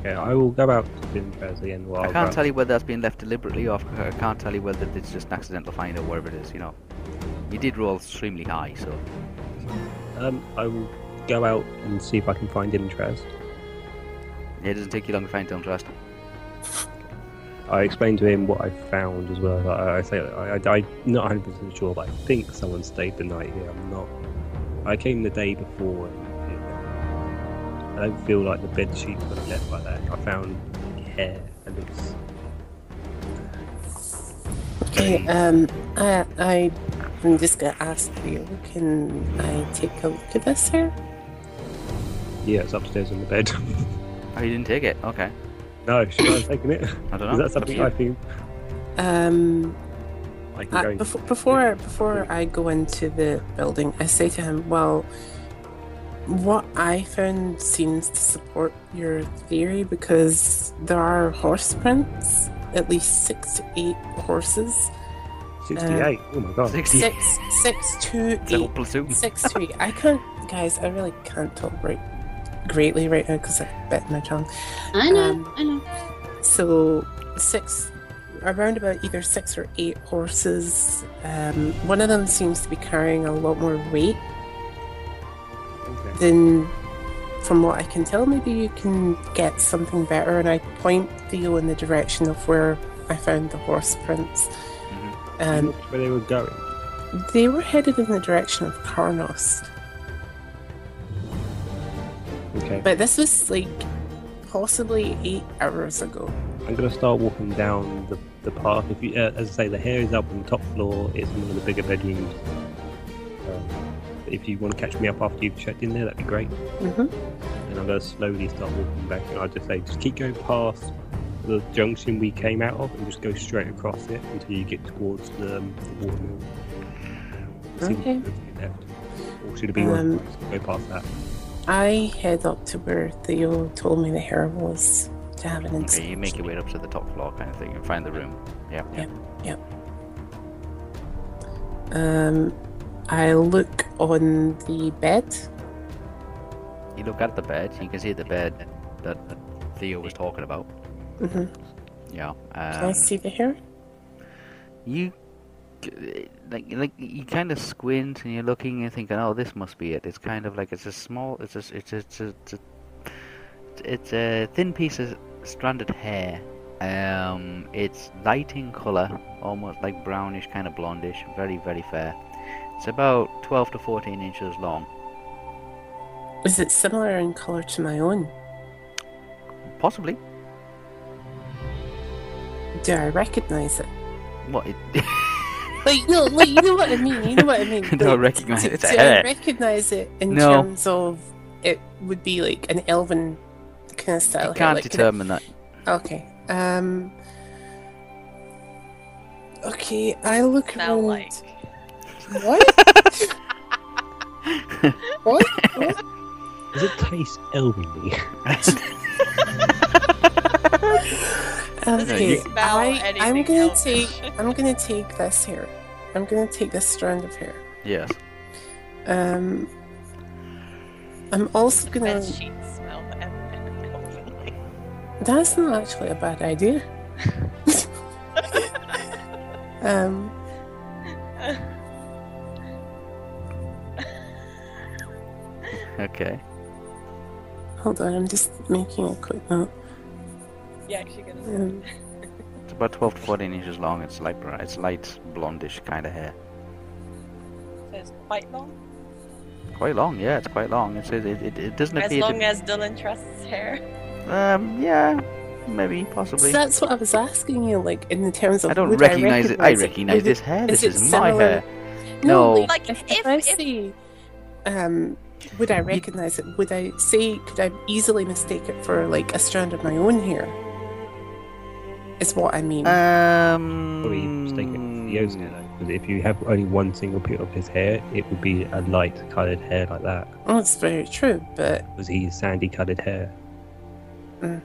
D: Okay, I will go out to Dimitraz again while
A: I can't tell you whether that's been left deliberately or I can't tell you whether it's just an accidental find or whatever it is. You know, you did roll extremely high, so
D: Um, I will go out and see if I can find Dimitraz.
A: it doesn't take you long to find Tom Trust.
D: I explained to him what I found as well. I, I say I, I, I'm not 100 percent sure, but I think someone stayed the night here. I'm not. I came the day before. And it, I don't feel like the bed sheets were left like that. I found hair and it's
E: Okay, um, I, I, I'm just gonna ask you, can I take a look at this here?
D: yeah, it's upstairs in the bed.
A: Oh, you didn't take it? Okay,
D: no, should I have taken it? Is
A: I don't know.
D: that
A: It's up to
D: something
A: you.
D: I think
E: Um,
D: I can
A: Uh,
E: I,
D: go? and-
E: before, before before I go into the building, I say to him, "Well, what I found seems to support your theory because there are horse prints, at least six to eight horses,
D: 68. oh my god.
A: Sixty.
E: six six to
A: It's a
E: eight
A: little platoon.
E: six to eight. I can't, guys. I really can't talk right greatly right now because I've bit my tongue.
C: I know,
E: Um,
C: I know.
E: So six, around about either six or eight horses. Um, one of them seems to be carrying a lot more weight
D: Okay.
E: than, from what I can tell. Maybe you can get something better. And I point Theo in the direction of where I found the horse prints.
A: Mm-hmm.
E: Um,
D: where they were going.
E: they were headed in the direction of Carnost,
D: Okay.
E: but this was like possibly eight hours ago.
D: I'm gonna start walking down the, the path. If you, uh, as I say, the hair is up on the top floor. It's in one of the bigger bedrooms. Um, if you want to catch me up after you've checked in there, that'd be great.
E: hmm
D: And I'm gonna slowly start walking back. And I'll just say, just keep going past the junction we came out of, and just go straight across it until you get towards the, um, the water mill. See
E: Okay.
D: if it's left. Or should it be one?
E: Um,
D: Go past that.
E: I head up to where Theo told me the hair was to have an inspection.
A: Okay, you make your way up to the top floor, kind of thing, and find the room. Yeah, yeah.
E: Um, I look on the bed.
A: You look at the bed. You can see the bed that Theo was talking about.
E: hmm
A: Yeah. Um,
E: Can I see the hair?
A: you c- like like you kind of squint and you're looking and you're thinking oh this must be it it's kind of like it's a small it's a it's a, it's a, it's a, it's a thin piece of stranded hair um it's light in color almost like brownish kind of blondish very very fair it's about 12 to 14 inches long
E: Is it similar in color to my own?
A: possibly
E: Do I recognize it?
A: what it
E: Like no, like you know what I mean. You know what I mean.
A: No,
E: Like,
A: recognize
E: do,
A: it, it's a
E: do I
A: hair.
E: recognize it in
A: No.
E: terms of it would be like an elven kind of style?
A: you
E: hair,
A: can't
E: like, could it-
A: determine that
E: Okay. Um. Okay, I look
B: Smell
E: around.
B: like.
E: What? what? What?
D: Does it taste elvenly?
A: No,
E: Okay,
A: you-
B: Smell
E: I, I'm
B: anything
E: gonna
B: else.
E: take I'm gonna take this hair. I'm gonna take this strand of hair.
A: yes
E: Um, I'm also gonna
B: Bed sheets smell of everything.
E: That's not actually a bad idea. um,
A: Okay.
E: hold on, I'm just making a quick note.
F: Yeah, actually gonna say.
E: Um,
A: It's about 12 to 14 inches long. It's light, br- it's light blondish kind of hair.
F: So it's quite long.
A: Quite long, yeah. It's quite long. It's, it, it, it doesn't
F: As
A: appear
F: long
A: to.
F: as Dylan trusts hair.
A: um, yeah, maybe,
E: so
A: possibly.
E: that's what I was asking you, like in the terms of
A: I don't
E: would
A: recognize, it. I
E: Would
A: recognize
E: it-
A: this hair.
E: is
A: This
E: it
A: is my
E: similar?
A: hair. No.
E: like,
F: Like
E: if,
F: if,
E: I
F: if,
E: see, um, would I recognize it? Would I say? Could I easily mistake it for like a strand of my own hair? Is what I
A: Uh,
E: mean.
A: Um.
D: Probably mistake it for Theo's hair though, because if you have only one single bit of his hair, it would be a light coloured hair like that,
E: oh, it's very true, but
D: because he's sandy coloured hair.
A: Y-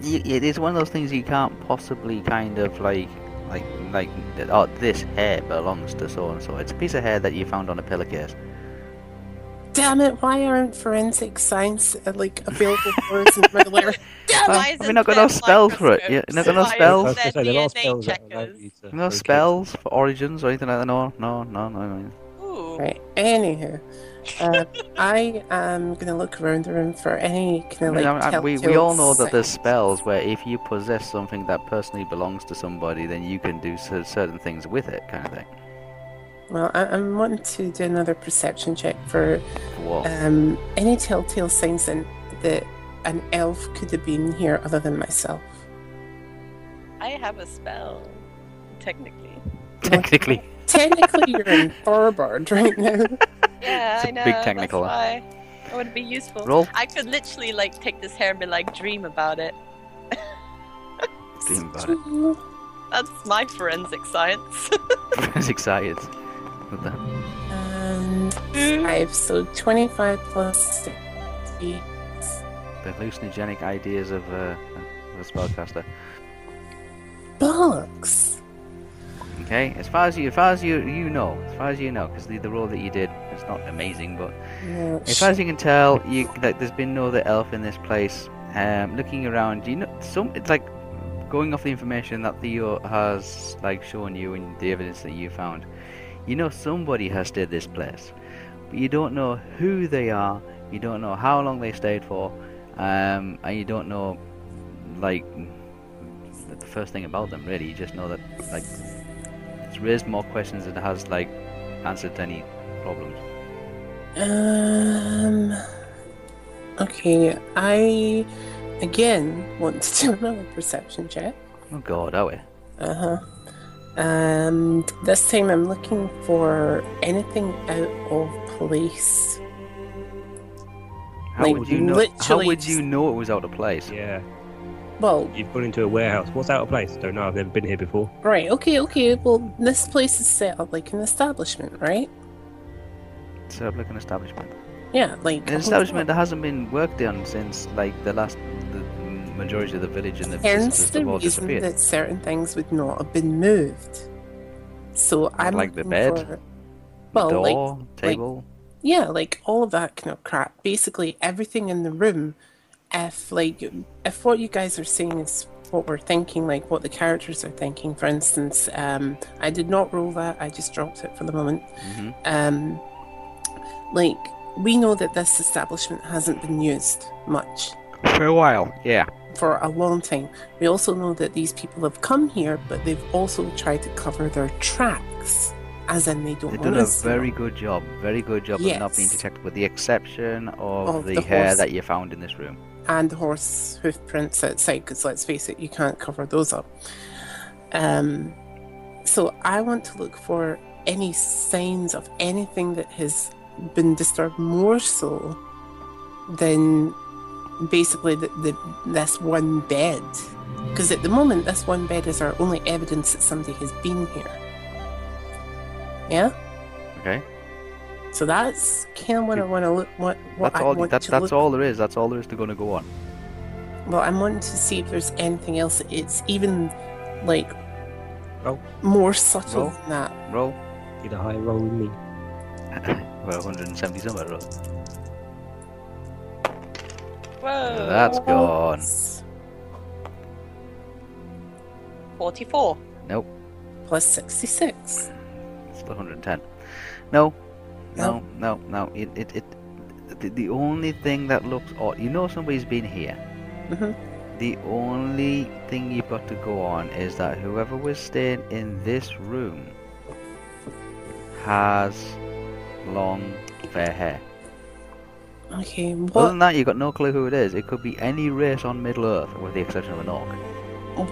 A: It is one of those things you can't possibly kind of like, like, like. that, Oh, this hair belongs to so and so. It's a piece of hair that you found on a pillowcase.
E: damn it, why aren't forensic science uh, like available for us in regular?
F: Damn,
A: Well,
F: why
A: I
F: isn't
A: mean, I've got
F: there
A: no spell for it. Yeah,
F: microscopes?
A: I've got no spells.
D: I
F: Why is
D: was
F: there
D: gonna say, there are
F: DNA
D: spells that allow
F: checkers?
D: you to
A: No
D: locate-
A: spells for origins or anything like that. No, no, no, no. no.
F: Ooh.
E: Right. Anywho, uh, I am gonna look around the room for any
A: I
E: kind of
A: mean,
E: like.
A: I- I- we, we
E: telltale
A: all know that there's
E: signs.
A: spells where if you possess something that personally belongs to somebody, then you can do cer- certain things with it, kind of thing.
E: Well, I, I'm wanting to do another perception check for
A: What?
E: um, any telltale signs in, that an elf could have been here other than myself.
F: I have a spell, technically.
A: Technically,
E: Technically, you're in Thorbard right now.
F: Yeah,
A: It's a
F: I know.
A: big technical.
F: That's why it would be useful.
A: roll
F: I could literally like take this hair and be like, dream about it.
A: dream about it.
F: That's my forensic science.
A: It's excited.
E: And five, so 25 plus 60.
A: The hallucinogenic ideas of, uh, of a spellcaster.
E: Bollocks!
A: Okay, as far as you, as far as you, you know, as far as you know, because the, the roll that you did is not amazing, but
E: No,
A: as
E: sh-
A: far as you can tell, you like there's been no other elf in this place. Um, looking around, you know, some it's like going off the information that Theo has like shown you and the evidence that you found. You know, somebody has stayed this place, but you don't know who they are. You don't know how long they stayed for, um, and you don't know like the first thing about them. Really, you just know that like it's raised more questions than it has like answered any problems.
E: Um. Okay, I again want to do another perception check.
A: Oh God, are we?
E: Uh huh. And this time I'm looking for anything out of place.
A: How
E: Like,
A: would you know? How
E: literally
A: would
E: just-
A: you know it was out of place?
D: Yeah,
E: Well,
D: you've gone into a warehouse. What's out of place? Don't know. I've never been here before.
E: right, okay, okay. Well, this place is set up like an establishment, right?
A: So look like an establishment.
E: Yeah, like
A: An
E: a
A: establishment that
E: hotel.
A: hasn't been worked on since like the last the majority of the village and the
E: Hence
A: sisters
E: the
A: have all
E: reason
A: disappeared.
E: that certain things would not have been moved. So I'm
A: like the
E: looking
A: bed?
E: for- well, like-
A: Door, table.
E: yeah, like all of that kind of crap. Basically, everything in the room. If like if what you guys are saying is what we're thinking, like what the characters are thinking, for instance, um, I did not roll that. I just dropped it for the moment.
A: hmm
E: Um, like we know that this establishment hasn't been used much
A: For a while, yeah.
E: for a long time. We also know that these people have come here, but they've also tried to cover their tracks, as in they
A: They've
E: don't. want
A: done a
E: us to
A: very good job, very good job of not being
E: Yes.
A: detected, with the exception of
E: Of
A: the,
E: the
A: hair
E: horse.
A: that you found in this room.
E: and horse hoof prints outside because let's face it you can't cover those up um so i want to look for any signs of anything that has been disturbed more so than basically the, the this one bed because at the moment this one bed is our only evidence that somebody has been here yeah
A: Okay,
E: so that's kind of what i want to look what, what
A: that's
E: I
A: all.
E: want
A: That's
E: to
A: that's
E: look
A: all there is. That's all there is to going to go on.
E: Well, I'm wanting to see if there's anything else. that It's even like
A: Oh.
D: Roll.
E: more subtle
A: Roll.
E: than that.
A: Roll.
D: Did a high roll with me?
A: well, 170 somewhere. Roll.
E: Oh.
F: Whoa.
A: That's gone.
F: 44.
E: Plus 66.
A: It's the 110. No, no, no, no. It, it, it. The, the only thing that looks odd, you know, somebody's been here.
E: Mhm.
A: The only thing you've got to go on is that whoever was staying in this room has long fair hair.
E: Okay,
A: Other
E: what
A: than that, you've got no clue who it is. It could be any race on Middle Earth, with the exception of an orc.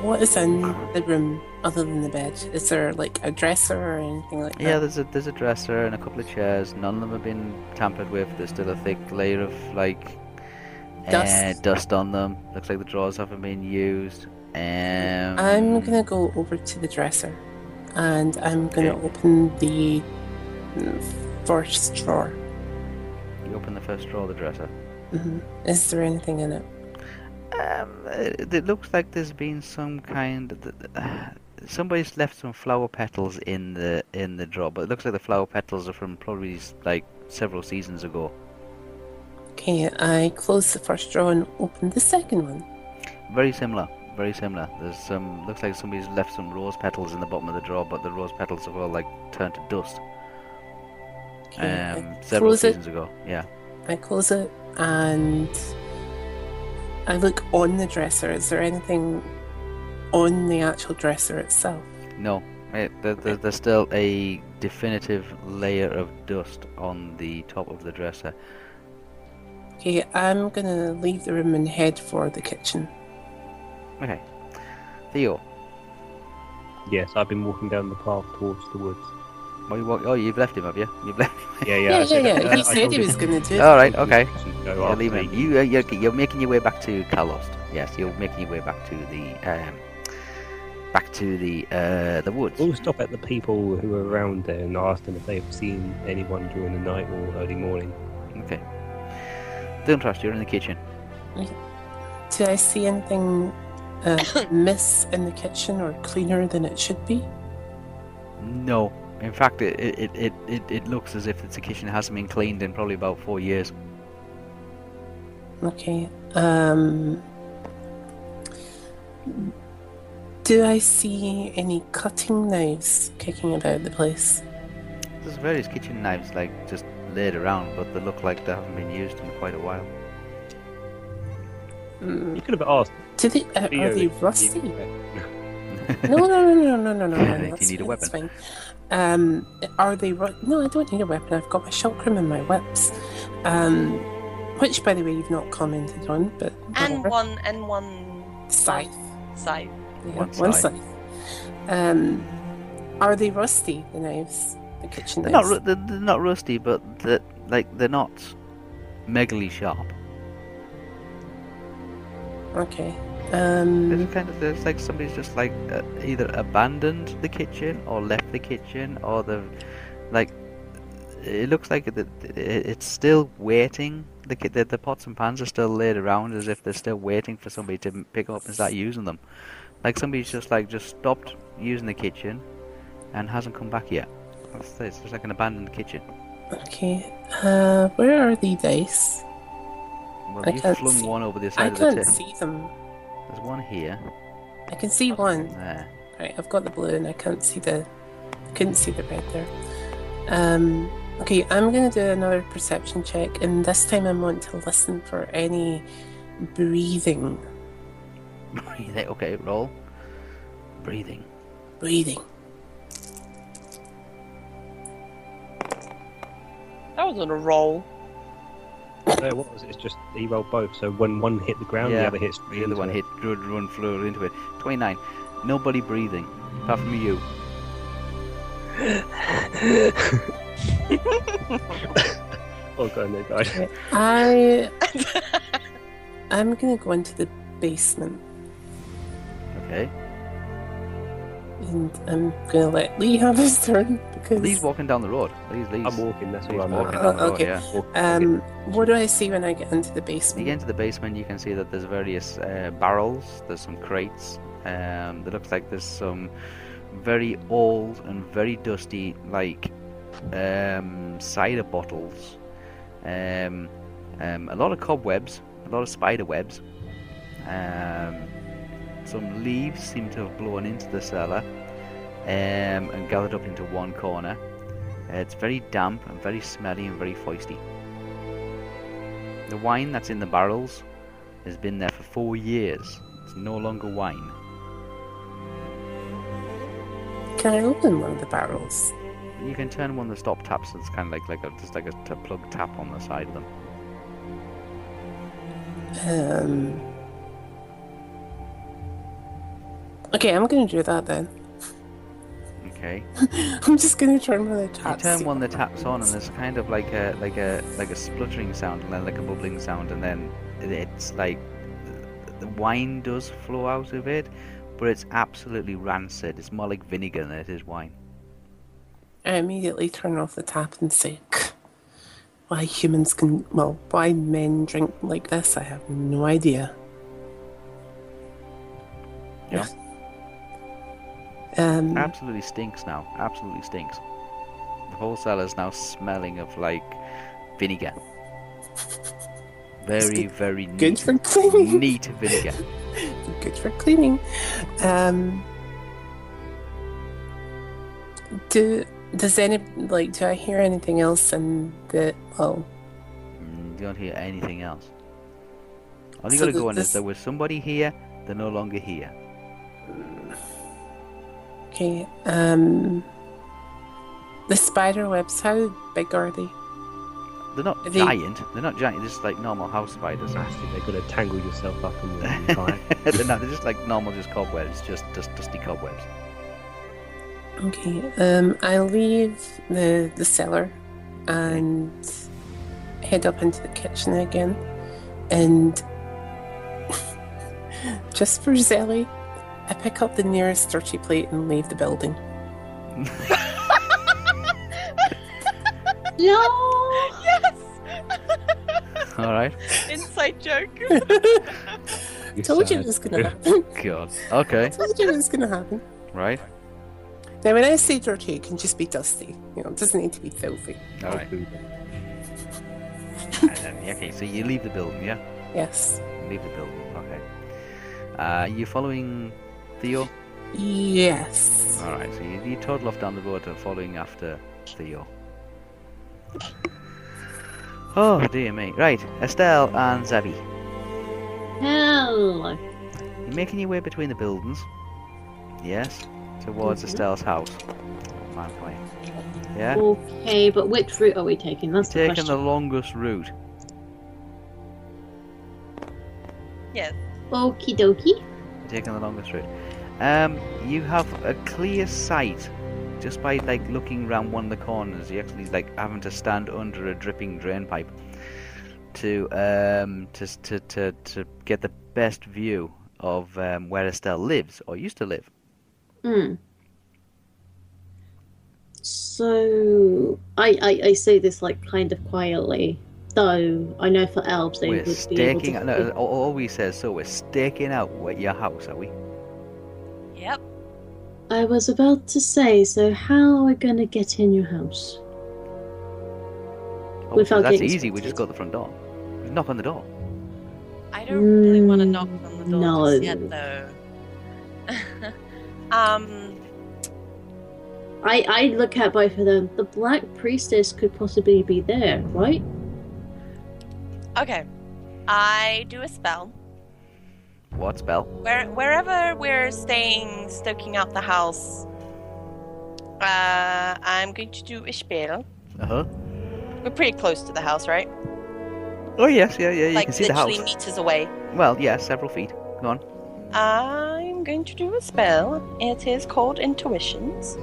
E: what is in the room other than the bed? Is there like a dresser or anything like
A: Yeah,
E: that?
A: there's a there's a dresser and a couple of chairs. None of them have been tampered with. There's still a thick layer of like eh,
E: Dust.
A: dust on them. Looks like the drawers haven't been used. Um,
E: I'm gonna go over to the dresser and I'm gonna
A: Okay.
E: open the mm, first drawer.
A: You open the first drawer of the dresser.
E: hmm Is there anything in it?
A: Um, it, it looks like there's been some kind. Of, somebody's left some flower petals in the in the drawer, but it looks like the flower petals are from probably like several seasons ago.
E: Okay, I close the first drawer and open the second one.
A: Very similar. Very similar. There's some. Looks like somebody's left some rose petals in the bottom of the drawer, but the rose petals have all like turned to dust.
E: Okay,
A: Um, several
E: close it.
A: seasons ago. Yeah.
E: I close it and I look on the dresser. Is there anything on the actual dresser itself?
A: No. It, there, there, there's still a definitive layer of dust on the top of the dresser.
E: Okay, I'm gonna leave the room and head for the kitchen.
A: Okay. Theo,
D: Yes, I've been walking down the path towards the woods.
A: why you walk? Oh, you've left him, have you? You've left. Him.
D: Yeah,
E: Yeah,
D: yeah.
E: yeah, yeah.
D: I
E: He said
D: told
E: he
D: you-
E: was gonna do it.
A: All right. Okay.
D: Go
A: You're
D: after
A: leaving.
D: me.
A: You, uh, you're, you're making your way back to Kalost. Yes, you're making your way back to the um, back to the uh, the woods.
D: We'll stop at the people who were around there and ask them if they've seen anyone during the night or early morning.
A: Okay. Don't trust you're in the kitchen.
E: Did I see anything uh, miss in the kitchen or cleaner than it should be?
A: No. In fact, it it, it, it, it looks as if the kitchen hasn't been cleaned in probably about four years.
E: Okay. Um, do I see any cutting knives kicking about the place?
A: There's various kitchen knives like just laid around, but they look like they haven't been used in quite a while.
E: Mm,
D: You could have asked.
E: Do they, are,
D: Theo
E: are they
D: if you
E: rusty?
D: needed
E: No,
D: it.
E: no, no, no, no, no, no.
A: I
E: no
A: think you
E: that's
A: need a
E: fine, that's fine. Um, are they? Ru- no, I don't need a weapon. I've got my shulkrum and my whips, um, which, by the way, you've not commented on. But
F: And
E: whatever.
F: one, and one
E: scythe.
F: scythe.
E: Yeah,
A: One
E: one
A: scythe.
E: scythe. Um, are they rusty? The knives, the kitchen
A: They're not
E: knives.
A: ru- they're, they're not rusty, but they're, like they're not megally sharp.
E: okay. Um,
A: It's kind of it's like somebody's just like uh, either abandoned the kitchen or left the kitchen or the like. It looks like it, it, it's still waiting. The, ki- the the pots and pans are still laid around as if they're still waiting for somebody to m- pick up and start using them. Like somebody's just like just stopped using the kitchen and hasn't come back yet. That's it, It's just like an abandoned kitchen.
E: okay. Uh, where are the dice?
A: Well,
E: I
A: you
E: can't
A: flung
E: see-
A: one over the
E: I
A: side of the
E: can't
A: table.
E: see them.
A: There's one here.
E: I can see one.
A: There.
E: Right, I've got the blue and I can't see the couldn't see the red there. Um okay, I'm gonna do another perception check and this time I want to listen for any breathing.
A: Breathing. Okay, roll. Breathing.
E: Breathing.
F: That was on a roll.
D: So what was it? It's just he rolled both. So when one hit the ground,
A: Yeah,
D: the other hit straight
A: The other
D: into
A: one
D: it.
A: hit, run, run, flew into it. 29. Nobody breathing, apart from you.
D: oh god, no, guys.
E: I I'm gonna go into the basement
A: Okay.
E: and I'm gonna let Lee have his turn because
A: Lee's walking down the road. Lee's, Lee's.
D: I'm walking. That's
A: Lee's
D: what I'm
A: walking
D: walking.
A: down the road,
E: Okay.
A: yeah.
E: um what do I see when I get into the
A: You
E: basement?
A: get into the basement, you can see that there's various uh, barrels, there's some crates. Um, it looks like there's some very old and very dusty, like um, cider bottles. Um, um, a lot of cobwebs a lot of spider webs. Um, some leaves seem to have blown into the cellar um, and gathered up into one corner. Uh, it's very damp and very smelly and very foisty. The wine that's in the barrels has been there for four years. It's no longer wine.
E: Can I open one of the barrels?
A: You can turn one of the stop taps. It's kind of like like a, just like a t- plug tap on the side of them.
E: Um. Okay, I'm gonna do that then.
A: Okay.
E: I'm just gonna turn one of the
A: You
E: taps.
A: turn one of the taps on, and there's kind of like a like a like a spluttering sound, and then like a bubbling sound, and then it- it's like the wine does flow out of it, but it's absolutely rancid. It's more like vinegar than it is wine.
E: I immediately turn off the tap and say, "K, "Why humans can? Well, why men drink like this? I have no idea."
A: Yeah.
E: Um.
A: Absolutely stinks now. Absolutely stinks. The whole cellar's now smelling of like vinegar. Very very
E: Good
A: neat,
E: for cleaning.
A: neat vinegar.
E: Good for cleaning. Um. Do does any like do I hear anything else in the well?
A: Mm, you don't hear anything else. All you
E: So
A: gotta
E: th-
A: go on
E: this-
A: is there was somebody here, they're no longer here.
E: Okay. Um. The spider webs. How big are they?
A: They're not
E: Are they-
A: giant. They're not giant. They're just like normal house spiders.
D: Massive. They're gonna tangle yourself up in the entire.
A: they're not. They're just like normal, just cobwebs, just just dusty cobwebs.
E: Okay, um, I leave the the cellar and head up into the kitchen again, and just for Zelly, I pick up the nearest dirty plate and leave the building.
C: No!
F: Yes!
A: All right.
F: Inside joke.
E: Told you it
D: sad.
E: was gonna happen.
A: God. Okay.
E: Told you it was gonna happen.
A: Right.
E: Now, when I say dirty, it can just be dusty. You know, it doesn't need to be filthy.
A: All right. And then- okay. So you leave the building, yeah?
E: Yes.
A: Leave the building. Okay. Uh, you following Theo?
E: Yes.
A: All right. So you, you toddle off down the road, and following after Theo. Oh dear me. Right, Estelle and Zabi.
C: Hell.
A: You're making your way between the buildings. Yes. Towards
C: Mhm.
A: Estelle's house. Man, wait. Yeah.
C: Okay, but which route are we taking? That's the
A: Taking the
C: question.
A: longest route.
C: Okie dokie.
A: Taking the longest route. Um, you have a clear sight just by like looking round one of the corners. You actually like having to stand under a dripping drain pipe to um to to to, to get the best view of um, where Estelle lives or used to live.
C: Hmm. So I, I I say this like kind of quietly, though I know for elves they
A: we're
C: would be able
A: staking.
C: to.
A: No, al- always says so. We're staking out what your house are we?
F: Yep.
C: I was about to say. So how are we gonna get in your house?
A: Oh,
C: Without
A: that's
C: getting
A: easy. We just
C: spotted.
A: go to the front door. We knock on the door.
F: I don't really want
A: Hmm.
F: to knock
C: Mm,
F: on the door
C: no.
F: just yet, though. um,
C: I I look at both of them. The black priestess could possibly be there, right?
F: okay. I do a spell.
A: What spell?
F: Where, wherever we're staying, stoking out the house, uh, I'm going to do a spell.
A: Uh huh.
F: We're pretty close to the house, right?
A: Oh yes, yeah, yeah. You
F: like
A: can see the
F: literally
A: house.
F: meters away.
A: Well, yeah, several feet. Go on.
F: I'm going to do a spell. It is called Intuitions.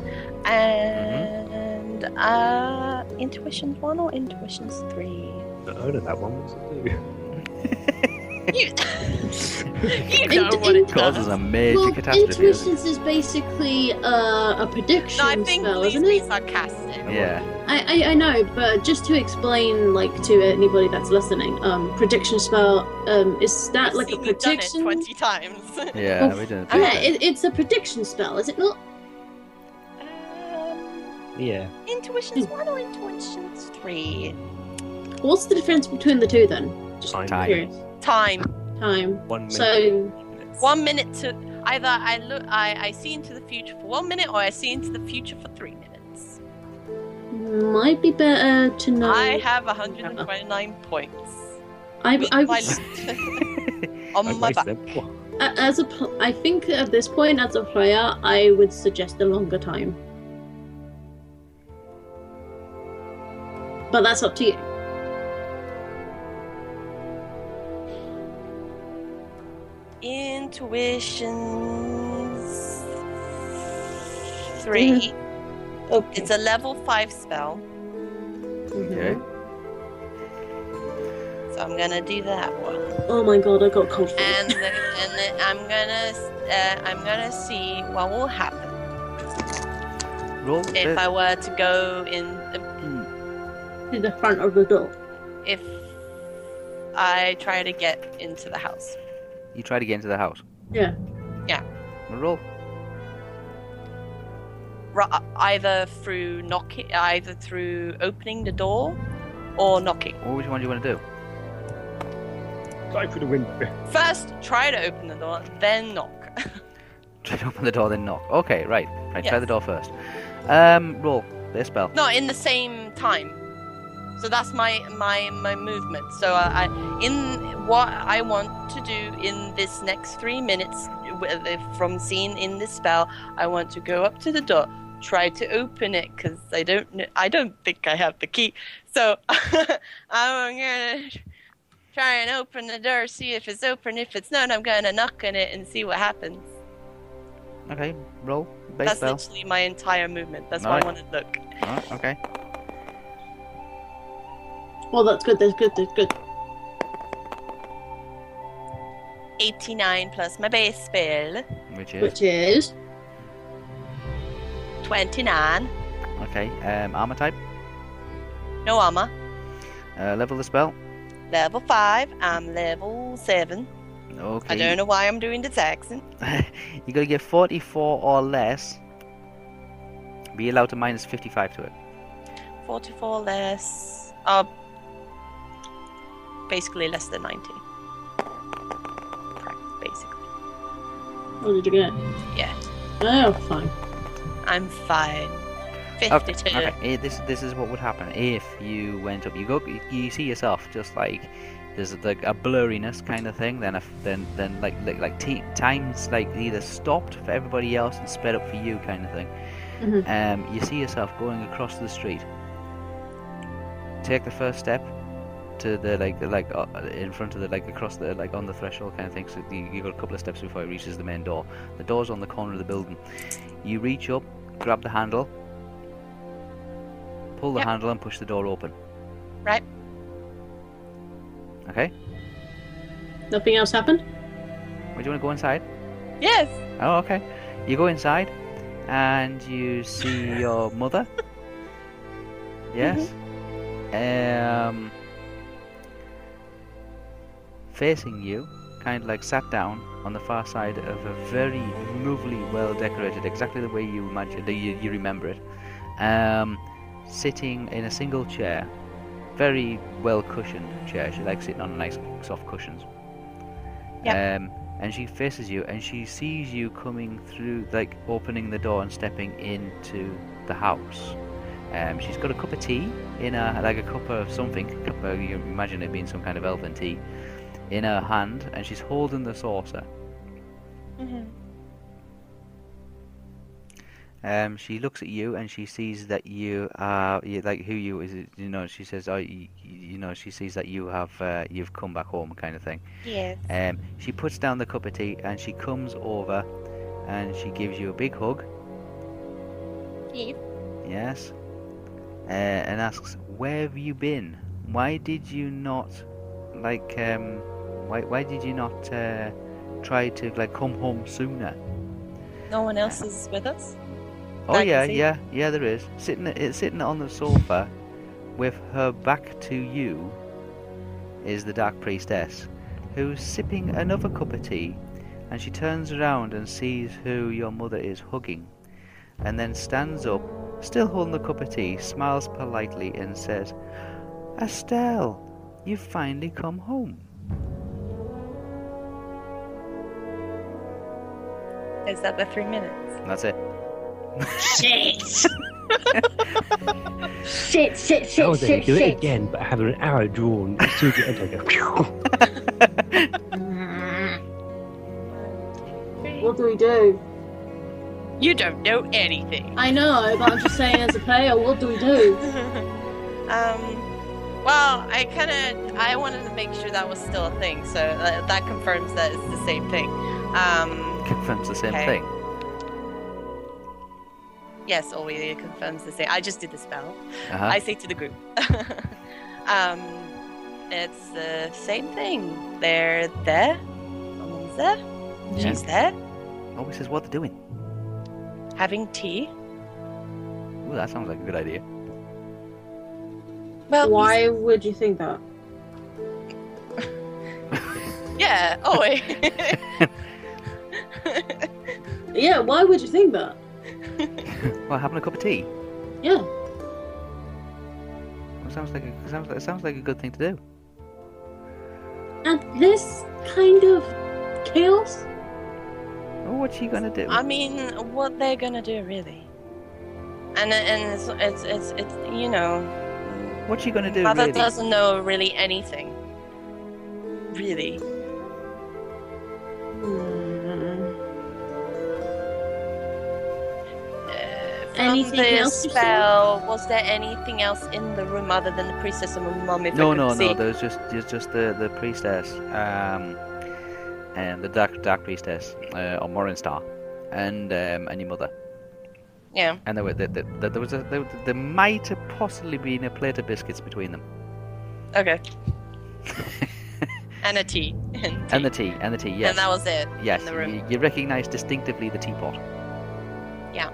F: And uh, Intuitions 1 or Intuitions 3?
D: I heard of that one. What's it do?
F: You, you
C: In-
F: know what it
C: in-
A: Causes
F: does.
A: a major
C: well,
A: catastrophe. doesn't
C: intuitions is basically uh, a prediction
F: No, I think
C: spell,
F: please
C: isn't
F: be
C: it?
F: sarcastic.
A: it? Yeah.
C: I, I, I know, but just to explain, like to anybody that's listening, um, prediction spell, um, is that
F: I've
C: like a
F: seen you done it
C: prediction?
F: 20 times.
A: Yeah.
C: Well,
A: we don't do
C: Yeah,
A: that.
C: it, it's a prediction spell, is it not?
F: um,
D: Yeah.
F: intuitions
C: Hmm.
F: 1 or Intuitions 3?
C: What's the difference between the two then? Just
D: Time.
A: Time.
C: curious.
B: Time.
C: Time.
D: One minute.
C: So
B: One minute to either I look, I, I see into the future for one minute, or I see into the future for three minutes.
C: might be better to know.
B: I have 129 points.
C: I,
B: My-
C: I would
D: I
B: on my
D: waste
B: back.
D: them. Wha-
C: A- As a, pl- I think at this point, as a player, I would suggest a longer time. But that's up to you.
B: Intuitions. Three.
C: Okay.
B: It's a level five spell,
A: Okay.
B: so I'm gonna do that one.
C: Oh my god, I got confused.
B: And the, and the, I'm gonna uh, I'm gonna see what will happen
A: Roll.
B: if
A: uh,
B: I were to go in
C: to the front of the door.
B: if I try to get into the house.
A: you try to get into the house.
C: Yeah.
B: Yeah.
A: Roll.
B: Ra- either through knocking, either through opening the door, or knocking.
A: What which one do you want to do?
D: Dive through the window.
B: First, try to open the door, then knock.
A: Try to open the door, then knock. Okay, right. Right, try
B: Yes.
A: the door first. Um, roll. Their spell.
B: Not in the same time. So that's my my my movement. So I, I in what I want to do in this next three minutes with- if- from seeing in this spell, I want to go up to the door, try to open it because I don't kn- I don't think I have the key. So I'm gonna try and open the door, see if it's open. If it's not, I'm gonna knock on it and see what happens.
A: Okay, roll. Base
B: That's
A: spell.
B: literally my entire movement. That's why I want
A: Alright.
B: to look.
A: Alright, okay.
C: Well, that's good, that's good, that's good.
B: 89 plus my base spell.
A: Which is.
C: Which is.
B: 29.
A: Okay, um, armor type.
B: No armor.
A: Uh, level the spell.
B: Level 5. I'm level 7.
A: Okay.
B: I don't know why I'm doing this accent.
A: you gotta get 44 or less. Be allowed to minus 55 to it.
B: 44 less. Uh, basically less than 90. Pra- Basically.
C: What did you get?
B: Yeah.
C: Oh, fine.
B: I'm fine. 52.
A: Okay. eh, This this is what would happen if you went up. You go. You see yourself just like there's like a blurriness kind of thing. Then a f then then like like, like t- times like either stopped for everybody else and sped up for you kind of thing.
C: Mhm.
A: Um, you see yourself going across the street. Take the first step to the like the, like uh, in front of the like across the like on the threshold kind of thing. So you, you got a couple of steps before it reaches the main door. The door's on the corner of the building. You reach up, grab the handle, pull the
B: Yep.
A: handle, and push the door open.
B: Right.
A: Okay.
C: Nothing else happened?
A: Would you want to go inside?
B: Yes!
A: Oh, okay. You go inside, and you see your mother. Yes. Um. Facing you, kind of like sat down on the far side of a very lovely, well decorated, exactly the way you imagine, that you, you remember it. Um, sitting in a single chair, very well cushioned chair. She likes sitting on nice soft cushions. Yeah. Um, and she faces you and she sees you coming through like opening the door and stepping into the house um, she's got a cup of tea in a like a cup of something cup of, you imagine it being some kind of elven tea in her hand and she's holding the saucer um, she looks at you and she sees that you are you, like who you is it- you know she says oh, you, you know she sees that you have uh, you've come back home kind of thing
F: Yes.
A: Um, she puts down the cup of tea and she comes over and she gives you a big hug.
F: Yes.
A: Yes. Uh, and asks, "Where have you been? Why did you not, like, um, why why did you not uh, try to like come home sooner?"
B: No one else is with us?
A: Oh
B: I can
A: yeah,
B: see.
A: yeah, yeah. There is sitting it's sitting on the sofa with her back to you is the dark priestess, who's sipping another cup of tea, and she turns around and sees who your mother is hugging, and then stands up, still holding the cup of tea, smiles politely and says, "Estelle, you've finally come home."
F: Is that the three minutes?
A: And that's it.
C: Shit! shit, shit,
D: That
C: shit,
D: was it.
C: shit,
D: Do it
C: shit.
D: again, but have an arrow drawn to the end. I go,
C: What do we do?
B: You don't know anything.
C: I know, but I'm just saying, as a player, what do we do?
B: um. Well, I kind of I wanted to make sure that was still a thing, so that, that confirms that it's the same thing. Um,
A: Confirms the same
B: Okay.
A: thing.
B: yes, always it confirms the same. I just did the spell.
A: Uh-huh.
B: I say to the group. um, it's the same thing. They're there. Someone's there. She's there.
A: Nobody Oh, says what they're doing.
B: Having tea.
A: Ooh, that sounds like a good idea.
B: Well, you
C: Why would you think that?
B: Yeah. Oh wait.
C: Yeah, why would you think that?
A: Well, having a cup of tea.
C: Yeah.
A: Well, sounds like a, sounds like sounds like a good thing to do.
C: And this kind of chaos?
A: Well, what's she gonna do?
B: I mean, what they're gonna do really? And and it's it's it's, it's you know,
A: What's she gonna do?
B: mother
A: really?
B: doesn't know really anything. Really. Uh, from
C: Anything
B: the
C: else you saw?
B: spell? Was there anything else in the room other than the priestess and my mum? If
A: no,
B: I could
A: no,
B: see?
A: no. There's just there's just the the priestess, um, and the dark dark priestess, uh, or Morningstar, and um, and your mother.
B: Yeah.
A: And there were there, there, there was a there, there might have possibly been a plate of biscuits between them,
B: Okay. and a tea. And, tea.
A: and the tea, and the tea. Yes,
B: And that was it.
A: yes.
B: in the room.
A: You, you recognise distinctively the teapot.
B: Yeah.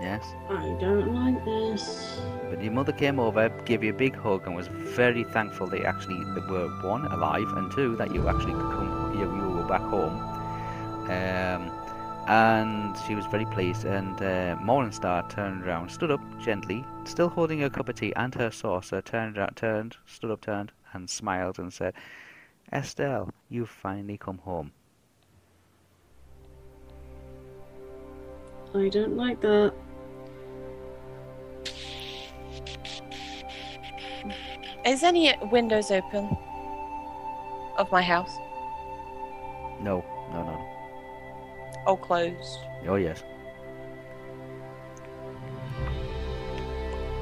A: Yes.
C: I don't like this.
A: But your mother came over, gave you a big hug, and was very thankful that you actually were one alive, and two that you actually could come, you, you were back home. Um, and she was very pleased. And uh, Morningstar turned around, stood up gently, still holding her cup of tea and her saucer. Turned, ra- turned, stood up, turned, and smiled and said, "Estelle, you've finally come home."
C: I don't like that.
B: Is any windows open of my house
A: No, no, no.
B: or closed?
A: Oh yes.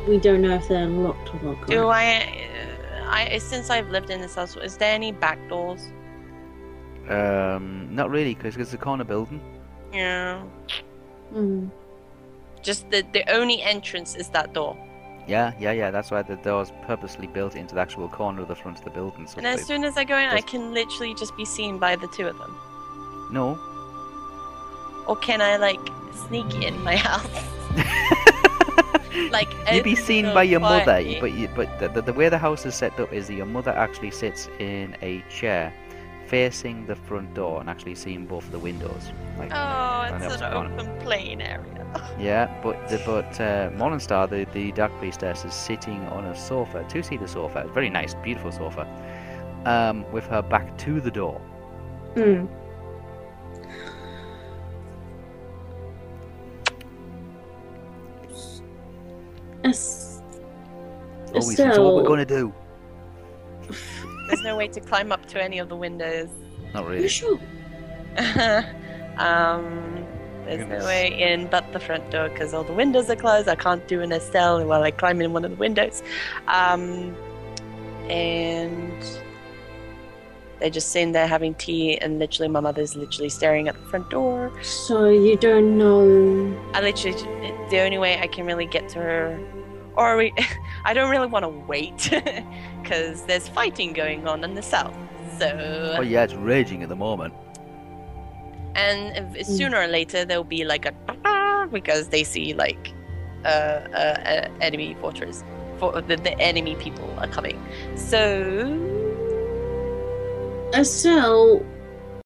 C: We don't know if they're locked or not.
B: Do I, uh, I? Since I've lived in this house, is there any back doors?
A: Um, not really, because it's a corner building.
B: Yeah.
C: Hmm.
B: Just the the only entrance is that door.
A: Yeah, yeah, yeah. That's why the door's purposely built into the actual corner of the front of the building. So
B: And as
A: they-
B: soon as I go in, I
A: Does-
B: can literally just be seen by the two of them.
A: No.
B: Or can I like sneak in my house? Like
A: You'd be
B: open
A: seen
B: the
A: by your
B: door
A: mother,
B: quietly.
A: but you, but the, the, the way the house is set up is that your mother actually sits in a chair, facing the front door, and actually seeing both of the windows. Like
B: Oh,
A: And
B: it's
A: that's
B: an
A: gone.
B: open plain area.
A: yeah, but the, but uh, Morningstar, the the dark priestess, is sitting on a sofa, two-seater sofa, very nice, beautiful sofa, um, with her back to the door.
C: Hmm. Es-
A: Always, it's what we're
C: Estelle.
A: gonna do.
B: There's no way to climb up to any of the windows.
A: Not
C: Are you
A: really.
C: sure?
B: um, there's
A: Goodness.
B: no way in but the front door because all the windows are closed. I can't do an Estelle while I climb in one of the windows. Um, and they're just sitting there having tea, and literally, my mother's literally staring at the front door.
C: So you don't know.
B: I literally, ju- the only way I can really get to her, or we, I don't really want to wait because there's fighting going on in the south. So,
A: Oh yeah, it's raging at the moment.
B: and if-
C: Mm.
B: sooner or later there'll be like a because they see like uh, uh, uh, enemy fortress for the, the enemy people are coming so
C: Estelle,